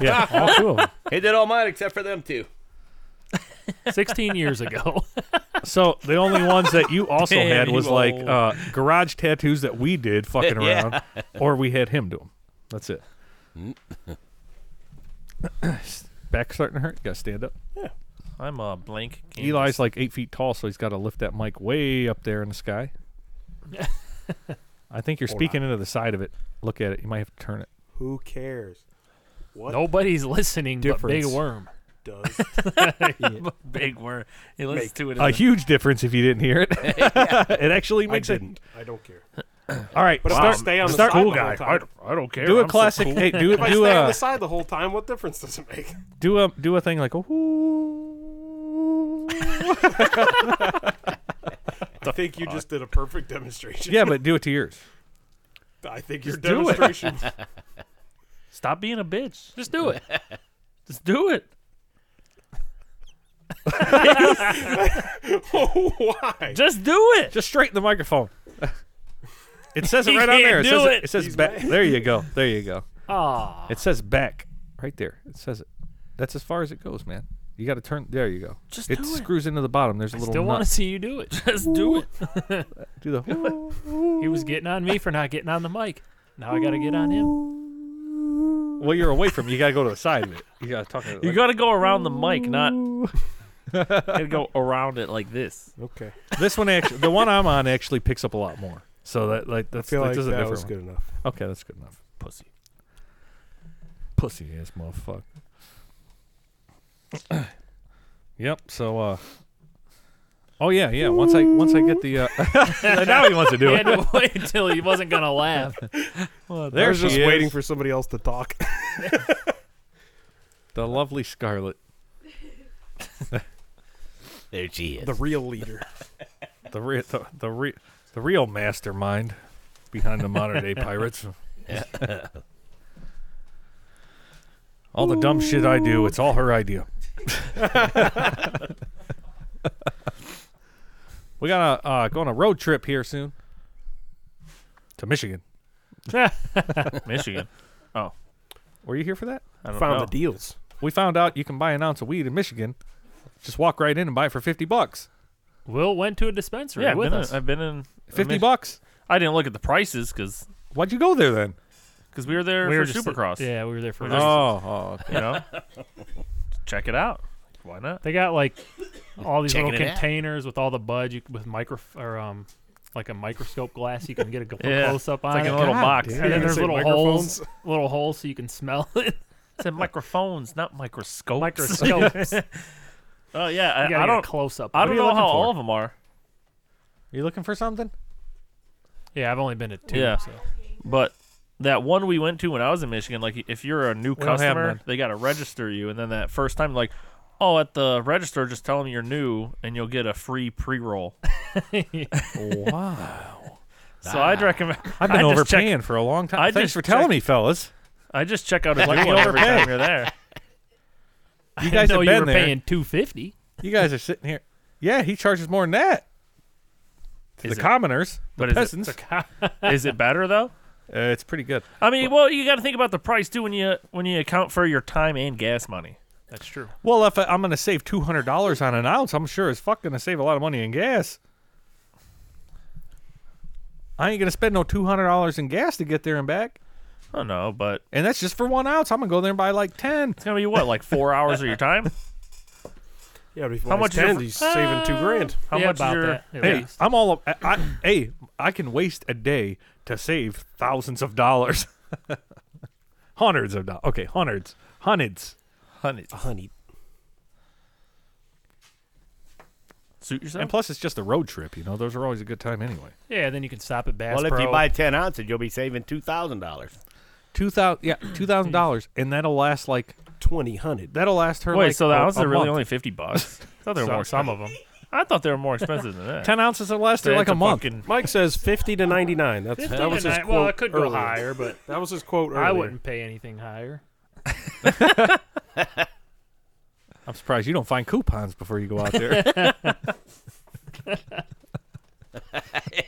Speaker 1: Yeah, all two of them.
Speaker 3: He did all mine except for them two.
Speaker 4: Sixteen years ago.
Speaker 1: So the only ones that you also
Speaker 5: Damn,
Speaker 1: had was
Speaker 5: you
Speaker 1: like
Speaker 5: old.
Speaker 1: uh, garage tattoos that we did fucking
Speaker 3: Yeah.
Speaker 1: around, or we had him do them. That's it. Back starting to hurt. You gotta stand up.
Speaker 5: I'm a blank. canvas.
Speaker 1: Eli's like eight feet tall, so he's got to lift that mic way up there in the sky. I think you're speaking into the side of it. Look at it. You might have to turn it.
Speaker 2: Who cares? What
Speaker 4: Nobody's listening but Big
Speaker 1: Difference.
Speaker 4: Worm.
Speaker 2: does?
Speaker 5: big word. He listens to it.
Speaker 1: A
Speaker 5: in the-
Speaker 1: huge difference if you didn't hear it. it actually
Speaker 2: I
Speaker 1: makes it.
Speaker 2: didn't. I don't care.
Speaker 1: All right,
Speaker 2: But if I
Speaker 1: start-
Speaker 2: stay on the
Speaker 1: start
Speaker 2: side
Speaker 1: cool
Speaker 2: the whole
Speaker 1: guy.
Speaker 2: time,
Speaker 5: I don't care.
Speaker 1: Do
Speaker 5: I'm
Speaker 1: a
Speaker 5: so
Speaker 1: classic.
Speaker 5: cool.
Speaker 1: Hey, do
Speaker 2: if I
Speaker 1: do
Speaker 2: stay on
Speaker 1: a
Speaker 2: the side the whole time, what difference does it make?
Speaker 1: do a do a thing like ooh.
Speaker 2: I think you just did a perfect demonstration.
Speaker 1: yeah, but do it to yours.
Speaker 2: I think your
Speaker 1: do it.
Speaker 2: demonstration.
Speaker 5: Stop being a bitch.
Speaker 4: Just do it.
Speaker 5: Just do it.
Speaker 2: oh, why?
Speaker 5: Just do it.
Speaker 1: Just straighten the microphone. it says it
Speaker 5: He
Speaker 1: right on
Speaker 5: can't
Speaker 1: there. It
Speaker 5: do
Speaker 1: says
Speaker 5: it.
Speaker 1: it says back. There you go. There you go.
Speaker 4: Aw.
Speaker 1: It says back right there. It says it. That's as far as it goes, man. You got to turn. There you go.
Speaker 5: Just
Speaker 1: it
Speaker 5: do it.
Speaker 1: screws into the bottom. There's a little
Speaker 4: Still want
Speaker 1: nut.
Speaker 4: to see you do it.
Speaker 5: Just do it.
Speaker 1: Do the.
Speaker 4: He was getting on me for not getting on the mic. Now I gotta get on him.
Speaker 1: well, you're away from. it. You got to go to the side of it. You got to talk. to it
Speaker 5: You
Speaker 1: Like,
Speaker 5: gotta go around the mic, not. you gotta go around it like this.
Speaker 2: Okay,
Speaker 1: this one actually, the one I'm on actually picks up a lot more. So that like that's
Speaker 2: feel
Speaker 1: that
Speaker 2: like
Speaker 1: does a
Speaker 2: that
Speaker 1: different
Speaker 2: was
Speaker 1: one.
Speaker 2: good enough.
Speaker 1: Okay, that's good enough.
Speaker 5: Pussy.
Speaker 1: Pussy ass motherfucker. yep. So. uh Oh yeah, yeah. Once I once I get the uh, now he wants to do
Speaker 4: He
Speaker 1: it.
Speaker 4: had to wait until he wasn't gonna laugh.
Speaker 1: There
Speaker 2: I was
Speaker 1: she
Speaker 2: just
Speaker 1: is.
Speaker 2: waiting for somebody else to talk.
Speaker 1: the lovely Scarlet,
Speaker 3: There she is.
Speaker 2: the real leader.
Speaker 1: the re- the the, re- the real mastermind behind the modern day pirates. all the dumb shit I do, it's all her idea. we got to uh, go on a road trip here soon to Michigan.
Speaker 5: Michigan. Oh.
Speaker 1: Were you here for that?
Speaker 5: I don't
Speaker 2: Found
Speaker 5: know.
Speaker 2: the deals.
Speaker 1: We found out you can buy an ounce of weed in Michigan. Just walk right in and buy it for fifty bucks.
Speaker 4: Will went to a dispensary
Speaker 5: Yeah, I've
Speaker 4: with
Speaker 5: been, in,
Speaker 4: us.
Speaker 5: I've been in
Speaker 1: Fifty
Speaker 5: Mich-
Speaker 1: bucks.
Speaker 5: I didn't look at the prices because
Speaker 1: Why'd you go there then?
Speaker 5: because we were there
Speaker 4: we
Speaker 5: for
Speaker 4: were just-
Speaker 5: Supercross.
Speaker 4: Yeah, we were there for.
Speaker 5: We were
Speaker 4: that.
Speaker 1: Oh, oh, okay.
Speaker 5: you know, check it out. Why not?
Speaker 4: They got like all these little
Speaker 3: Checking it out.
Speaker 4: containers with all the bud you, with micro or um like a microscope glass you can get a
Speaker 5: Yeah.
Speaker 4: close up on
Speaker 5: Like
Speaker 4: it.
Speaker 5: in a little box.
Speaker 4: and then
Speaker 2: You
Speaker 4: there's
Speaker 2: say
Speaker 4: little
Speaker 2: microphones?
Speaker 4: holes, little holes so you can smell it.
Speaker 5: said microphones, not microscopes.
Speaker 4: Microscopes. you
Speaker 5: Oh yeah,
Speaker 4: gotta
Speaker 5: I, I
Speaker 4: get a
Speaker 5: don't.
Speaker 4: close up.
Speaker 5: I
Speaker 1: are
Speaker 5: don't
Speaker 1: you
Speaker 5: know
Speaker 1: looking
Speaker 5: how
Speaker 1: for?
Speaker 5: all of them are,
Speaker 1: You looking for something?
Speaker 4: Yeah, I've only been to two.
Speaker 5: Yeah.
Speaker 4: So.
Speaker 5: but that one we went to when I was in Michigan, like if you're a new
Speaker 1: don't have
Speaker 5: customer,
Speaker 1: none.
Speaker 5: they got to register you, and then that first time, like, oh, at the register, just tell them you're new, and you'll get a free pre-roll.
Speaker 1: wow.
Speaker 5: So I'd recommend.
Speaker 1: I've been
Speaker 5: I just check-
Speaker 1: overpaying for a long time.
Speaker 5: I
Speaker 1: Thanks
Speaker 5: just
Speaker 1: for telling
Speaker 5: check-
Speaker 1: me, fellas.
Speaker 5: I just check out his new
Speaker 1: you
Speaker 5: one every
Speaker 1: overpay.
Speaker 5: time you're there.
Speaker 1: You guys
Speaker 4: no,
Speaker 1: have
Speaker 4: you were
Speaker 1: been there.
Speaker 4: paying two fifty.
Speaker 1: You guys are sitting here. Yeah, he charges more than that. To
Speaker 5: Is
Speaker 1: the
Speaker 5: it-
Speaker 1: commoners, the
Speaker 5: but is it-
Speaker 1: peasants.
Speaker 5: Is it better though?
Speaker 1: uh, it's pretty good.
Speaker 5: I mean, well, you got to think about the price too when you when you account for your time and gas money.
Speaker 4: That's true.
Speaker 1: Well, if I, I'm going to save two hundred dollars on an ounce, I'm sure as fuck going to save a lot of money in gas. I ain't going to spend no two hundred dollars in gas to get there and back,
Speaker 5: I don't know, but
Speaker 1: and that's just for one ounce. I'm going to go there and buy like ten.
Speaker 5: it's gonna be what like four hours of your time.
Speaker 2: Yeah, but
Speaker 5: How
Speaker 2: how
Speaker 5: much
Speaker 2: much?
Speaker 5: is your
Speaker 2: Ten,
Speaker 5: fr-
Speaker 2: he's saving
Speaker 4: Uh,
Speaker 2: two grand.
Speaker 5: How
Speaker 4: Yeah,
Speaker 5: much is
Speaker 4: about
Speaker 5: your?
Speaker 4: that, at
Speaker 5: Hey,
Speaker 4: least.
Speaker 1: I'm all. I, I, hey, I can waste a day to save thousands of dollars, hundreds of dollars. Okay, hundreds, hundreds.
Speaker 5: hundred.
Speaker 2: Honey,
Speaker 5: Suit
Speaker 1: And
Speaker 5: yourself.
Speaker 1: plus, it's just a road trip. You know, those are always a good time anyway.
Speaker 4: Yeah, then you can stop at Bass
Speaker 3: Well, if you
Speaker 4: Pro.
Speaker 3: buy 10 ounces, you'll be saving $2,000.
Speaker 1: Two thousand, yeah, two thousand dollars, and that'll last like
Speaker 2: twenty hundred.
Speaker 1: that'll last her.
Speaker 5: Wait,
Speaker 1: like,
Speaker 5: so the
Speaker 1: a-
Speaker 5: ounces
Speaker 1: a
Speaker 5: are really
Speaker 1: month.
Speaker 5: only fifty bucks? I thought they were
Speaker 4: some,
Speaker 5: more.
Speaker 4: some of them.
Speaker 5: I thought they were more expensive than that.
Speaker 1: ten ounces will last her
Speaker 5: That's
Speaker 1: like a, month.
Speaker 5: fucking-
Speaker 2: Mike says fifty to ninety nine. That's that was his quote.
Speaker 4: well, it could go
Speaker 2: earlier.
Speaker 4: higher, but
Speaker 2: That was his quote earlier.
Speaker 4: I wouldn't pay anything higher.
Speaker 1: I'm surprised you don't find coupons before you go out there.
Speaker 3: Hey,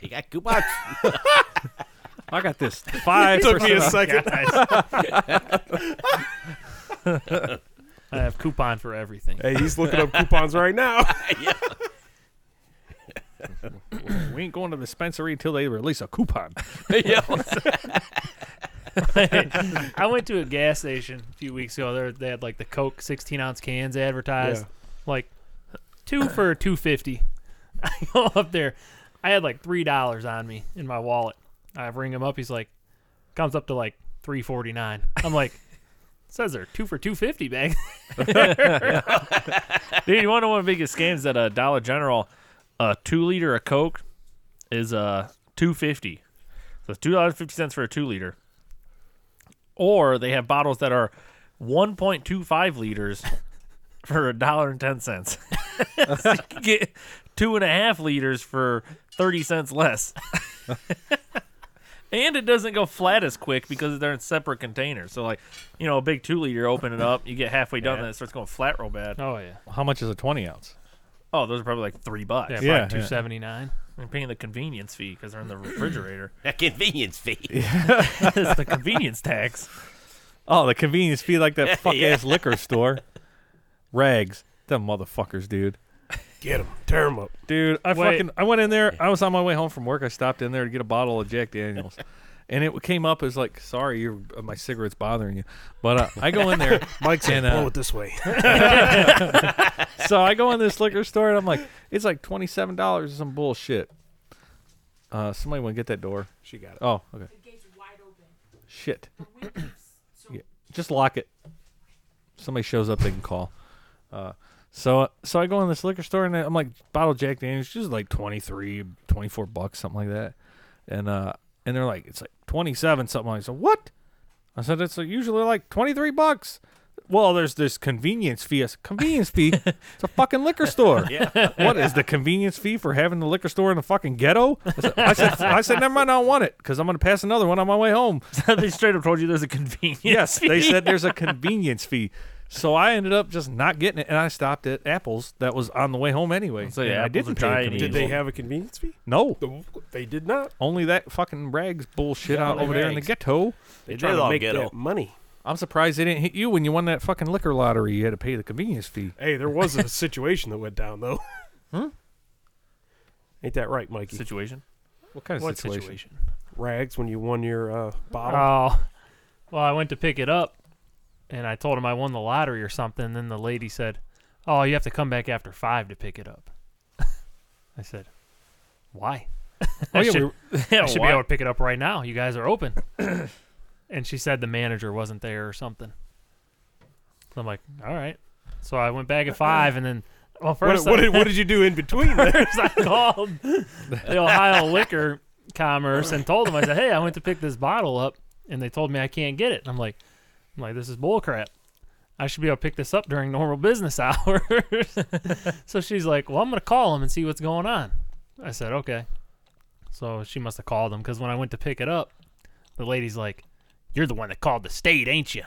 Speaker 3: you got coupons?
Speaker 1: I got this five.
Speaker 2: Took me a
Speaker 1: percent off.
Speaker 2: second.
Speaker 4: I have coupon for everything.
Speaker 2: Hey, he's looking up coupons right now.
Speaker 1: We ain't going to the dispensary until they release a coupon.
Speaker 3: yeah.
Speaker 4: I went to a gas station a few weeks ago. There they had like the Coke 16 ounce cans advertised,
Speaker 2: Yeah.
Speaker 4: like two for 250. I go up there, I had like three dollars on me in my wallet. I ring him up. He's like, comes up to like 349. I'm like, says there two for 250 bag.
Speaker 5: Dude, you want to know one of the biggest scams at uh, Dollar General? A two liter of Coke is uh two fifty. So it's two dollars fifty cents for a two liter. Or they have bottles that are one point two five liters for a dollar and ten cents. so you can get two and a half liters for thirty cents less. And it doesn't go flat as quick because they're in separate containers. So, like, you know, a big two liter, open it up, you get halfway done, then it starts going flat real bad.
Speaker 4: Oh yeah,
Speaker 1: How much is a twenty ounce?
Speaker 5: Oh, those are probably like three bucks.
Speaker 4: yeah,
Speaker 1: Yeah, yeah.
Speaker 4: yeah 279.
Speaker 5: I'm paying the convenience fee because they're in the refrigerator.
Speaker 3: That convenience fee.
Speaker 5: it's the convenience tax.
Speaker 1: Oh, the convenience fee like that fuck ass liquor store. Rags, them motherfuckers, dude.
Speaker 2: Get him, tear him up.
Speaker 1: Dude, I
Speaker 4: Wait.
Speaker 1: fucking I went in there. I was on my way home from work. I stopped in there to get a bottle of Jack Daniels, and it came up as like, "Sorry, your my cigarette's bothering you." But uh, I go in there,
Speaker 2: Mike said,
Speaker 1: And, uh,
Speaker 2: "Blow it this way."
Speaker 1: so I go in this liquor store and I'm like, "It's like twenty seven dollars or some bullshit." Uh, somebody want to get that door?
Speaker 2: she got it.
Speaker 1: Oh, okay.
Speaker 6: gate's wide open.
Speaker 1: Shit.
Speaker 6: The windows. So
Speaker 1: Yeah. Just lock it. Somebody shows up, they can call. Uh, so so I go in this liquor store and I'm like, bottle Jack Daniels, just like 23, 24 bucks, something like that. And uh, and they're like, it's like 27, something like that. So what? I said, it's usually like 23 bucks. Well, there's this convenience fee. I said, convenience fee? It's a fucking liquor store. What is the convenience fee for having the liquor store in the fucking ghetto? I said, I said, I said never mind, I don't want it because I'm going to pass another one on my way home.
Speaker 5: they straight up told you there's a convenience.
Speaker 1: Yes,
Speaker 5: fee.
Speaker 1: they said there's a convenience fee. So I ended up just not getting it, and I stopped at Apple's that was on the way home anyway.
Speaker 5: So, yeah,
Speaker 1: and I
Speaker 5: Apple's
Speaker 1: didn't
Speaker 5: are
Speaker 1: pay a
Speaker 5: giant
Speaker 1: convenience
Speaker 2: Did
Speaker 5: Did
Speaker 2: they
Speaker 1: fee.
Speaker 5: they
Speaker 2: have a convenience fee?
Speaker 1: No,
Speaker 2: They did not.
Speaker 1: only that fucking rags bullshit out
Speaker 3: only
Speaker 1: over there in the
Speaker 3: rags.
Speaker 1: ghetto.
Speaker 3: They
Speaker 2: Trying
Speaker 3: did
Speaker 2: to
Speaker 3: all
Speaker 2: make
Speaker 3: ghetto.
Speaker 2: that money.
Speaker 1: I'm surprised they didn't hit you when you won that fucking liquor lottery. You had to pay the convenience fee.
Speaker 2: Hey, there was a situation that went down though.
Speaker 4: Hmm?
Speaker 2: Ain't that right, Mikey?
Speaker 5: situation.
Speaker 1: What kind of
Speaker 4: What
Speaker 1: situation?
Speaker 4: situation?
Speaker 2: Rags when you won your uh, bottle.
Speaker 4: Oh, Well, I went to pick it up, and I told him I won the lottery or something. Then the lady said, "Oh, you have to come back after five to pick it up." I said, "Why?
Speaker 2: Oh,
Speaker 4: I should, I should be able to pick it up right now. You guys are open." and she said the manager wasn't there or something. So I'm like, "All right." So I went back at five, and then well,
Speaker 2: What,
Speaker 4: first
Speaker 2: what
Speaker 4: I-
Speaker 2: did, what did you do in between? there?
Speaker 4: first I called the Ohio Liquor Commerce and told them, I said, "Hey, I went to pick this bottle up, and they told me I can't get it." I'm like, "I'm like, this is bull crap. I should be able to pick this up during normal business hours." so she's like, "Well, I'm gonna call them and see what's going on." I said, "Okay." So she must have called them because when I went to pick it up, the lady's like, "You're the one that called the state, ain't you?"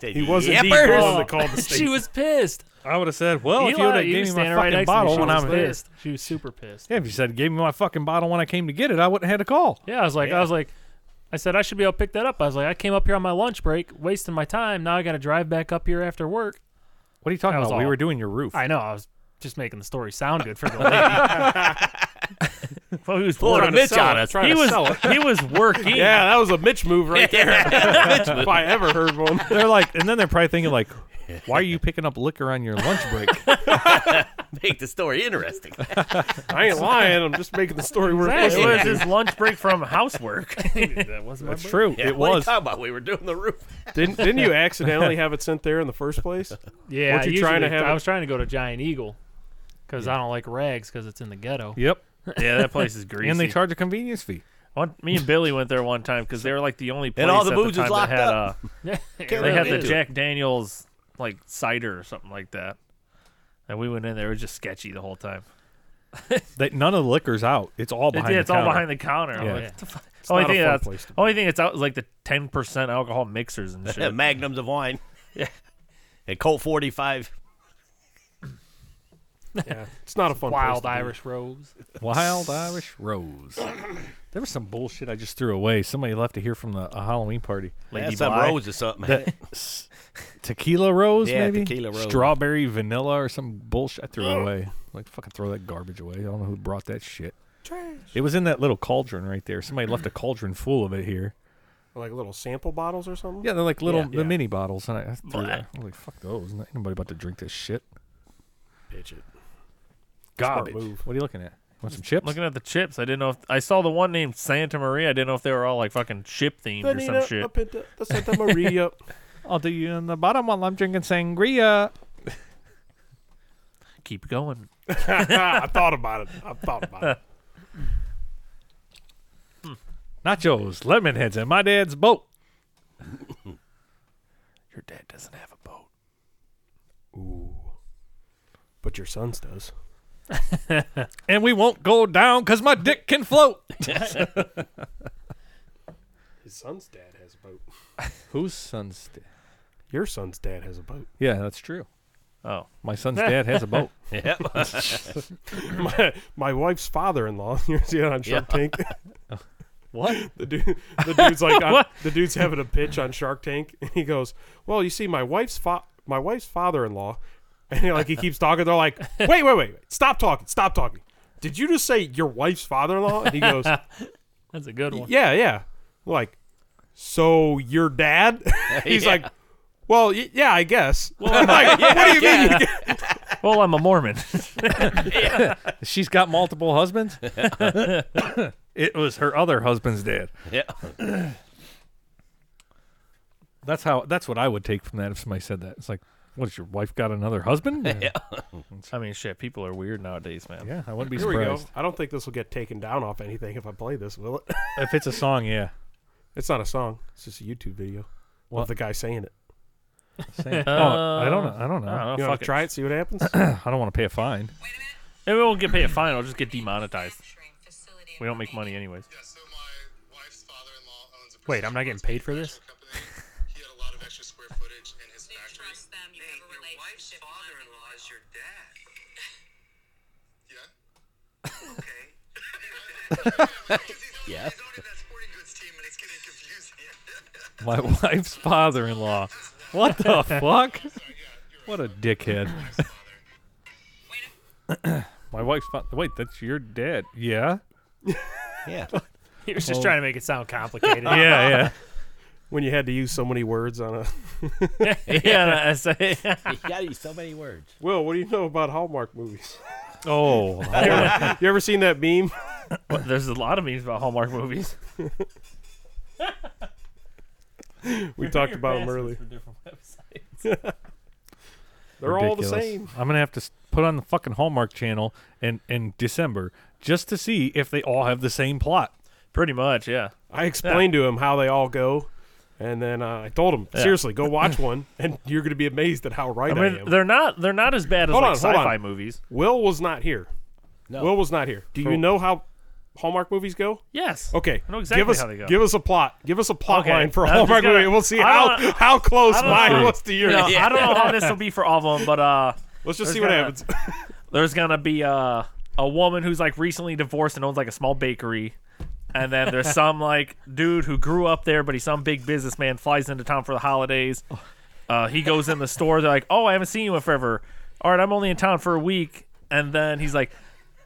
Speaker 3: He
Speaker 2: wasn't the
Speaker 3: Yeppers.
Speaker 2: one that called the state.
Speaker 4: she was pissed.
Speaker 1: I would have said, well, Oh, if you would
Speaker 4: Eli,
Speaker 1: have
Speaker 4: you
Speaker 1: gave me my
Speaker 4: standing
Speaker 1: fucking
Speaker 4: right next to me,
Speaker 1: bottle
Speaker 4: she
Speaker 1: when
Speaker 4: was
Speaker 1: I'm here.
Speaker 4: pissed. She was super pissed.
Speaker 1: Yeah, if you said gave me my fucking bottle when I came to get it, I wouldn't have had to call.
Speaker 4: Yeah, I was like, I was like, I said I should be able to pick that up. I was like, I came up here on my lunch break, wasting my time. Now I got to drive back up here after work.
Speaker 1: What are you talking
Speaker 4: That was
Speaker 1: about? We
Speaker 4: all.
Speaker 1: were doing your roof.
Speaker 4: I know. I was just making the story sound good for the lady.
Speaker 5: Well, he was
Speaker 3: Pulling a
Speaker 5: working.
Speaker 3: Mitch on us.
Speaker 5: He was he was working.
Speaker 2: yeah, that was a Mitch move right there. if I ever heard one.
Speaker 1: They're like, and then they're probably thinking like, why are you picking up liquor on your lunch break?
Speaker 3: Make the story interesting.
Speaker 2: I ain't lying. I'm just making the story work.
Speaker 5: It
Speaker 3: Exactly.
Speaker 5: was his lunch break from housework. that was my
Speaker 1: That's true.
Speaker 3: Yeah,
Speaker 1: it
Speaker 3: what are you
Speaker 1: was.
Speaker 3: talking about? We were doing the roof.
Speaker 2: Didn't didn't you accidentally have it sent there in the first place?
Speaker 4: yeah,
Speaker 2: Weren't you trying to
Speaker 4: usually-
Speaker 2: have
Speaker 4: I
Speaker 2: it-
Speaker 4: was trying to go to Giant Eagle because I don't like rags because it's in the ghetto.
Speaker 1: Yep.
Speaker 5: Yeah, that place is greasy.
Speaker 1: And they charge a convenience fee.
Speaker 5: One, me and Billy went there one time because they were like the only place
Speaker 3: all the
Speaker 5: at
Speaker 3: booze
Speaker 5: the
Speaker 3: was
Speaker 5: time
Speaker 3: locked
Speaker 5: that had
Speaker 3: up.
Speaker 5: uh,
Speaker 3: Can't
Speaker 5: they
Speaker 3: really
Speaker 5: had
Speaker 3: get
Speaker 5: the
Speaker 3: to it.
Speaker 5: Jack Daniels like cider or something like that. And we went in there; it was just sketchy the whole time.
Speaker 1: They, none of the liquor's out. It's all
Speaker 5: It-
Speaker 1: behind.
Speaker 5: it's
Speaker 1: the
Speaker 5: all
Speaker 1: counter.
Speaker 5: behind the counter. I'm
Speaker 1: Yeah.
Speaker 5: like,
Speaker 1: Yeah.
Speaker 5: what the fuck? only
Speaker 2: not a
Speaker 5: thing
Speaker 2: fun
Speaker 5: that's
Speaker 2: place to be.
Speaker 5: only thing that's out is like the ten percent alcohol mixers and shit.
Speaker 3: Magnums of wine. And Colt 45.
Speaker 2: Yeah, it's not a fun. place
Speaker 4: Wild
Speaker 2: to be.
Speaker 4: Irish Rose.
Speaker 1: Wild Irish Rose. There was some bullshit I just threw away. Somebody left to hear from the a Halloween party.
Speaker 3: Lady
Speaker 5: some Bly.
Speaker 3: rose or something.
Speaker 1: That s- tequila rose,
Speaker 3: Yeah,
Speaker 1: maybe
Speaker 3: tequila rose.
Speaker 1: strawberry vanilla or some bullshit. I threw it away. Like fucking throw that garbage away. I don't know who brought that shit. It was in that little cauldron right there. Somebody left a cauldron full of it here.
Speaker 2: Like little sample bottles or something.
Speaker 1: Yeah, they're like little
Speaker 2: Yeah.
Speaker 1: the mini bottles, and I, I threw that. I was like, "Fuck those! Ain't nobody about to drink this shit."
Speaker 2: pitch it.
Speaker 1: Garbage.
Speaker 2: move.
Speaker 1: What are you Ah, looking at? Want some chips?
Speaker 5: Looking at the chips, I didn't know. if I saw the one named Santa Maria. I didn't know if they were all like fucking ship themed or some shit.
Speaker 2: Up into the Santa Maria.
Speaker 1: I'll do you in the bottom while I'm drinking sangria.
Speaker 5: Keep going.
Speaker 2: Ah, I thought about it. I thought about it.
Speaker 1: Nachos, lemon heads, and my dad's boat.
Speaker 5: Your dad doesn't have a boat.
Speaker 2: But your son's does.
Speaker 1: And we won't go down because my dick can float.
Speaker 2: His son's dad has a boat.
Speaker 1: Whose son's dad?
Speaker 2: Your son's dad has a boat.
Speaker 1: Yeah, that's true.
Speaker 5: Oh,
Speaker 1: My son's dad has a boat.
Speaker 2: My, my wife's father-in-law. You see it on Shark Tank.
Speaker 1: What?
Speaker 2: The dude, the dude's like, I'm- the dude's having a pitch on Shark Tank, and he goes, "Well, you see, my wife's fa- my wife's father-in-law," and he, like he keeps talking. They're like, "Wait, wait, wait, wait, stop talking, stop talking." Did you just say your wife's father-in-law? And he goes,
Speaker 4: That's a good one.
Speaker 2: Yeah, yeah. Like, so your dad? He's like, well, y- yeah, I guess. I'm like, what do you mean? you guess?"
Speaker 5: well, I'm a Mormon.
Speaker 1: She's got multiple husbands? it was her other husband's dad.
Speaker 3: yeah.
Speaker 1: That's how. That's what I would take from that if somebody said that. It's like, what, has your wife got another husband? yeah.
Speaker 5: I mean, shit, people are weird nowadays, man.
Speaker 1: yeah, I wouldn't be
Speaker 2: Here we go.
Speaker 1: surprised.
Speaker 2: I don't think this will get taken down off anything if I play this, will it?
Speaker 1: If it's a song, yeah.
Speaker 2: It's not a song. It's just a YouTube video
Speaker 1: What?
Speaker 2: of the guy saying it.
Speaker 1: Same. oh, I don't know. I don't know.
Speaker 5: I don't know.
Speaker 2: You want
Speaker 5: fuck
Speaker 2: to
Speaker 5: it.
Speaker 2: try it, see what happens?
Speaker 1: I don't want to pay a fine.
Speaker 5: Maybe we won't get paid a fine. I'll just get demonetized.
Speaker 6: Facility in
Speaker 5: We don't make money anyways.
Speaker 7: Yeah, so my wife's father-in-law owns a
Speaker 4: Wait, I'm not getting paid for this?
Speaker 7: company. He had a lot of extra square footage in his
Speaker 6: Virginia.
Speaker 7: factory.
Speaker 6: You trust them. You have a relationship.
Speaker 8: father-in-law is your
Speaker 6: you love them.
Speaker 8: dad.
Speaker 7: Yeah.
Speaker 8: Okay.
Speaker 3: Yeah.
Speaker 8: He's owning that sporting goods team, and it's getting confusing.
Speaker 1: My wife's father-in-law. What the fuck? What a dickhead. My wife's fa- wait. That's your dad. Yeah.
Speaker 3: Yeah.
Speaker 4: He was just trying to make it sound complicated.
Speaker 1: yeah,
Speaker 2: When you had to use so many words on a.
Speaker 5: yeah, yeah. I say,
Speaker 3: You gotta use so many words.
Speaker 2: Will, what do you know about Hallmark movies?
Speaker 1: yeah. Oh,
Speaker 2: you ever seen that meme?
Speaker 5: there's a lot of memes about Hallmark movies.
Speaker 2: We talked about them earlier. They're all the
Speaker 1: ridiculous.
Speaker 2: same.
Speaker 1: I'm gonna have to s- put on the fucking Hallmark Channel in in December just to see if they all have the same plot.
Speaker 5: Pretty much, yeah.
Speaker 2: I explained to him how they all go, and then uh, I told him, seriously, go watch one, and you're going to be amazed at how right
Speaker 5: I
Speaker 2: I,
Speaker 5: mean,
Speaker 2: am.
Speaker 5: they're not they're not as bad as
Speaker 2: Hold
Speaker 5: like
Speaker 2: on, hold
Speaker 5: sci-fi
Speaker 2: on.
Speaker 5: movies.
Speaker 2: Will was not here.
Speaker 3: No.
Speaker 2: Will was not here. Do you
Speaker 5: Cool.
Speaker 2: know how Hallmark movies go?
Speaker 5: Yes.
Speaker 2: Okay,
Speaker 5: I know exactly
Speaker 2: give us
Speaker 5: how they go.
Speaker 2: give us a plot, give us a plot
Speaker 5: Okay,
Speaker 2: line for a
Speaker 5: I'm just
Speaker 2: Hallmark
Speaker 5: gonna-
Speaker 2: movie, and we'll see
Speaker 5: I
Speaker 2: how
Speaker 5: don't-
Speaker 2: how close
Speaker 5: don't
Speaker 2: mine
Speaker 5: know.
Speaker 2: was to yours.
Speaker 5: No, I don't know how this will be for all of them, but uh,
Speaker 2: Let's just
Speaker 5: There's
Speaker 2: see what
Speaker 5: gotta-
Speaker 2: happens.
Speaker 5: there's gonna be uh, a woman who's like recently divorced and owns like a small bakery, and then there's some like dude who grew up there, but he's some big businessman flies into town for the holidays. Uh, he goes in the store. They're like, "Oh, I haven't seen you in forever. All right, I'm only in town for a week." And then he's like,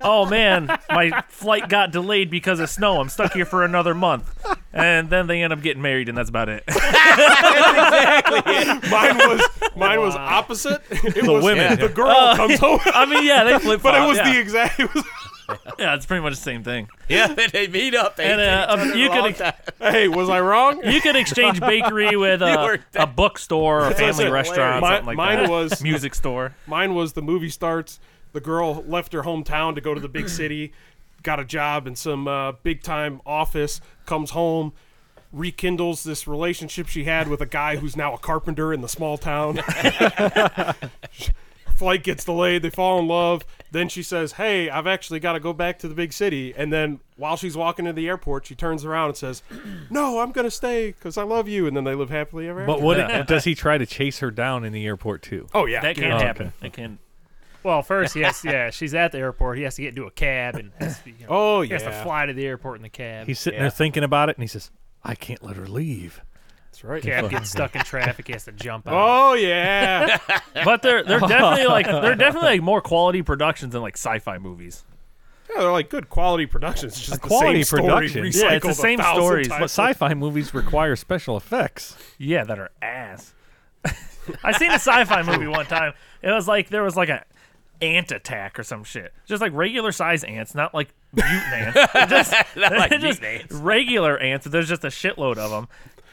Speaker 5: "Oh man, my flight got delayed because of snow. I'm stuck here for another month." And then they end up getting married, and that's about it.
Speaker 2: mine was mine was opposite. It was
Speaker 1: women.
Speaker 2: the girl
Speaker 5: Oh.
Speaker 2: comes home,
Speaker 5: I mean, yeah, they flip.
Speaker 2: but it was
Speaker 5: yeah.
Speaker 2: the exact. It was,
Speaker 5: yeah, it's pretty much the same thing.
Speaker 3: Yeah, they meet up. They
Speaker 5: And uh, um, you could ex-
Speaker 2: hey, was I wrong?
Speaker 5: you could exchange bakery with a,
Speaker 3: worked
Speaker 5: a bookstore, a
Speaker 2: what I
Speaker 5: family
Speaker 2: said.
Speaker 5: restaurant,
Speaker 2: Mi-
Speaker 5: something like
Speaker 2: mine
Speaker 5: that.
Speaker 2: was-
Speaker 5: music store.
Speaker 2: Mine was the movie starts. The girl left her hometown to go to the big city, got a job in some uh, big time office, comes home, rekindles this relationship she had with a guy who's now a carpenter in the small town. Flight gets delayed. They fall in love. Then she says, Hey, I've actually got to go back to the big city. And then while she's walking to the airport, she turns around and says, No, I'm going to stay because I love you. And then they live happily ever after.
Speaker 1: But what does he try to chase her down in the airport too?
Speaker 2: Oh, yeah.
Speaker 5: That
Speaker 2: yeah.
Speaker 5: can't
Speaker 1: okay.
Speaker 5: happen. That can.
Speaker 4: Well, first, yes, yeah, she's at the airport. He has to get into a cab and has to, be, you know,
Speaker 2: Oh,
Speaker 4: he
Speaker 2: yeah.
Speaker 4: has to fly to the airport in the cab.
Speaker 1: He's sitting there thinking about it, and he says, "I can't let her leave."
Speaker 2: That's right.
Speaker 4: cab gets stuck in traffic. He has to jump out.
Speaker 2: Oh, yeah.
Speaker 5: But they're they're definitely like they're definitely like more quality productions than like sci-fi movies.
Speaker 2: Yeah, they're like good quality productions. It's just the
Speaker 1: quality
Speaker 2: same
Speaker 1: production.
Speaker 2: Story
Speaker 1: Yeah,
Speaker 5: it's the
Speaker 2: recycled a
Speaker 5: same
Speaker 2: thousand
Speaker 5: stories,
Speaker 1: But
Speaker 2: times.
Speaker 1: sci-fi movies require special effects.
Speaker 5: Yeah, that are ass. I seen a sci-fi movie one time. It was like there was like a ant attack or some shit. Just like regular size ants, not like mutant ants. They're just, they're
Speaker 3: like
Speaker 5: just
Speaker 3: mutant ants.
Speaker 5: regular ants. There's just a shitload of them.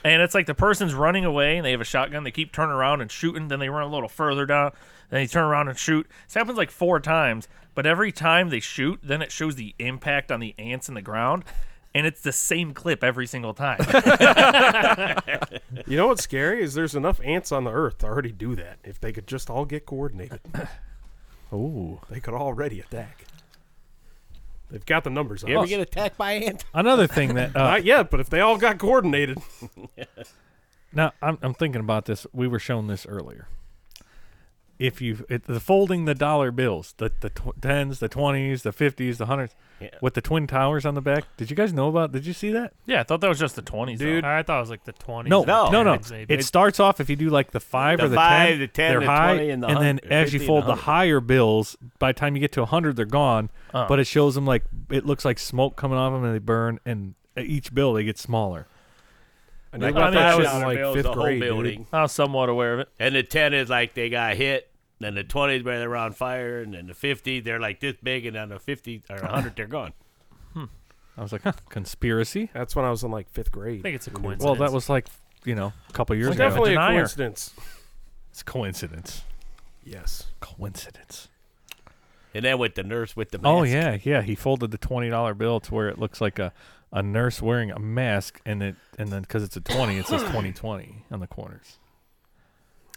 Speaker 5: And it's like the person's running away and they have a shotgun. They keep turning around and shooting. Then they run a little further down. Then they turn around and shoot. This happens like four times. But every time they shoot, then it shows the impact on the ants in the ground. And it's the same clip every single time.
Speaker 2: You know what's scary is there's enough ants on the earth to already do that. If they could just all get coordinated,
Speaker 1: Ooh.
Speaker 2: they could already attack. They've got the numbers. on
Speaker 3: You ever
Speaker 2: us.
Speaker 3: get attacked by ants?
Speaker 1: Another thing that uh,
Speaker 2: Not yet, but if they all got coordinated,
Speaker 1: Now I'm I'm thinking about this. We were shown this earlier. If you it, the folding the dollar bills, the the tw- tens, the twenties, the fifties, the hundreds, with the twin towers on the back. Did you guys know about? Did you see that?
Speaker 5: yeah, I thought that was just the 20s. though.
Speaker 4: Dude, I thought it was like the 20s.
Speaker 1: No,
Speaker 3: No.
Speaker 1: no, no.
Speaker 4: It's
Speaker 1: It,
Speaker 4: maybe-
Speaker 1: starts off if you do like the five
Speaker 3: The
Speaker 1: or the
Speaker 3: five,
Speaker 1: ten,
Speaker 3: the 10,
Speaker 1: they're
Speaker 3: the
Speaker 1: high,
Speaker 3: 20, and the
Speaker 1: then
Speaker 3: 100,
Speaker 1: as you
Speaker 3: 50,
Speaker 1: fold
Speaker 3: and
Speaker 1: the
Speaker 3: 100.
Speaker 1: higher bills, by the time you get to hundred, they're gone.
Speaker 5: Oh.
Speaker 1: But it shows them like it looks like smoke coming off them, and they burn. And at each bill they get smaller.
Speaker 2: I knew
Speaker 3: Like,
Speaker 2: about
Speaker 5: I
Speaker 2: that
Speaker 5: mean,
Speaker 2: shit in
Speaker 5: I was-
Speaker 2: like
Speaker 3: builds
Speaker 2: fifth
Speaker 3: the whole
Speaker 2: grade. dude.
Speaker 3: building.
Speaker 5: I was somewhat aware of it.
Speaker 3: And the 10 is like they got hit. Then the 20s where they're on fire. And then the 50, they're like this big. And then the 50 or 100, they're gone.
Speaker 1: I was like, huh, conspiracy.
Speaker 2: That's when I was in like fifth grade.
Speaker 4: I think it's a coincidence.
Speaker 1: Well, that was like you know a couple years
Speaker 2: It's
Speaker 1: ago.
Speaker 2: definitely a
Speaker 5: denier.
Speaker 2: coincidence.
Speaker 1: It's coincidence.
Speaker 2: Yes.
Speaker 1: Coincidence.
Speaker 3: And then with the nurse with the mask.
Speaker 1: Oh yeah, yeah. He folded the twenty dollar bill to where it looks like a, a nurse wearing a mask, and it and then because it's a twenty, it says twenty twenty on the corners.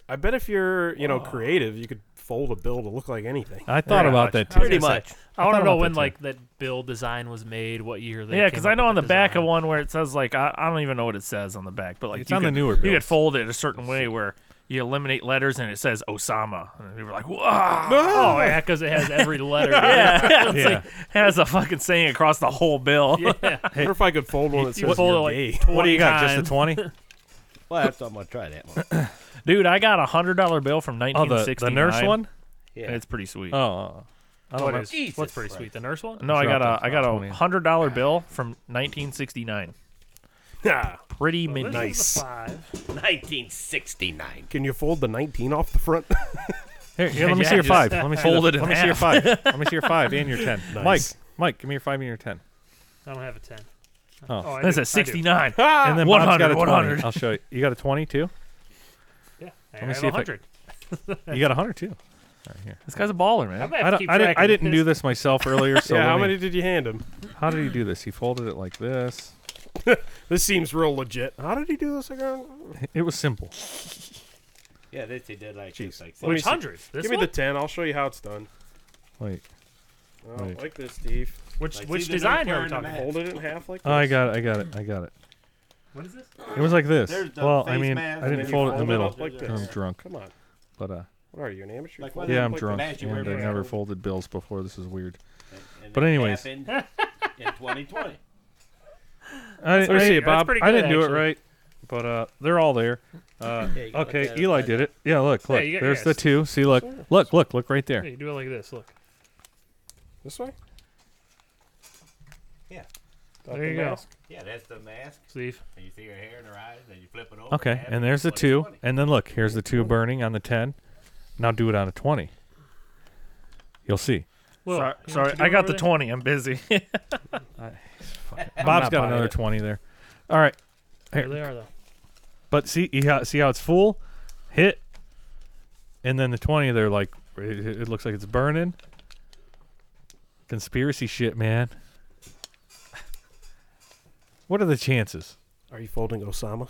Speaker 2: I bet if you're you know creative, you could fold a bill to look like anything.
Speaker 1: I thought
Speaker 4: Yeah,
Speaker 1: about
Speaker 4: much.
Speaker 1: that too.
Speaker 3: Pretty
Speaker 4: gonna
Speaker 3: much.
Speaker 4: I want
Speaker 1: thought
Speaker 4: to know
Speaker 1: about
Speaker 4: when
Speaker 1: that, too.
Speaker 4: like that bill design was made, what year they
Speaker 5: Yeah,
Speaker 4: because
Speaker 5: because I know on the back of one where it says like I, I don't even know what it says on the back, but like
Speaker 1: It's
Speaker 5: you
Speaker 1: on the
Speaker 5: could-
Speaker 1: newer
Speaker 5: You could
Speaker 1: builds.
Speaker 5: fold it a certain way where you eliminate letters and it says Osama, and we were like, wow,
Speaker 4: Oh yeah, because it has every letter. yeah,
Speaker 1: Yeah.
Speaker 5: has a fucking saying across the whole bill.
Speaker 2: I wonder if I could fold one that
Speaker 4: you
Speaker 2: says you're
Speaker 4: fold it like
Speaker 2: gay.
Speaker 1: What do you got? Just the
Speaker 4: times.
Speaker 1: twenty?
Speaker 3: Well, that's I'm going to try that one.
Speaker 5: Dude, I got a hundred dollar bill from
Speaker 1: Oh,
Speaker 5: nineteen
Speaker 1: the,
Speaker 5: sixty.
Speaker 1: the nurse one.
Speaker 3: Yeah.
Speaker 5: It's pretty sweet.
Speaker 1: Oh, I don't
Speaker 4: What
Speaker 1: know.
Speaker 4: is? what's pretty sweet? The nurse one?
Speaker 5: No, I got
Speaker 1: Dropped
Speaker 5: a I got
Speaker 1: about 20.
Speaker 5: a hundred dollar bill from 1969.
Speaker 2: Yeah.
Speaker 5: Pretty mint.
Speaker 2: nice. is a
Speaker 3: 1969.
Speaker 2: Can you fold the 19 off the front?
Speaker 1: Here, here, let me
Speaker 5: Yeah,
Speaker 1: see your
Speaker 5: just
Speaker 1: five. Let me see
Speaker 5: fold
Speaker 1: the-
Speaker 5: it in
Speaker 1: Let me see your five.
Speaker 5: half.
Speaker 1: Let me see your five and your ten. Mike,
Speaker 2: Nice.
Speaker 1: Mike, give me your five and your ten.
Speaker 4: I don't have a 10.
Speaker 1: Oh.
Speaker 4: I
Speaker 5: That's
Speaker 4: do,
Speaker 5: a
Speaker 4: I do.
Speaker 5: 69.
Speaker 1: And then Bob's
Speaker 5: 100,
Speaker 1: got a 20.
Speaker 5: 100.
Speaker 1: I'll show you. You got a twenty too.
Speaker 4: Yeah. I
Speaker 1: me
Speaker 4: have
Speaker 1: see if I-
Speaker 4: 100.
Speaker 1: You got a hundred too. Right here.
Speaker 5: This guy's a baller, man.
Speaker 4: might
Speaker 1: I,
Speaker 4: have to
Speaker 1: don't,
Speaker 4: keep
Speaker 1: I, didn't,
Speaker 4: track
Speaker 1: I
Speaker 4: of
Speaker 1: didn't do
Speaker 4: this.
Speaker 1: this myself earlier. So
Speaker 2: yeah,
Speaker 1: let
Speaker 2: how
Speaker 1: me-
Speaker 2: many did you hand him?
Speaker 1: How did he do this? He folded it like this.
Speaker 2: This seems real legit. How did he do this again?
Speaker 1: It was simple.
Speaker 3: Yeah, this they did like this. Like
Speaker 4: Which 100? This
Speaker 2: Give
Speaker 4: one?
Speaker 2: me the 10. I'll show you how it's done.
Speaker 1: Wait,
Speaker 2: Oh,
Speaker 1: Right.
Speaker 2: Like this, Steve.
Speaker 4: which
Speaker 3: Like,
Speaker 4: which
Speaker 3: see the new
Speaker 4: design are
Speaker 3: pattern
Speaker 4: we
Speaker 3: I'm
Speaker 4: talking about?
Speaker 3: at.
Speaker 2: Fold it in half like this.
Speaker 1: oh, I got it. I got it. I got it.
Speaker 4: What is this?
Speaker 1: It was like this.
Speaker 3: There's the
Speaker 1: well, I
Speaker 3: face
Speaker 1: mean,
Speaker 3: mask
Speaker 1: I
Speaker 3: and
Speaker 1: didn't
Speaker 3: then
Speaker 1: fold it
Speaker 3: you
Speaker 1: in the middle.
Speaker 2: fold it up like
Speaker 1: 'cause I'm
Speaker 2: this.
Speaker 1: drunk,
Speaker 2: Come on.
Speaker 1: but uh,
Speaker 2: What are you, an amateur?
Speaker 3: Like,
Speaker 2: You fold
Speaker 3: why
Speaker 2: it
Speaker 1: yeah,
Speaker 2: up
Speaker 1: I'm
Speaker 2: like
Speaker 1: drunk,
Speaker 3: mask you wear
Speaker 1: and I
Speaker 3: for-
Speaker 1: never folded bills before. This is weird. But anyways.
Speaker 3: in 2020.
Speaker 1: I, didn't- I,
Speaker 4: pretty-
Speaker 1: see it,
Speaker 4: that's
Speaker 1: Bob.
Speaker 4: pretty
Speaker 1: I
Speaker 4: good,
Speaker 1: didn't do it
Speaker 4: actually.
Speaker 1: right, but uh, they're all there. Uh,
Speaker 3: Yeah, you can look
Speaker 1: okay,
Speaker 3: at it
Speaker 1: Eli
Speaker 3: like
Speaker 1: did it. Yeah, look,
Speaker 4: Yeah,
Speaker 1: look.
Speaker 4: you got-
Speaker 1: There's
Speaker 4: yeah,
Speaker 1: the
Speaker 4: it's-
Speaker 1: two. See, look, look, look, look right
Speaker 4: Yeah,
Speaker 1: there.
Speaker 4: you do it like this. Look.
Speaker 2: This way?
Speaker 3: Yeah.
Speaker 2: Without
Speaker 4: There
Speaker 2: the
Speaker 4: you go.
Speaker 2: mask?
Speaker 3: Yeah, that's the mask.
Speaker 4: Steve.
Speaker 3: And you see her hair and her eyes, and you flip it over.
Speaker 1: Okay,
Speaker 3: half,
Speaker 1: and there's the
Speaker 3: it's
Speaker 1: two,
Speaker 3: 20.
Speaker 1: and then look, here's the two burning on the ten. Now do it on a twenty. You'll see.
Speaker 4: Well,
Speaker 5: sorry, sorry. I got the 20. I'm busy.
Speaker 1: Bob's
Speaker 2: not
Speaker 1: got
Speaker 2: buying
Speaker 1: another
Speaker 2: it.
Speaker 1: twenty there. All right,
Speaker 4: There they are, though.
Speaker 1: but see, you got- see how it's full, hit, and then the twenty. They're like, it, it looks like it's burning. Conspiracy shit, man. What are the chances?
Speaker 2: Are you folding Osama?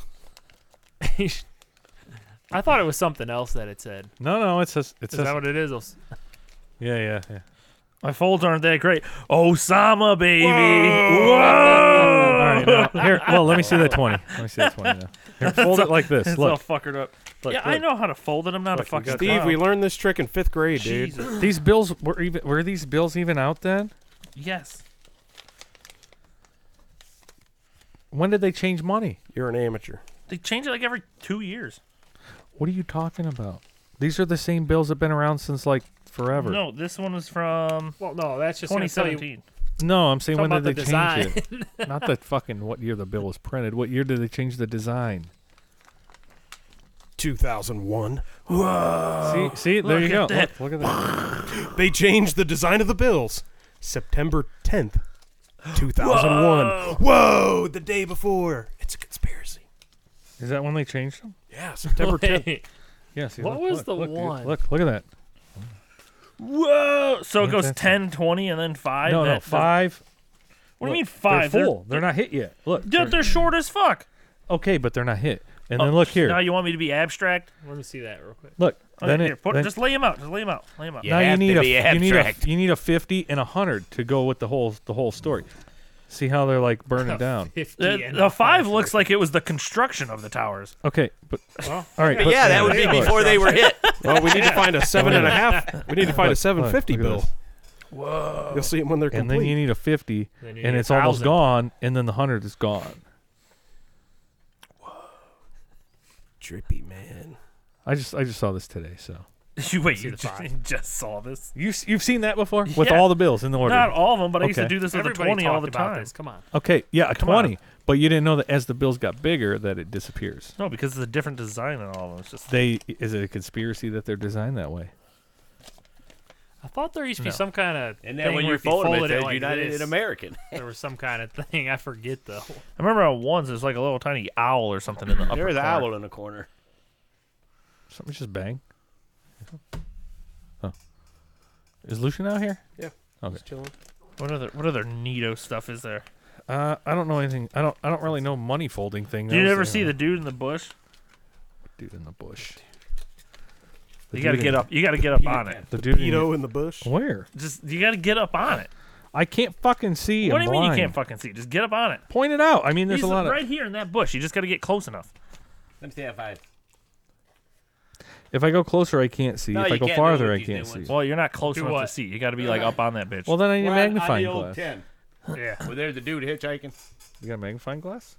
Speaker 4: I thought it was something else that it said.
Speaker 1: No, no, it says it
Speaker 4: Is
Speaker 1: says
Speaker 4: that what it is? Os-
Speaker 1: yeah, yeah, yeah.
Speaker 5: My folds aren't that great. Osama, baby. Whoa.
Speaker 1: All right, now, here, well, let me see that twenty. Let me see that twenty now. Here, fold it like this.
Speaker 5: It's all
Speaker 1: Look,
Speaker 5: fuckered up.
Speaker 1: look,
Speaker 5: yeah, I
Speaker 1: look.
Speaker 5: know how to fold it. I'm not a fucking
Speaker 2: Steve,
Speaker 5: clown.
Speaker 2: we learned this trick in fifth grade, dude.
Speaker 5: Jesus.
Speaker 1: These bills were even. Were these bills even out then?
Speaker 5: Yes.
Speaker 1: When did they change money?
Speaker 2: You're an amateur.
Speaker 5: They change it like every two years.
Speaker 1: What are you talking about? These are the same bills that have been around since like forever.
Speaker 5: No, Oh, this one was from
Speaker 4: well, no, that's just gonna tell you-
Speaker 5: 2017.
Speaker 1: No, I'm saying
Speaker 4: Talking
Speaker 1: when did they
Speaker 4: about
Speaker 1: change
Speaker 4: the
Speaker 1: it? Not the fucking what year the bill was printed. What year did they change the design?
Speaker 2: 2001.
Speaker 1: see, see, there
Speaker 5: Oh, look
Speaker 1: you go.
Speaker 5: at that.
Speaker 1: Look, look at that.
Speaker 2: They changed the design of the bills. September 10th, 2001. Whoa! the day before. It's a conspiracy.
Speaker 1: Is that when they changed them?
Speaker 2: Yeah, September 10th.
Speaker 4: Wait,
Speaker 1: Yeah. See,
Speaker 4: What
Speaker 1: look,
Speaker 4: was
Speaker 1: look,
Speaker 4: the
Speaker 1: look, dude.
Speaker 4: one?
Speaker 1: Look, look at that.
Speaker 5: Whoa! So it goes
Speaker 1: that's
Speaker 5: 10, 20, and then five.
Speaker 1: no,
Speaker 5: That
Speaker 1: no,
Speaker 5: does-
Speaker 1: five.
Speaker 5: What do
Speaker 1: Look,
Speaker 5: you mean five?
Speaker 1: They're full. They're, not hit yet. Look.
Speaker 5: They're,
Speaker 1: they're-
Speaker 5: they're short as fuck.
Speaker 1: okay, but they're not hit. And
Speaker 5: Oh,
Speaker 1: then look
Speaker 5: Now
Speaker 1: here.
Speaker 5: you want me to be abstract?
Speaker 4: Let me see that real quick.
Speaker 1: Look.
Speaker 5: Okay,
Speaker 1: then
Speaker 5: here,
Speaker 1: it,
Speaker 5: put-
Speaker 1: then-
Speaker 5: just lay them out. Just lay them out. Lay them out.
Speaker 3: Yeah.
Speaker 1: now you
Speaker 3: have to
Speaker 1: need a
Speaker 3: be
Speaker 1: you need a
Speaker 3: abstract.
Speaker 1: you need a fifty and a hundred to go with the whole the whole story. See how they're like burning down.
Speaker 4: 50
Speaker 5: The,
Speaker 4: and
Speaker 5: the
Speaker 4: a
Speaker 5: five looks like it was the construction of the towers.
Speaker 1: Okay, but all right. but-
Speaker 3: Yeah, that would be
Speaker 1: look,
Speaker 3: before they were hit.
Speaker 2: Well, we need to find a seven and a half. We need to find a
Speaker 1: look,
Speaker 2: seven fifty
Speaker 1: look at
Speaker 2: bill.
Speaker 1: this.
Speaker 2: Whoa! You'll see them when they're
Speaker 1: And
Speaker 2: complete.
Speaker 1: then you need a fifty,
Speaker 4: Then you
Speaker 1: and
Speaker 4: need
Speaker 1: it's
Speaker 4: a
Speaker 1: almost
Speaker 4: thousand.
Speaker 1: gone, and then the hundred is gone.
Speaker 2: Drippy man.
Speaker 1: I just I just saw this today. So
Speaker 5: You wait, you
Speaker 4: the
Speaker 5: just,
Speaker 4: five.
Speaker 5: you just saw this?
Speaker 1: you s- you've seen that before with
Speaker 5: Yeah.
Speaker 1: all the bills in the order.
Speaker 5: Not all of them, but I used to
Speaker 1: Okay.
Speaker 5: do this with a
Speaker 4: Everybody
Speaker 5: twenty all the
Speaker 4: talked about
Speaker 5: time.
Speaker 4: This. Come on.
Speaker 1: okay, yeah, a
Speaker 5: Come on.
Speaker 1: twenty. But you didn't know that as the bills got bigger, that it disappears.
Speaker 5: No, because it's a different design in all of them. It's just
Speaker 1: They is it a conspiracy that they're designed that way?
Speaker 4: I thought there used to be some kind of
Speaker 3: And
Speaker 4: thing
Speaker 3: then when
Speaker 4: where
Speaker 3: you
Speaker 4: if you
Speaker 3: fold
Speaker 4: folded
Speaker 3: it, it says
Speaker 4: like
Speaker 3: United
Speaker 4: this,
Speaker 3: in American.
Speaker 4: There was some kind of thing. I forget though.
Speaker 5: I remember on ones there's like a little tiny owl or something in the upper
Speaker 3: There's an
Speaker 5: corner.
Speaker 3: owl in the corner.
Speaker 1: Something just bang. Huh. Is Lucian out here?
Speaker 2: Yeah.
Speaker 1: Okay.
Speaker 2: Just chilling.
Speaker 5: What other what other neato stuff is there?
Speaker 1: Uh, I don't know anything. I don't. I don't really know money folding thing.
Speaker 5: Did you ever see the dude in the bush?
Speaker 1: dude in the bush?
Speaker 5: you gotta
Speaker 1: dude
Speaker 5: get
Speaker 1: in-
Speaker 5: up. You gotta get up on it.
Speaker 1: The dude. in-
Speaker 2: Pedo in the bush.
Speaker 1: where?
Speaker 5: Just you gotta get up on it.
Speaker 1: I can't fucking see.
Speaker 5: what do
Speaker 1: I'm
Speaker 5: you mean you
Speaker 1: blind.
Speaker 5: can't fucking see? Just get up on it.
Speaker 1: Point it out. I mean, there's
Speaker 5: He's
Speaker 1: a lot
Speaker 5: right
Speaker 1: of.
Speaker 5: here in that bush. You just gotta get close enough.
Speaker 3: Let me see if I.
Speaker 1: If I go closer, I can't see.
Speaker 3: No,
Speaker 1: if
Speaker 3: you
Speaker 1: I go
Speaker 3: can't do
Speaker 1: farther,
Speaker 3: what
Speaker 1: I
Speaker 3: you
Speaker 1: can't
Speaker 3: do
Speaker 1: see.
Speaker 3: once.
Speaker 1: Well,
Speaker 5: Well, you're not close
Speaker 4: Do
Speaker 5: enough to
Speaker 4: what?
Speaker 5: see. You gotta be like up on that bitch.
Speaker 1: then I need a
Speaker 3: Well,
Speaker 1: magnifying
Speaker 3: on the
Speaker 1: glass.
Speaker 3: old ten.
Speaker 4: Yeah.
Speaker 3: Well, there's the dude hitchhiking
Speaker 1: You got a magnifying glass?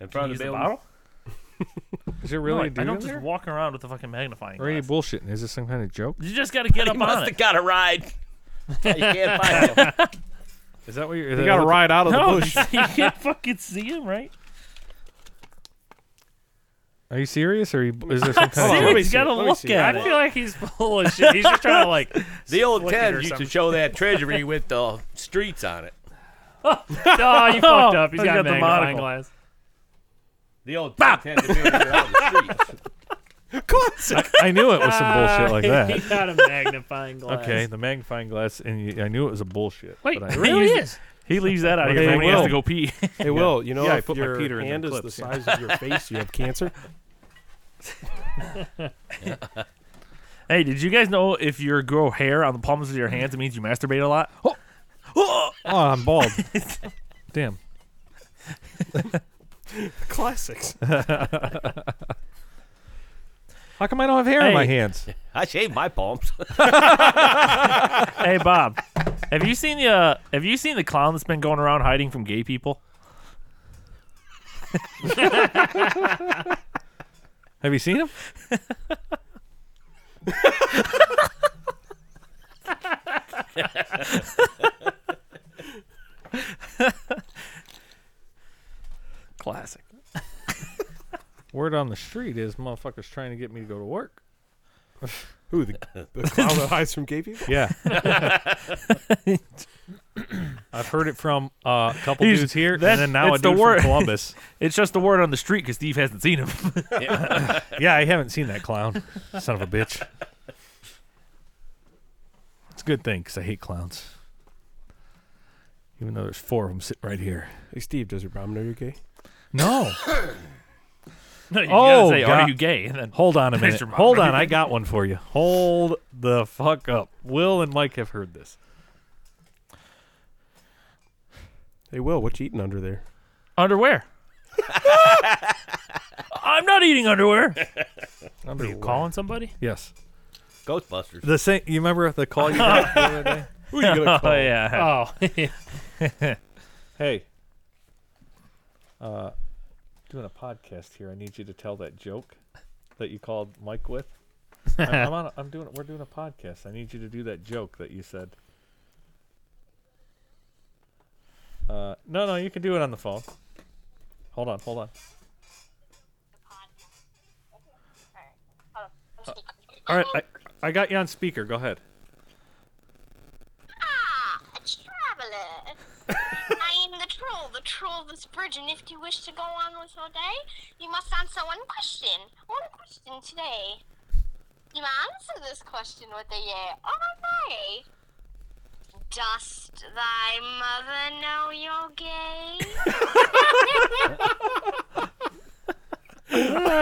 Speaker 3: in
Speaker 5: Can you
Speaker 3: front of
Speaker 5: use
Speaker 3: the
Speaker 5: the
Speaker 3: building.
Speaker 5: bottle?
Speaker 1: Is there
Speaker 5: No,
Speaker 1: really
Speaker 5: I-
Speaker 1: a dude
Speaker 5: I don't
Speaker 1: in
Speaker 5: just
Speaker 1: there?
Speaker 5: walk around with a fucking magnifying
Speaker 1: Or are you
Speaker 5: glass.
Speaker 1: bullshitting? Is this some kind of joke?
Speaker 5: You just gotta get
Speaker 3: He
Speaker 5: up
Speaker 3: must
Speaker 5: on
Speaker 3: have
Speaker 5: it.
Speaker 3: got a ride. you can't find him.
Speaker 1: Is that what you're?
Speaker 2: You got to ride out of
Speaker 5: No,
Speaker 2: the bush.
Speaker 5: you can't fucking see him, right?
Speaker 1: Are you serious, or you, is there some
Speaker 2: Hold on,
Speaker 1: kind
Speaker 2: let
Speaker 1: of?
Speaker 2: me
Speaker 5: you
Speaker 2: see
Speaker 5: gotta
Speaker 2: it, let me
Speaker 5: look
Speaker 2: see it.
Speaker 5: at
Speaker 4: I feel like he's full of shit. He's just trying to like
Speaker 3: The old
Speaker 4: Flick it
Speaker 3: ten
Speaker 4: or
Speaker 3: used to
Speaker 4: something.
Speaker 3: show that treasury with the streets on it.
Speaker 4: Oh, you fucked up. He's
Speaker 5: He's
Speaker 4: got, a
Speaker 5: got the
Speaker 4: magnifying
Speaker 5: monocle.
Speaker 4: glass.
Speaker 3: The old ten had to be around the streets.
Speaker 1: I knew it was some bullshit like
Speaker 4: he
Speaker 1: that.
Speaker 4: got a magnifying glass.
Speaker 1: Okay, the magnifying glass, and you, I knew it was a bullshit.
Speaker 4: Wait,
Speaker 1: but I,
Speaker 4: it really is.
Speaker 5: He leaves that out
Speaker 2: Well,
Speaker 5: here
Speaker 2: they
Speaker 5: when he has
Speaker 2: will.
Speaker 5: to go pee.
Speaker 2: Hey, Will, you know
Speaker 1: Yeah, I
Speaker 2: if
Speaker 1: put my
Speaker 2: your
Speaker 1: Peter in
Speaker 2: hand
Speaker 1: them
Speaker 2: is the
Speaker 1: clips,
Speaker 2: size of your face, you have cancer.
Speaker 5: hey, did you guys know if you grow hair on the palms of your hands, it means you masturbate a lot?
Speaker 1: oh, I'm bald. Damn.
Speaker 2: Classics.
Speaker 1: How come I don't have hair on my
Speaker 5: Hey.
Speaker 1: hands?
Speaker 3: I shave my palms.
Speaker 5: hey, Bob, have you seen the uh, have you seen the clown that's been going around hiding from gay people?
Speaker 1: Have you seen him?
Speaker 5: Classic.
Speaker 1: Word on the street is motherfuckers trying to get me to go to work.
Speaker 2: Who the, the clown that hides from gay people?
Speaker 1: Yeah. I've heard it from uh, a couple
Speaker 5: He's-
Speaker 1: dudes here,
Speaker 5: that-
Speaker 1: and then now a
Speaker 5: it's the
Speaker 1: dude
Speaker 5: word.
Speaker 1: from Columbus.
Speaker 5: It's just the word on the street because Steve hasn't seen him.
Speaker 1: yeah, I haven't seen that clown. Son of a bitch. It's a good thing because I hate clowns. Even though there's four of them sitting right here.
Speaker 2: Hey, Steve, does your mom know you're gay?
Speaker 1: No.
Speaker 5: no, you
Speaker 1: Oh,
Speaker 5: gotta say,
Speaker 1: God.
Speaker 5: are you gay? And then
Speaker 1: Hold on a minute.
Speaker 5: Mr. Mom,
Speaker 1: Hold
Speaker 5: are you
Speaker 1: on. I
Speaker 5: ready?
Speaker 1: got one for you. Hold the fuck up. Will and Mike have heard this.
Speaker 2: Hey, Will, what you eating under there?
Speaker 5: underwear. I'm not eating underwear.
Speaker 1: What are you
Speaker 4: Calling somebody?
Speaker 1: Yes.
Speaker 3: Ghostbusters.
Speaker 1: The same. You remember the call you got the other day?
Speaker 2: Who are you gonna
Speaker 5: Oh
Speaker 2: call?
Speaker 5: yeah.
Speaker 4: Oh,
Speaker 1: Hey. Uh, doing a podcast here. I need you to tell that joke that you called Mike with. I'm, I'm on. A, I'm doing. We're doing a podcast. I need you to do that joke that you said. Uh, no, no, you can do it on the phone. Hold on, hold on. Uh, All right, I, I got you on speaker. Go ahead.
Speaker 9: Ah, a traveler. I am the troll, the troll of this bridge, and if you wish to go on with your day, you must answer one question. One question today. You may answer this question with a yea or a nay. Dost thy mother know you're gay?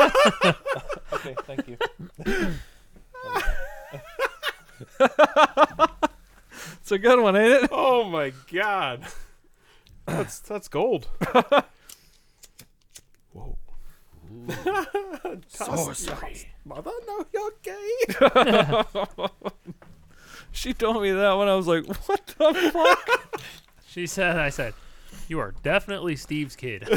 Speaker 1: Okay, thank you. it's a good one, ain't it?
Speaker 2: Oh my god. That's that's gold. Whoa. Sorcery. Mother, no, you're gay.
Speaker 1: She told me that when I was like, "What the fuck?"
Speaker 4: she said. I said, you are definitely Steve's kid.
Speaker 2: Oh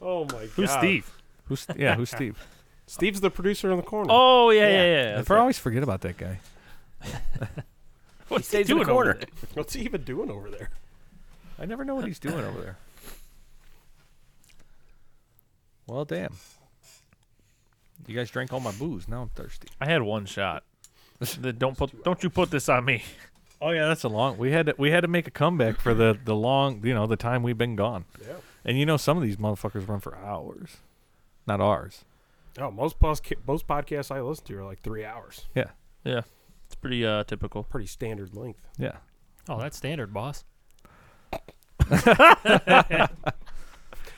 Speaker 2: my god.
Speaker 5: Who's Steve?
Speaker 1: who's yeah? Who's Steve?
Speaker 2: Steve's the producer in the corner.
Speaker 5: Oh yeah, yeah, yeah.
Speaker 1: I always forget about that guy.
Speaker 3: He stays in the
Speaker 5: doing over
Speaker 3: corner.
Speaker 2: What's he even doing over there?
Speaker 1: I never know what he's doing over there. Well, damn. You guys drank all my booze. Now I'm thirsty.
Speaker 5: I had one shot. Then don't put don't you put this on me.
Speaker 1: Oh yeah, that's a long. We had to, we had to make a comeback for the the long, you know, the time we've been gone.
Speaker 2: Yeah.
Speaker 1: And you know, some of these motherfuckers run for hours, not ours.
Speaker 2: Oh, most pos- most podcasts I listen to are like three hours.
Speaker 1: Yeah,
Speaker 5: Yeah, it's pretty uh typical.
Speaker 2: Pretty standard length.
Speaker 1: yeah.
Speaker 4: oh, that's standard, boss.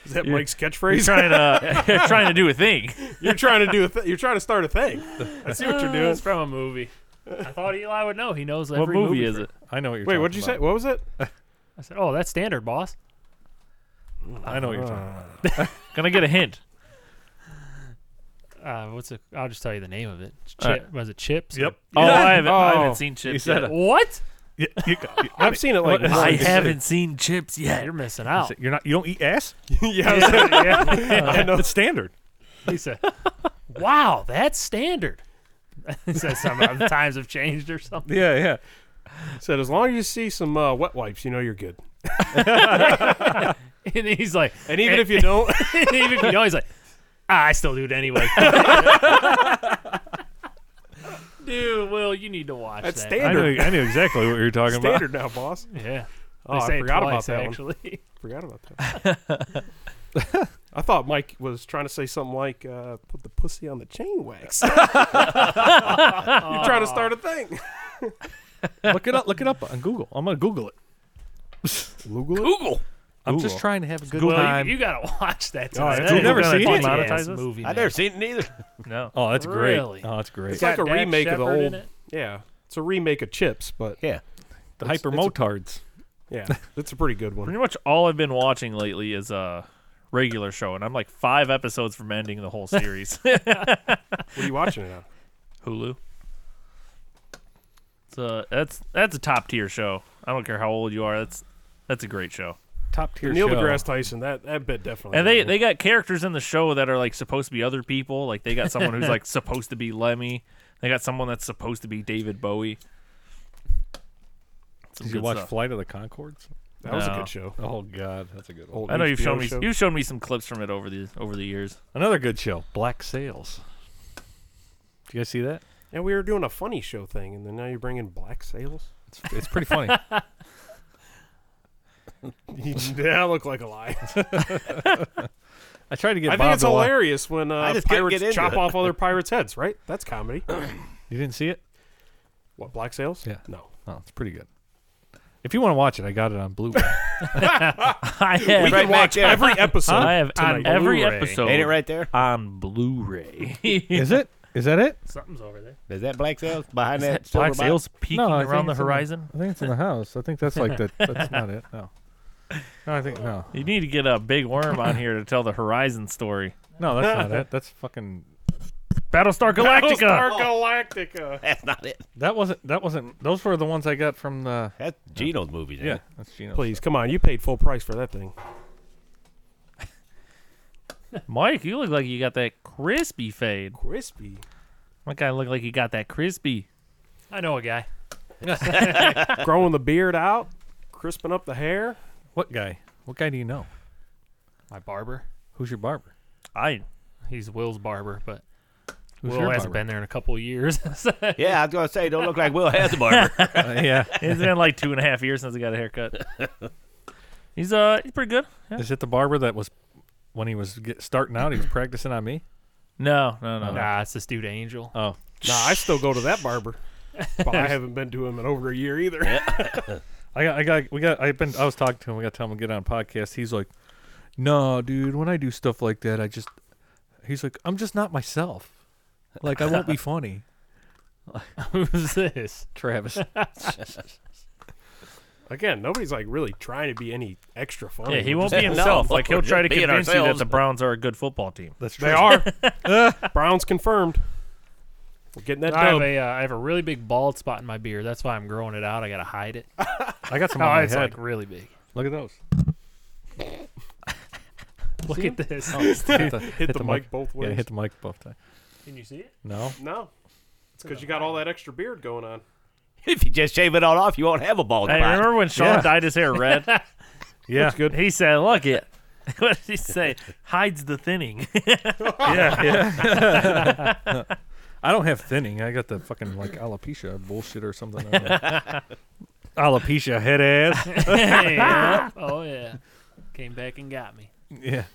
Speaker 2: Is that Mike's
Speaker 5: You're
Speaker 2: catchphrase?
Speaker 5: trying to you're trying to do a thing.
Speaker 2: you're trying to do. A th- you're trying to start a thing. I see what you're doing.
Speaker 4: It's from a movie. I thought Eli would know. He knows every
Speaker 5: What movie, is
Speaker 4: fra-
Speaker 5: it?
Speaker 1: I know what you're.
Speaker 2: Wait,
Speaker 1: talking
Speaker 2: what'd you say?
Speaker 1: about.
Speaker 2: What was it?
Speaker 4: I said, oh, that's standard, boss.
Speaker 1: I know what you're talking. about.
Speaker 5: Can I get a hint?
Speaker 4: Uh, what's it? I'll just tell you the name of it. It's Chip,
Speaker 5: All right.
Speaker 4: Was it Chips?
Speaker 5: Oh, I haven't, I
Speaker 2: Oh,
Speaker 5: haven't seen chips.
Speaker 1: You said
Speaker 5: yet.
Speaker 4: What?
Speaker 1: You,
Speaker 2: I've seen it like. once.
Speaker 5: I haven't seen chips yet.
Speaker 4: You're missing out.
Speaker 1: are not. You don't eat ass.
Speaker 2: yeah, I was like,
Speaker 1: It's standard.
Speaker 4: He said, wow, that's standard. it says something about the times have changed or something.
Speaker 1: Yeah, yeah.
Speaker 2: Said as long as you see some uh, wet wipes, you know you're good.
Speaker 4: And he's like,
Speaker 2: And even if you don't,
Speaker 4: and even if you know, he's like, ah, I still do it anyway. Dude, Will, you need to watch
Speaker 2: that's
Speaker 4: that.
Speaker 1: I knew,
Speaker 2: standard.
Speaker 1: I knew exactly what you were talking about.
Speaker 2: Standard now, boss.
Speaker 4: Yeah.
Speaker 2: Oh,
Speaker 4: They
Speaker 2: I
Speaker 4: say it
Speaker 2: forgot about
Speaker 4: twice,
Speaker 2: that one.
Speaker 4: actually.
Speaker 2: Forgot about that. I thought Mike was trying to say something like, uh, "Put the pussy on the chain wax." You're trying to start a thing.
Speaker 1: look it up. Look it up on Google. I'm gonna Google it.
Speaker 2: Google it.
Speaker 4: Google.
Speaker 1: I'm
Speaker 5: Google.
Speaker 1: just trying to have a good
Speaker 4: Well,
Speaker 1: time.
Speaker 4: you, you gotta watch that.
Speaker 1: Oh,
Speaker 4: tonight.
Speaker 1: it's Google
Speaker 4: That is
Speaker 1: never
Speaker 4: a
Speaker 1: seen it.
Speaker 4: funny-ass
Speaker 5: Monetizes this?
Speaker 4: movie.
Speaker 3: I've never seen it either.
Speaker 5: No.
Speaker 1: oh, that's
Speaker 4: Really?
Speaker 1: great. Oh, that's great.
Speaker 2: It's like a
Speaker 4: Got Dax
Speaker 2: remake of the
Speaker 4: Shepard in
Speaker 2: old.
Speaker 4: it?
Speaker 2: Yeah, it's a remake of Chips, but
Speaker 3: Yeah.
Speaker 1: the
Speaker 2: it's-
Speaker 1: hyper
Speaker 2: it's a-
Speaker 1: motards.
Speaker 2: yeah, it's a pretty good one.
Speaker 5: Pretty much all I've been watching lately is uh regular show, and I'm like five episodes from ending the whole series.
Speaker 2: What are you watching it on?
Speaker 5: Hulu. So that's that's a top tier show. I don't care how old you are. That's that's a great show.
Speaker 1: Top tier.
Speaker 2: Neil
Speaker 1: show.
Speaker 2: deGrasse Tyson. That that bit definitely.
Speaker 5: And they
Speaker 2: got me.
Speaker 5: they got characters in the show that are like supposed to be other people. Like they got someone who's like supposed to be Lemmy. They got someone that's supposed to be David Bowie.
Speaker 1: Did
Speaker 5: Some
Speaker 1: you
Speaker 5: good
Speaker 1: watch
Speaker 5: stuff.
Speaker 1: Flight of the Concords?
Speaker 2: that was a
Speaker 5: No.
Speaker 2: good show.
Speaker 1: Oh God, that's a good one.
Speaker 2: Old
Speaker 5: I know you've
Speaker 2: HBO
Speaker 5: shown me
Speaker 2: show.
Speaker 5: you've shown me some clips from it over the over the years.
Speaker 1: Another good show, Black Sails. Did you guys see that?
Speaker 2: Yeah, we were doing a funny show thing, and then now you bring in black sales.
Speaker 1: It's, it's pretty funny.
Speaker 2: that looked like a lie.
Speaker 1: I tried to get
Speaker 2: I
Speaker 1: Bob
Speaker 2: think it's
Speaker 1: to watch-
Speaker 2: hilarious when
Speaker 3: I
Speaker 2: uh,
Speaker 3: just couldn't get
Speaker 2: pirates
Speaker 3: into
Speaker 2: chop
Speaker 3: it.
Speaker 2: off other pirates' heads. Right? That's comedy.
Speaker 1: You didn't see it?
Speaker 2: what black sales?
Speaker 1: Yeah.
Speaker 2: No.
Speaker 1: Oh, it's pretty good. If you want to watch it, I got it on Blu-ray.
Speaker 5: I have
Speaker 3: Right back there.
Speaker 2: Every episode.
Speaker 5: I have on
Speaker 2: tonight.
Speaker 5: every
Speaker 4: Blu-ray.
Speaker 5: episode
Speaker 3: Ain't it right there?
Speaker 5: on Blu-ray.
Speaker 1: Is it? Is that it?
Speaker 4: Something's over there.
Speaker 3: Is that black sails behind that?
Speaker 5: Black
Speaker 3: silver box?
Speaker 5: sails peeking
Speaker 1: I think
Speaker 5: around the
Speaker 1: it's in
Speaker 5: horizon.
Speaker 1: I think it's in the house. I think that's like the. That's not it. No. No, I think no.
Speaker 5: You need to get a big worm on here to tell the horizon story.
Speaker 1: No, that's not it. That's fucking.
Speaker 5: Battlestar Galactica.
Speaker 2: Battlestar Galactica.
Speaker 3: That's not it.
Speaker 1: That wasn't. That wasn't. Those were the ones I got from the.
Speaker 3: That's Gino's movie. ain't
Speaker 1: Yeah,
Speaker 3: it?
Speaker 1: that's Gino.
Speaker 2: Please, come on. You paid full price for that thing.
Speaker 5: Mike, you look like you got that crispy fade.
Speaker 2: Crispy.
Speaker 5: My guy looked like he got that crispy.
Speaker 4: I know a guy.
Speaker 2: Growing the beard out, crisping up the hair.
Speaker 1: What guy? What guy do you know?
Speaker 4: My barber.
Speaker 1: Who's your barber?
Speaker 5: I
Speaker 4: He's Will's barber, but
Speaker 1: Who's
Speaker 4: Will
Speaker 1: your
Speaker 4: hasn't
Speaker 1: barber?
Speaker 4: been there in a couple of years.
Speaker 3: Yeah, I was gonna say, don't look like Will has a barber.
Speaker 1: Uh, yeah.
Speaker 5: it's been like two and a half years since I got a haircut. he's uh he's pretty good. Yeah.
Speaker 1: Is it the barber that was when he was get, starting out? He was practicing on me.
Speaker 5: No, no, no. no.
Speaker 4: nah, it's this dude Angel.
Speaker 1: Oh,
Speaker 2: Nah, I still go to that barber. But I haven't been to him in over a year either.
Speaker 1: I got. I got. We got. I've been. I was talking to him. We got to tell him to get on podcast. He's like, no, dude. When I do stuff like that, I just. He's like, I'm just not myself. Like I won't be funny,
Speaker 4: Who's this?
Speaker 1: Travis.
Speaker 2: Again, nobody's like really trying to be any extra funny.
Speaker 5: Yeah, he
Speaker 2: We're
Speaker 5: won't
Speaker 2: just-
Speaker 5: be himself.
Speaker 3: No,
Speaker 5: like he'll
Speaker 3: we're
Speaker 5: try to
Speaker 3: just being
Speaker 5: convince you that
Speaker 3: ourselves.
Speaker 5: the Browns are a good football team.
Speaker 1: That's true.
Speaker 2: They are. Browns confirmed. We're getting that
Speaker 4: I have
Speaker 2: dub.
Speaker 4: a uh, I have a really big bald spot in my beard. That's why I'm growing it out. I gotta hide it.
Speaker 1: I got some
Speaker 4: No,
Speaker 1: on my
Speaker 4: it's
Speaker 1: head.
Speaker 4: like really big.
Speaker 1: Ah, Look at those.
Speaker 4: Look at this.
Speaker 5: Oh.
Speaker 1: hit the,
Speaker 2: hit the mic both
Speaker 1: Yeah,
Speaker 2: ways.
Speaker 1: hit the mic both times.
Speaker 4: Can you see it?
Speaker 1: No,
Speaker 2: No. It's because you got all that extra beard going on.
Speaker 3: if you just shave it all off, you won't have a bald
Speaker 5: Hey,
Speaker 3: spot.
Speaker 5: remember when Sean
Speaker 1: Yeah.
Speaker 5: dyed his hair red?
Speaker 1: yeah,
Speaker 2: good.
Speaker 5: he said, "Look it." What did he say? Hides the thinning.
Speaker 1: yeah, yeah. I don't have thinning. I got the fucking like alopecia bullshit or something. I don't know. alopecia head ass.
Speaker 4: Yeah. Oh yeah. Came back and got me.
Speaker 1: yeah.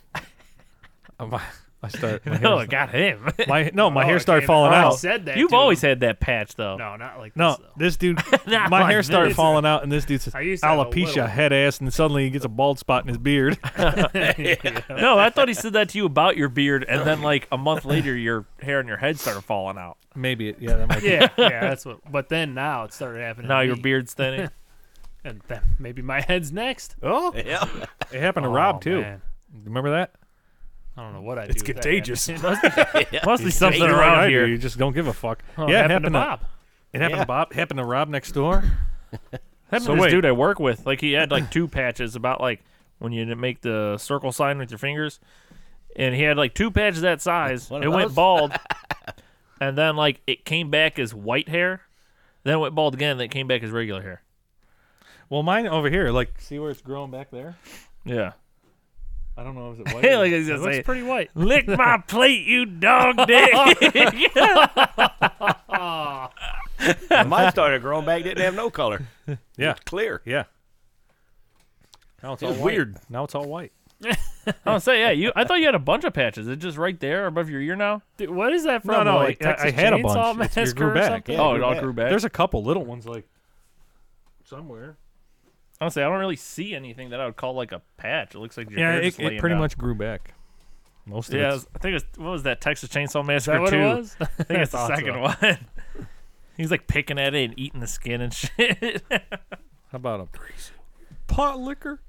Speaker 1: Uh, my, I start. My
Speaker 5: oh,
Speaker 1: hair,
Speaker 5: it got him.
Speaker 1: my, no, my
Speaker 4: Oh,
Speaker 1: hair
Speaker 4: it
Speaker 1: started
Speaker 4: came
Speaker 1: falling
Speaker 4: out. I
Speaker 1: out.
Speaker 4: said that.
Speaker 5: You've
Speaker 4: to
Speaker 5: always
Speaker 4: him.
Speaker 5: had that patch though.
Speaker 4: No, not like
Speaker 1: No,
Speaker 4: this. Though.
Speaker 1: this dude, my
Speaker 5: Not
Speaker 1: hair
Speaker 5: like
Speaker 1: started
Speaker 5: this.
Speaker 1: falling out, and this dude's
Speaker 4: I used to have a little-
Speaker 1: alopecia head ass, and suddenly he gets a bald spot in his beard.
Speaker 5: No, I thought he said that to you about your beard, and then like a month later, your hair and your head started falling out.
Speaker 1: Maybe, it, yeah, that might
Speaker 4: yeah, yeah, that's what. But then now it started happening.
Speaker 5: Now
Speaker 4: to
Speaker 5: your
Speaker 4: me.
Speaker 5: beard's thinning.
Speaker 4: and then maybe my head's next.
Speaker 2: Oh,
Speaker 3: Yeah.
Speaker 1: It happened to Rob
Speaker 4: Oh,
Speaker 1: too.
Speaker 4: man.
Speaker 1: Remember that?
Speaker 4: I don't know what I do.
Speaker 2: it's
Speaker 4: with that
Speaker 2: contagious.
Speaker 4: man.
Speaker 5: Must be something
Speaker 1: You're right,
Speaker 5: around
Speaker 1: I do.
Speaker 5: here.
Speaker 1: You just don't give a fuck.
Speaker 4: Oh,
Speaker 1: yeah, it
Speaker 4: happened to
Speaker 1: happened
Speaker 4: Bob.
Speaker 1: It happened to Bob. Happened to Rob next door.
Speaker 5: Happened
Speaker 1: So
Speaker 5: to this
Speaker 1: wait.
Speaker 5: dude I work with, like he had like two patches about like when you make the circle sign with your fingers, and he had like two patches that size.
Speaker 3: One
Speaker 5: It
Speaker 3: of
Speaker 5: went
Speaker 3: those?
Speaker 5: bald, and then like it came back as white hair, then it went bald again, then it came back as regular hair.
Speaker 1: Well, mine over here, like, see where it's growing back there?
Speaker 5: Yeah.
Speaker 1: I don't know if it's white. or-
Speaker 5: like I was
Speaker 4: It
Speaker 5: gonna
Speaker 4: looks
Speaker 5: say,
Speaker 4: pretty white.
Speaker 5: lick my plate, you dog dick.
Speaker 3: Mine started growing back, didn't have no color.
Speaker 1: yeah,
Speaker 3: Clear.
Speaker 1: yeah. Now it's
Speaker 3: It
Speaker 1: all
Speaker 3: was
Speaker 1: white.
Speaker 3: weird.
Speaker 1: Now it's all white.
Speaker 5: I was say, yeah, you. I thought you had a bunch of patches. Is it just right there above your ear now?
Speaker 4: Dude, what is that from?
Speaker 1: no,
Speaker 4: like,
Speaker 1: I- I
Speaker 4: Texas
Speaker 1: had a
Speaker 4: Chainsaw
Speaker 1: bunch. It's- it
Speaker 4: Massacre
Speaker 1: grew
Speaker 4: or
Speaker 1: back.
Speaker 4: something?
Speaker 5: oh, it all grew back.
Speaker 1: There's a couple little ones, like, somewhere.
Speaker 5: Honestly, I don't really see anything that I would call like a patch. It looks like your
Speaker 1: Yeah,
Speaker 5: hair
Speaker 1: it,
Speaker 5: just
Speaker 1: it
Speaker 5: laying
Speaker 1: pretty
Speaker 5: down.
Speaker 1: much grew back. Most of
Speaker 5: Yeah, it
Speaker 1: it's-
Speaker 5: was- I think it was, what was that Texas Chainsaw Massacre
Speaker 4: Is that what
Speaker 5: two?
Speaker 4: it was?
Speaker 5: I think it's the second one. He's like picking at it and eating the skin and shit.
Speaker 1: How about a pot liquor?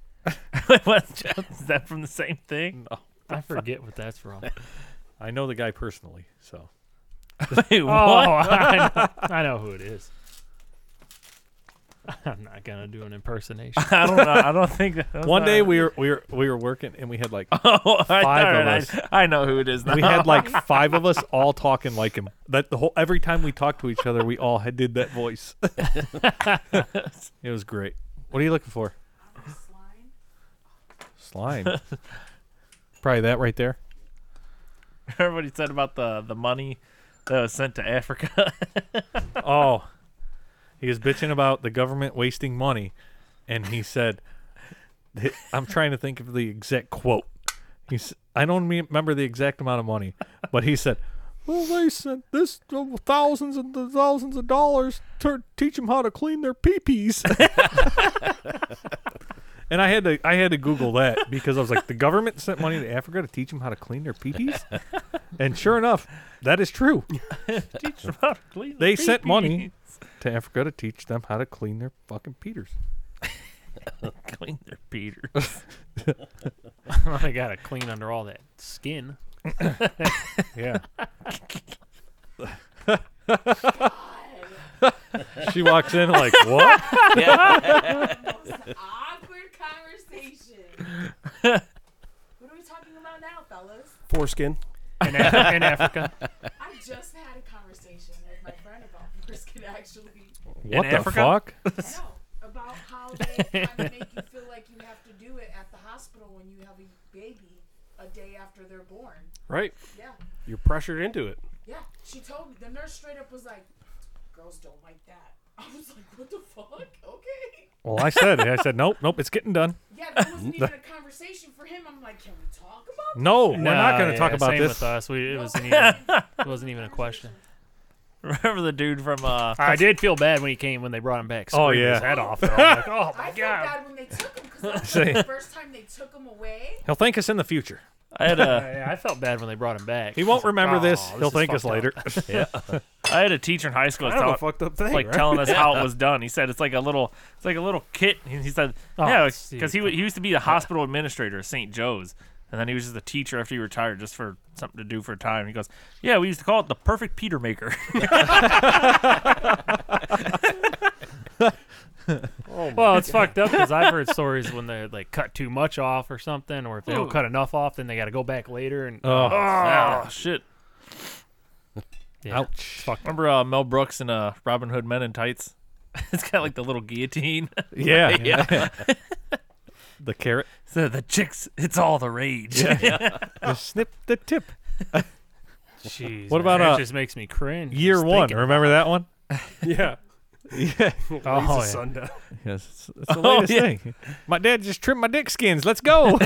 Speaker 5: What's- Is that from the same thing?
Speaker 4: I forget what that's from.
Speaker 1: I know the guy personally, so
Speaker 5: Wait,
Speaker 4: Oh,
Speaker 5: what?
Speaker 4: I know, I know who it is. I'm not gonna do an impersonation.
Speaker 5: I don't know. I don't think. I don't
Speaker 1: one
Speaker 5: know.
Speaker 1: day we were we were we were working and we had like
Speaker 5: Oh, I,
Speaker 1: five
Speaker 5: all
Speaker 1: of
Speaker 5: right,
Speaker 1: us.
Speaker 5: I, I know who it is now.
Speaker 1: we had like five of us all talking like him. That the whole every time we talked to each other, we all had did that voice. it was great. What are you looking for? Slime. Probably that right there.
Speaker 5: Everybody said about the the money that was sent to Africa.
Speaker 1: Oh, he was bitching about the government wasting money, and he said, "I'm trying to think of the exact quote." He's I don't me- remember the exact amount of money, but he said, "Well, they sent this uh, thousands and th- thousands of dollars to teach them how to clean their peepees." And I had to I had to Google that because I was like, the government sent money to Africa to teach them how to clean their peepees, and sure enough, that is true
Speaker 5: Teach them how to clean
Speaker 1: they
Speaker 5: their
Speaker 1: sent money
Speaker 5: peepees.
Speaker 1: to Africa to teach them how to clean their fucking peters.
Speaker 5: Clean their Peter.
Speaker 4: I gotta clean under all that skin.
Speaker 1: Yeah. she walks in like, what?
Speaker 10: Awkward conversation. what are we talking about now, fellas?
Speaker 2: Foreskin.
Speaker 4: In, Af- in Africa,
Speaker 10: I just had a conversation with my friend about brisket, actually.
Speaker 1: What the
Speaker 5: Africa?
Speaker 1: fuck?
Speaker 10: No, about how they kind of make you feel like you have to do it at the hospital when you have a baby a day after they're born.
Speaker 2: Right.
Speaker 10: Yeah,
Speaker 2: You're pressured into it.
Speaker 10: yeah. She told me, the nurse straight up was like, girls don't like that. I was like, what the fuck? Okay.
Speaker 1: Well, I said, I said, nope, nope, it's getting done.
Speaker 10: Yeah, that wasn't even a conversation for him. I'm like, can we talk about this?
Speaker 1: No, we're not
Speaker 4: Nah,
Speaker 1: going to talk
Speaker 4: yeah,
Speaker 1: about
Speaker 4: same
Speaker 1: this.
Speaker 4: With us, we, it wasn't even it wasn't even a question.
Speaker 5: Remember the dude from uh
Speaker 4: I did feel bad when he came when they brought him back.
Speaker 1: Oh,
Speaker 4: screaming
Speaker 1: yeah.
Speaker 4: his head off. though. I'm like, oh
Speaker 10: I
Speaker 4: my
Speaker 10: felt
Speaker 4: god.
Speaker 10: bad when they took him because that was like the first time they took him away.
Speaker 1: He'll thank us in the future.
Speaker 5: I had a
Speaker 4: Yeah, I felt bad when they brought him back.
Speaker 1: He won't
Speaker 4: I was like,
Speaker 1: remember this.
Speaker 4: "Oh,
Speaker 1: He'll
Speaker 4: is
Speaker 1: thank us
Speaker 4: fucked up."
Speaker 1: later.
Speaker 5: I had a teacher in high school that
Speaker 2: Kind of a
Speaker 5: taught-
Speaker 2: fucked up thing,
Speaker 5: like
Speaker 2: right?
Speaker 5: telling us how it was done. He said it's like a little, it's like a little kit. He, he said,
Speaker 4: Oh,
Speaker 5: yeah,
Speaker 4: see,
Speaker 5: because he, wa- he used to be the hospital administrator at St. Joe's, and then he was just a teacher after he retired, just for something to do for time. He goes, yeah, we used to call it the perfect Peter maker.
Speaker 4: Well, it's fucked up because I've heard stories when they like cut too much off or something, or if they don't cut enough off, then they got to go back later and
Speaker 1: oh,
Speaker 5: oh shit!
Speaker 4: yeah.
Speaker 1: ouch.
Speaker 5: Remember uh, Mel Brooks and uh, Robin Hood Men in Tights? It's got like the little guillotine.
Speaker 1: Yeah. the carrot.
Speaker 5: so the chicks, it's all the rage.
Speaker 1: Just snip the tip.
Speaker 4: Jeez,
Speaker 1: What
Speaker 4: man,
Speaker 1: about,
Speaker 4: that
Speaker 1: uh,
Speaker 4: just makes me cringe.
Speaker 1: Year
Speaker 4: just
Speaker 1: one.
Speaker 4: thinking.
Speaker 1: Remember that one?
Speaker 2: Yeah.
Speaker 1: Yeah.
Speaker 4: Oh, yeah.
Speaker 1: Yes, it's, it's the latest
Speaker 5: yeah.
Speaker 1: thing. My dad just trimmed my dick skins. Let's go.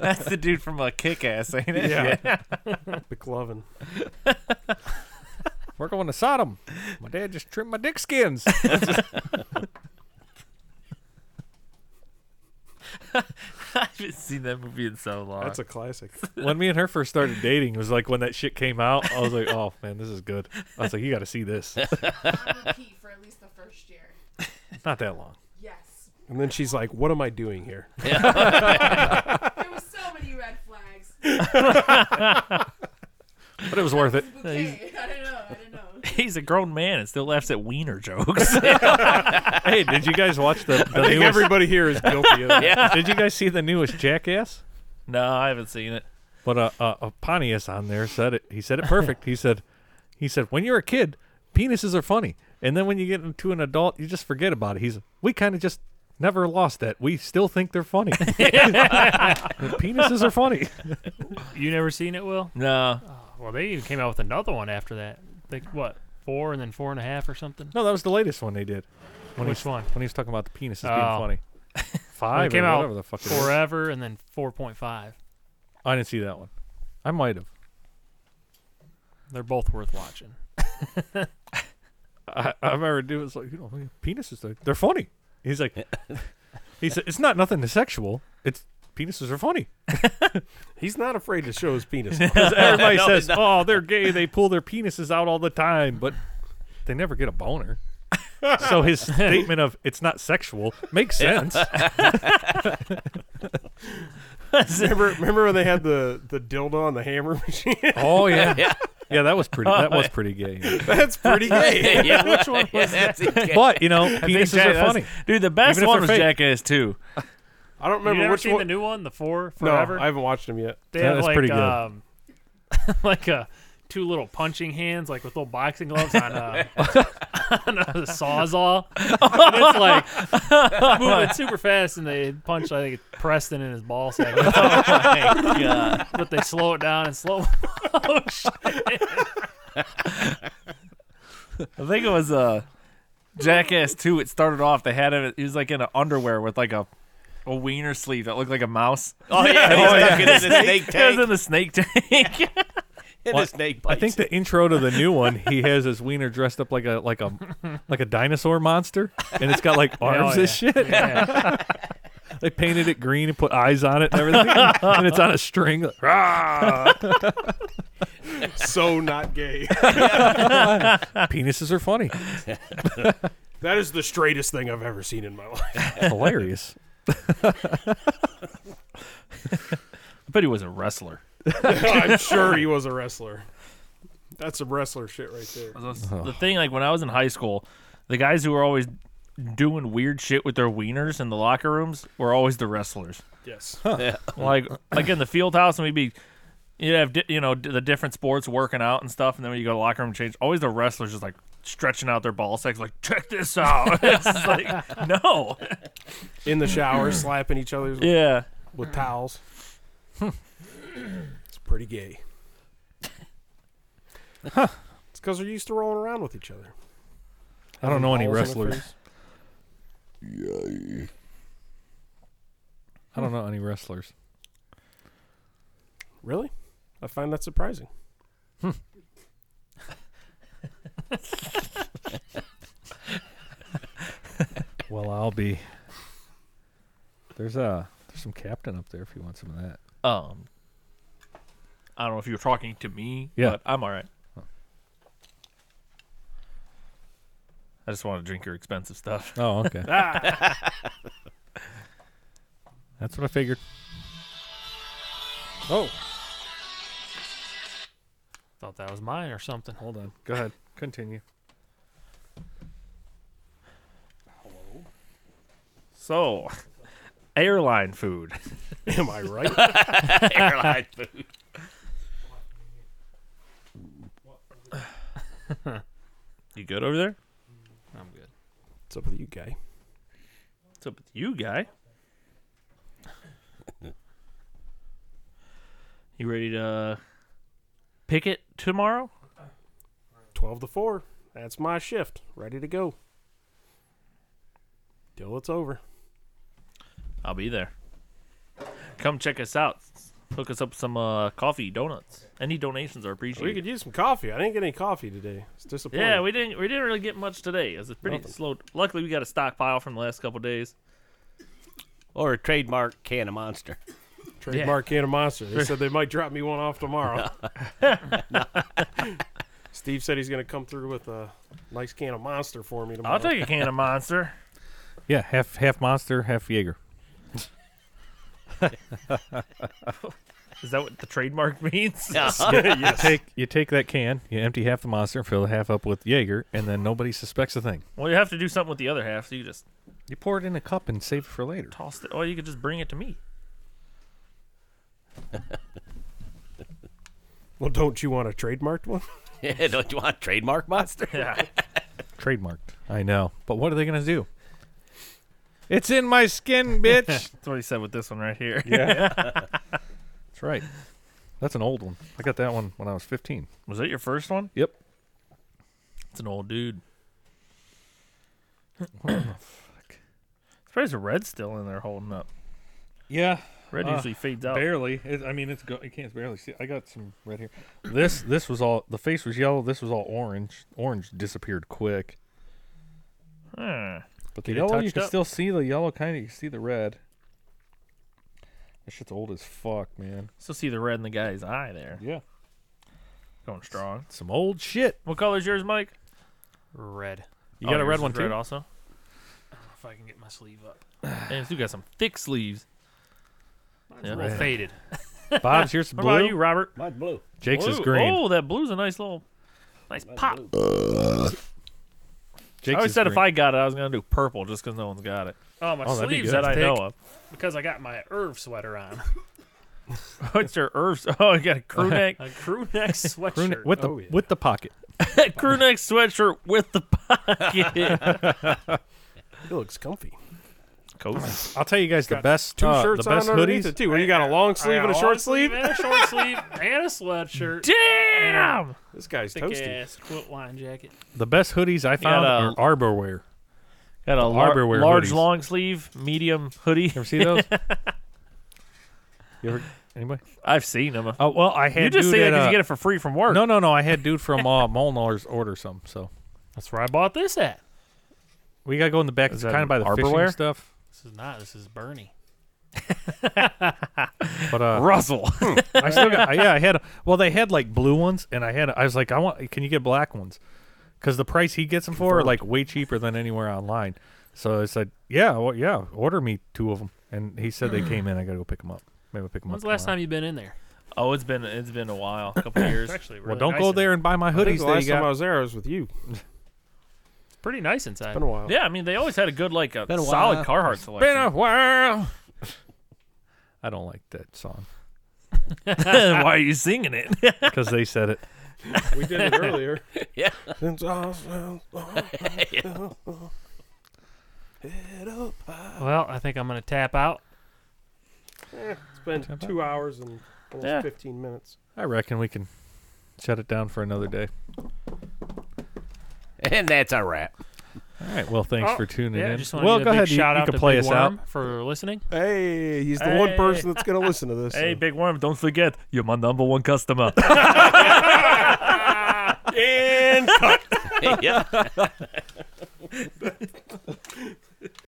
Speaker 5: That's the dude from uh, Kick Ass, ain't it?
Speaker 2: Yeah. McLovin.
Speaker 1: We're going to Sodom. My dad just trimmed my dick skins.
Speaker 5: I haven't seen that movie in so long.
Speaker 2: That's a classic.
Speaker 1: when me and her first started dating, it was like when that shit came out. I was like, oh man, this is good. I was like, you got to see this.
Speaker 10: On repeat for at least the first year.
Speaker 1: Not that long.
Speaker 10: Yes.
Speaker 2: And then she's like, "What am I doing here?"
Speaker 10: There was so many red flags.
Speaker 1: But it was worth it.
Speaker 10: Bouquet. I don't know. I don't know.
Speaker 5: He's a grown man and still laughs at wiener jokes.
Speaker 1: Hey, did you guys watch the, the
Speaker 2: I think
Speaker 1: newest?
Speaker 2: everybody here is guilty of that.
Speaker 1: did you guys see the newest Jackass?
Speaker 5: no, I haven't seen it.
Speaker 1: But uh, uh, uh, Pontius on there said it. He said it perfect. he said, he said, when you're a kid, penises are funny, and then when you get into an adult, you just forget about it. He's we kind of just never lost that. We still think they're funny. penises are funny.
Speaker 4: You never seen it, Will?
Speaker 5: No.
Speaker 4: Well, they even came out with another one after that. Like what? Four and then four and a half or something.
Speaker 1: No, that was the latest one they did. When he was-
Speaker 4: Which one?
Speaker 1: When he was talking about the penises
Speaker 4: Oh.
Speaker 1: being funny. Five.
Speaker 4: it came
Speaker 1: or
Speaker 4: out
Speaker 1: whatever the fuck it is.
Speaker 4: forever and then four point five.
Speaker 1: I didn't see that one. I might have.
Speaker 4: They're both worth watching.
Speaker 1: I, I remember dude was like, you know, penises are, they're funny. He's like, he said, it's not nothing sexual. It's penises are funny.
Speaker 2: He's not afraid to show his penis.
Speaker 1: Because everybody
Speaker 3: No,
Speaker 1: says,
Speaker 3: no.
Speaker 1: oh, they're gay. They pull their penises out all the time, but they never get a boner. so his statement of it's not sexual makes sense.
Speaker 2: remember, remember when they had the, the dildo and the hammer machine?
Speaker 1: oh yeah. yeah, that was pretty. That was pretty gay.
Speaker 2: That's pretty gay.
Speaker 3: yeah, which one was that?
Speaker 1: But you know, penises are
Speaker 5: Jack-
Speaker 1: funny.
Speaker 5: Dude, the best
Speaker 1: Even if
Speaker 5: one
Speaker 1: they're
Speaker 5: was
Speaker 1: fake.
Speaker 5: Jackass 2.
Speaker 2: I don't
Speaker 4: You
Speaker 2: remember
Speaker 4: never
Speaker 2: which
Speaker 4: seen
Speaker 2: one.
Speaker 4: the new one, the four
Speaker 2: no,
Speaker 4: forever?
Speaker 2: I haven't watched them yet.
Speaker 4: they
Speaker 1: Yeah,
Speaker 4: have
Speaker 1: that's
Speaker 4: like
Speaker 1: pretty good.
Speaker 4: um, like a two little punching hands, like with little boxing gloves on a on a sawzall. And it's like moving super fast, and they punch. I think Preston in his ball sack. But they slow it down and slow. motion.
Speaker 5: I think it was uh, Jackass 2. It started off, they had it, he was like in an underwear with like a, a wiener sleeve that looked like a mouse.
Speaker 3: Oh yeah, he's stuck it in the snake
Speaker 5: It was in
Speaker 3: tank.
Speaker 5: the snake tank.
Speaker 3: In the snake
Speaker 1: I think
Speaker 3: bites.
Speaker 1: the intro to the new one, he has his wiener dressed up like a like a like a dinosaur monster, and it's got like arms and
Speaker 4: yeah.
Speaker 1: shit. they painted it green and put eyes on it and everything, and it's on a string.
Speaker 2: Ah. So not gay.
Speaker 1: Penises are funny,
Speaker 2: that is the straightest thing I've ever seen in my life.
Speaker 1: hilarious.
Speaker 5: but he was a wrestler.
Speaker 2: I'm sure he was a wrestler. That's some wrestler shit right there.
Speaker 5: The- The thing, like when I was in high school, the guys who were always doing weird shit with their wieners in the locker rooms were always the wrestlers.
Speaker 2: Yes.
Speaker 5: Like, like in the field house, and we'd be, you'd have di- you know d- the different sports working out and stuff, and then when you go to the locker room change, always the wrestlers just like stretching out their ball sacks, like check this out. it's just like no,
Speaker 2: In the shower, slapping each other with,
Speaker 5: yeah.
Speaker 2: with towels. it's pretty gay. It's because they're used to rolling around with each other.
Speaker 1: I don't know any
Speaker 2: Balls in their
Speaker 1: wrestlers.
Speaker 2: face.
Speaker 1: I don't know any wrestlers.
Speaker 2: Really? I find that surprising.
Speaker 1: Well, I'll be. There's a there's some captain up there if you want some of that.
Speaker 5: Um, I don't know if you were talking to me.
Speaker 1: Yeah.
Speaker 5: but I'm all right. I just want to drink your expensive stuff.
Speaker 1: Oh, okay. That's what I figured.
Speaker 2: Oh,
Speaker 4: Thought that was mine or something.
Speaker 1: Hold on. Go ahead. Continue.
Speaker 5: So, airline food.
Speaker 2: am I right?
Speaker 3: airline food.
Speaker 5: You good over there?
Speaker 4: I'm good.
Speaker 2: What's up with you, guy?
Speaker 5: What's up with you, guy? you ready to pick it tomorrow?
Speaker 2: 12 to 4. That's my shift. Ready to go. Till it's over.
Speaker 5: I'll be there. Come check us out. Hook us up some uh, coffee, donuts. Any donations are
Speaker 2: We
Speaker 5: appreciated.
Speaker 2: could use some coffee. I didn't get any coffee today. It's disappointing.
Speaker 5: yeah, we didn't we didn't really get much today. It was a pretty
Speaker 2: Nothing.
Speaker 5: slow. Luckily, we got a stockpile from the last couple days.
Speaker 3: Or a trademark can of monster.
Speaker 2: Trademark can of monster. They said they might drop me one off tomorrow. Steve said he's going to come through with a nice can of monster for me tomorrow.
Speaker 5: I'll take a can of Monster.
Speaker 1: Yeah, half half monster, half Jaeger.
Speaker 5: Is that what the trademark means?
Speaker 1: you take you take that can, you empty half the monster, fill the half up with Jaeger, and then nobody suspects a thing.
Speaker 5: Well, you have to do something with the other half, so you just
Speaker 1: You pour it in a cup and save it for later.
Speaker 5: tossed it. Or you could just bring it to me.
Speaker 2: Well, don't you want a trademarked one?
Speaker 3: Yeah, don't you want a trademark monster? Yeah.
Speaker 1: Trademarked. I know. But what are they going to do? It's in my skin, bitch. That's
Speaker 5: what he said with this one right here.
Speaker 1: right. That's an old one. I got that one when I was 15.
Speaker 5: Was that your first one?
Speaker 1: Yep.
Speaker 5: It's an old dude. Surprised the red's still in there holding up.
Speaker 1: Yeah.
Speaker 5: Red
Speaker 1: Uh,
Speaker 5: usually fades out.
Speaker 1: Barely. It, I mean, it's go- you can't barely see. I got some red here. This this was all the face was yellow. This was all orange. Orange disappeared quick.
Speaker 5: Hmm.
Speaker 1: But the
Speaker 5: Get it
Speaker 1: yellow, you
Speaker 5: touched
Speaker 1: can
Speaker 5: up.
Speaker 1: still see the yellow. Kind of, you can see the red. That shit's old as fuck, man.
Speaker 5: Still see the red in the guy's eye there.
Speaker 1: Yeah,
Speaker 5: Going strong.
Speaker 1: some old shit.
Speaker 5: What color's yours, Mike? Oh,
Speaker 4: Red.
Speaker 1: You got a
Speaker 5: yours
Speaker 1: red
Speaker 5: is
Speaker 1: one too.
Speaker 5: Red also.
Speaker 4: If I can get my sleeve up.
Speaker 5: And you got some thick sleeves.
Speaker 4: It's a little faded.
Speaker 1: Bob's here's
Speaker 5: What
Speaker 1: blue.
Speaker 5: about you, Robert?
Speaker 3: Mine's blue.
Speaker 1: Jake's is
Speaker 5: Blue.
Speaker 1: green.
Speaker 5: Oh, that blue's a nice little, nice pop. I
Speaker 1: Jake's
Speaker 5: always
Speaker 1: is
Speaker 5: said if
Speaker 1: green.
Speaker 5: I got it, I was gonna do purple just because no one's got it
Speaker 4: Oh, my
Speaker 1: Oh, that'd be
Speaker 4: sleeves
Speaker 1: good.
Speaker 5: that
Speaker 4: are
Speaker 5: I
Speaker 4: thick
Speaker 5: know of.
Speaker 4: because I got my Irv sweater on.
Speaker 5: What's your Irv's? Oh, I got a crew neck,
Speaker 4: A crew neck sweatshirt.
Speaker 1: Prune- with the
Speaker 2: Oh, yeah.
Speaker 1: with the pocket.
Speaker 5: crew neck sweatshirt with the pocket.
Speaker 2: It looks comfy.
Speaker 5: Cozy.
Speaker 1: I'll tell you guys the best
Speaker 2: Two
Speaker 1: uh,
Speaker 2: shirts
Speaker 1: the best
Speaker 2: on underneath
Speaker 1: hoodies.
Speaker 2: it too. What do you got? A long
Speaker 4: I
Speaker 2: sleeve
Speaker 4: got
Speaker 2: and a
Speaker 4: long
Speaker 2: short sleeve?
Speaker 4: and a short sleeve and a sweatshirt.
Speaker 5: Damn.
Speaker 2: This guy's
Speaker 4: Thick
Speaker 2: toasty.
Speaker 4: ass quilt line jacket.
Speaker 1: The best hoodies I found
Speaker 5: a-
Speaker 1: are Arborware.
Speaker 5: Got a lar-
Speaker 1: Arborwear
Speaker 5: large
Speaker 1: hoodies.
Speaker 5: long sleeve, medium hoodie.
Speaker 1: You ever see those? you ever anybody?
Speaker 5: I've seen them.
Speaker 1: Oh well, I had
Speaker 5: you just
Speaker 1: dude
Speaker 5: say that
Speaker 1: at,
Speaker 5: because
Speaker 1: uh,
Speaker 5: you get it for free from work.
Speaker 1: No, no, no. I had dude from uh, Molnar's order some. So
Speaker 4: That's where I bought this at.
Speaker 1: we gotta go in the back.
Speaker 5: Is
Speaker 1: It's
Speaker 5: that
Speaker 1: kind of by the
Speaker 5: Arborware?
Speaker 1: fishing stuff.
Speaker 4: This is not. This is Bernie.
Speaker 1: But uh,
Speaker 5: Russell.
Speaker 1: I still got. Yeah, I had. Well, they had like blue ones, and I had. I was like, I want. Can you get black ones? Because the price he gets them for are like way cheaper than anywhere online. So I said, yeah, well, yeah, order me two of them. And he said they came in. I gotta go pick them up. Maybe I'll pick them up.
Speaker 4: When's the last
Speaker 1: tomorrow.
Speaker 4: time you've been in there?
Speaker 5: oh, it's been it's been a while, a couple years.
Speaker 4: It's actually really
Speaker 1: Well, don't
Speaker 4: nice
Speaker 1: go
Speaker 4: in-
Speaker 1: there and buy my
Speaker 2: I think
Speaker 1: hoodies.
Speaker 2: the
Speaker 1: that
Speaker 2: last
Speaker 1: you got.
Speaker 2: time I was there, I was with you. It's
Speaker 4: It's pretty nice inside.
Speaker 2: been a while.
Speaker 5: Yeah, I mean they always had a good like a,
Speaker 1: Been a
Speaker 5: solid
Speaker 1: while.
Speaker 5: Carhartt
Speaker 1: Been
Speaker 5: selection.
Speaker 1: a while. I don't like that song
Speaker 5: Why are you singing it?
Speaker 1: because they said it.
Speaker 2: We did it earlier.
Speaker 3: Yeah.
Speaker 2: Since uh, I was- Head up.
Speaker 4: Well, I think I'm gonna tap out.
Speaker 2: It's been two hours and almost
Speaker 5: Yeah.
Speaker 2: 15 minutes.
Speaker 1: I reckon we can shut it down for another day.
Speaker 3: And that's a wrap.
Speaker 1: All right. Well, thanks for tuning
Speaker 4: Oh, Yeah,
Speaker 1: in.
Speaker 4: just wanna
Speaker 1: well,
Speaker 4: give
Speaker 1: go
Speaker 4: a big
Speaker 1: ahead. You,
Speaker 4: Shout
Speaker 1: you
Speaker 4: out
Speaker 1: can
Speaker 4: to
Speaker 1: play
Speaker 4: Big
Speaker 1: us
Speaker 4: Worm
Speaker 1: out.
Speaker 4: for listening.
Speaker 2: Hey, he's the one
Speaker 5: Hey.
Speaker 2: person that's going to listen to this.
Speaker 5: hey,
Speaker 2: so-
Speaker 5: Big Worm, don't forget you're my number one customer.
Speaker 3: yeah.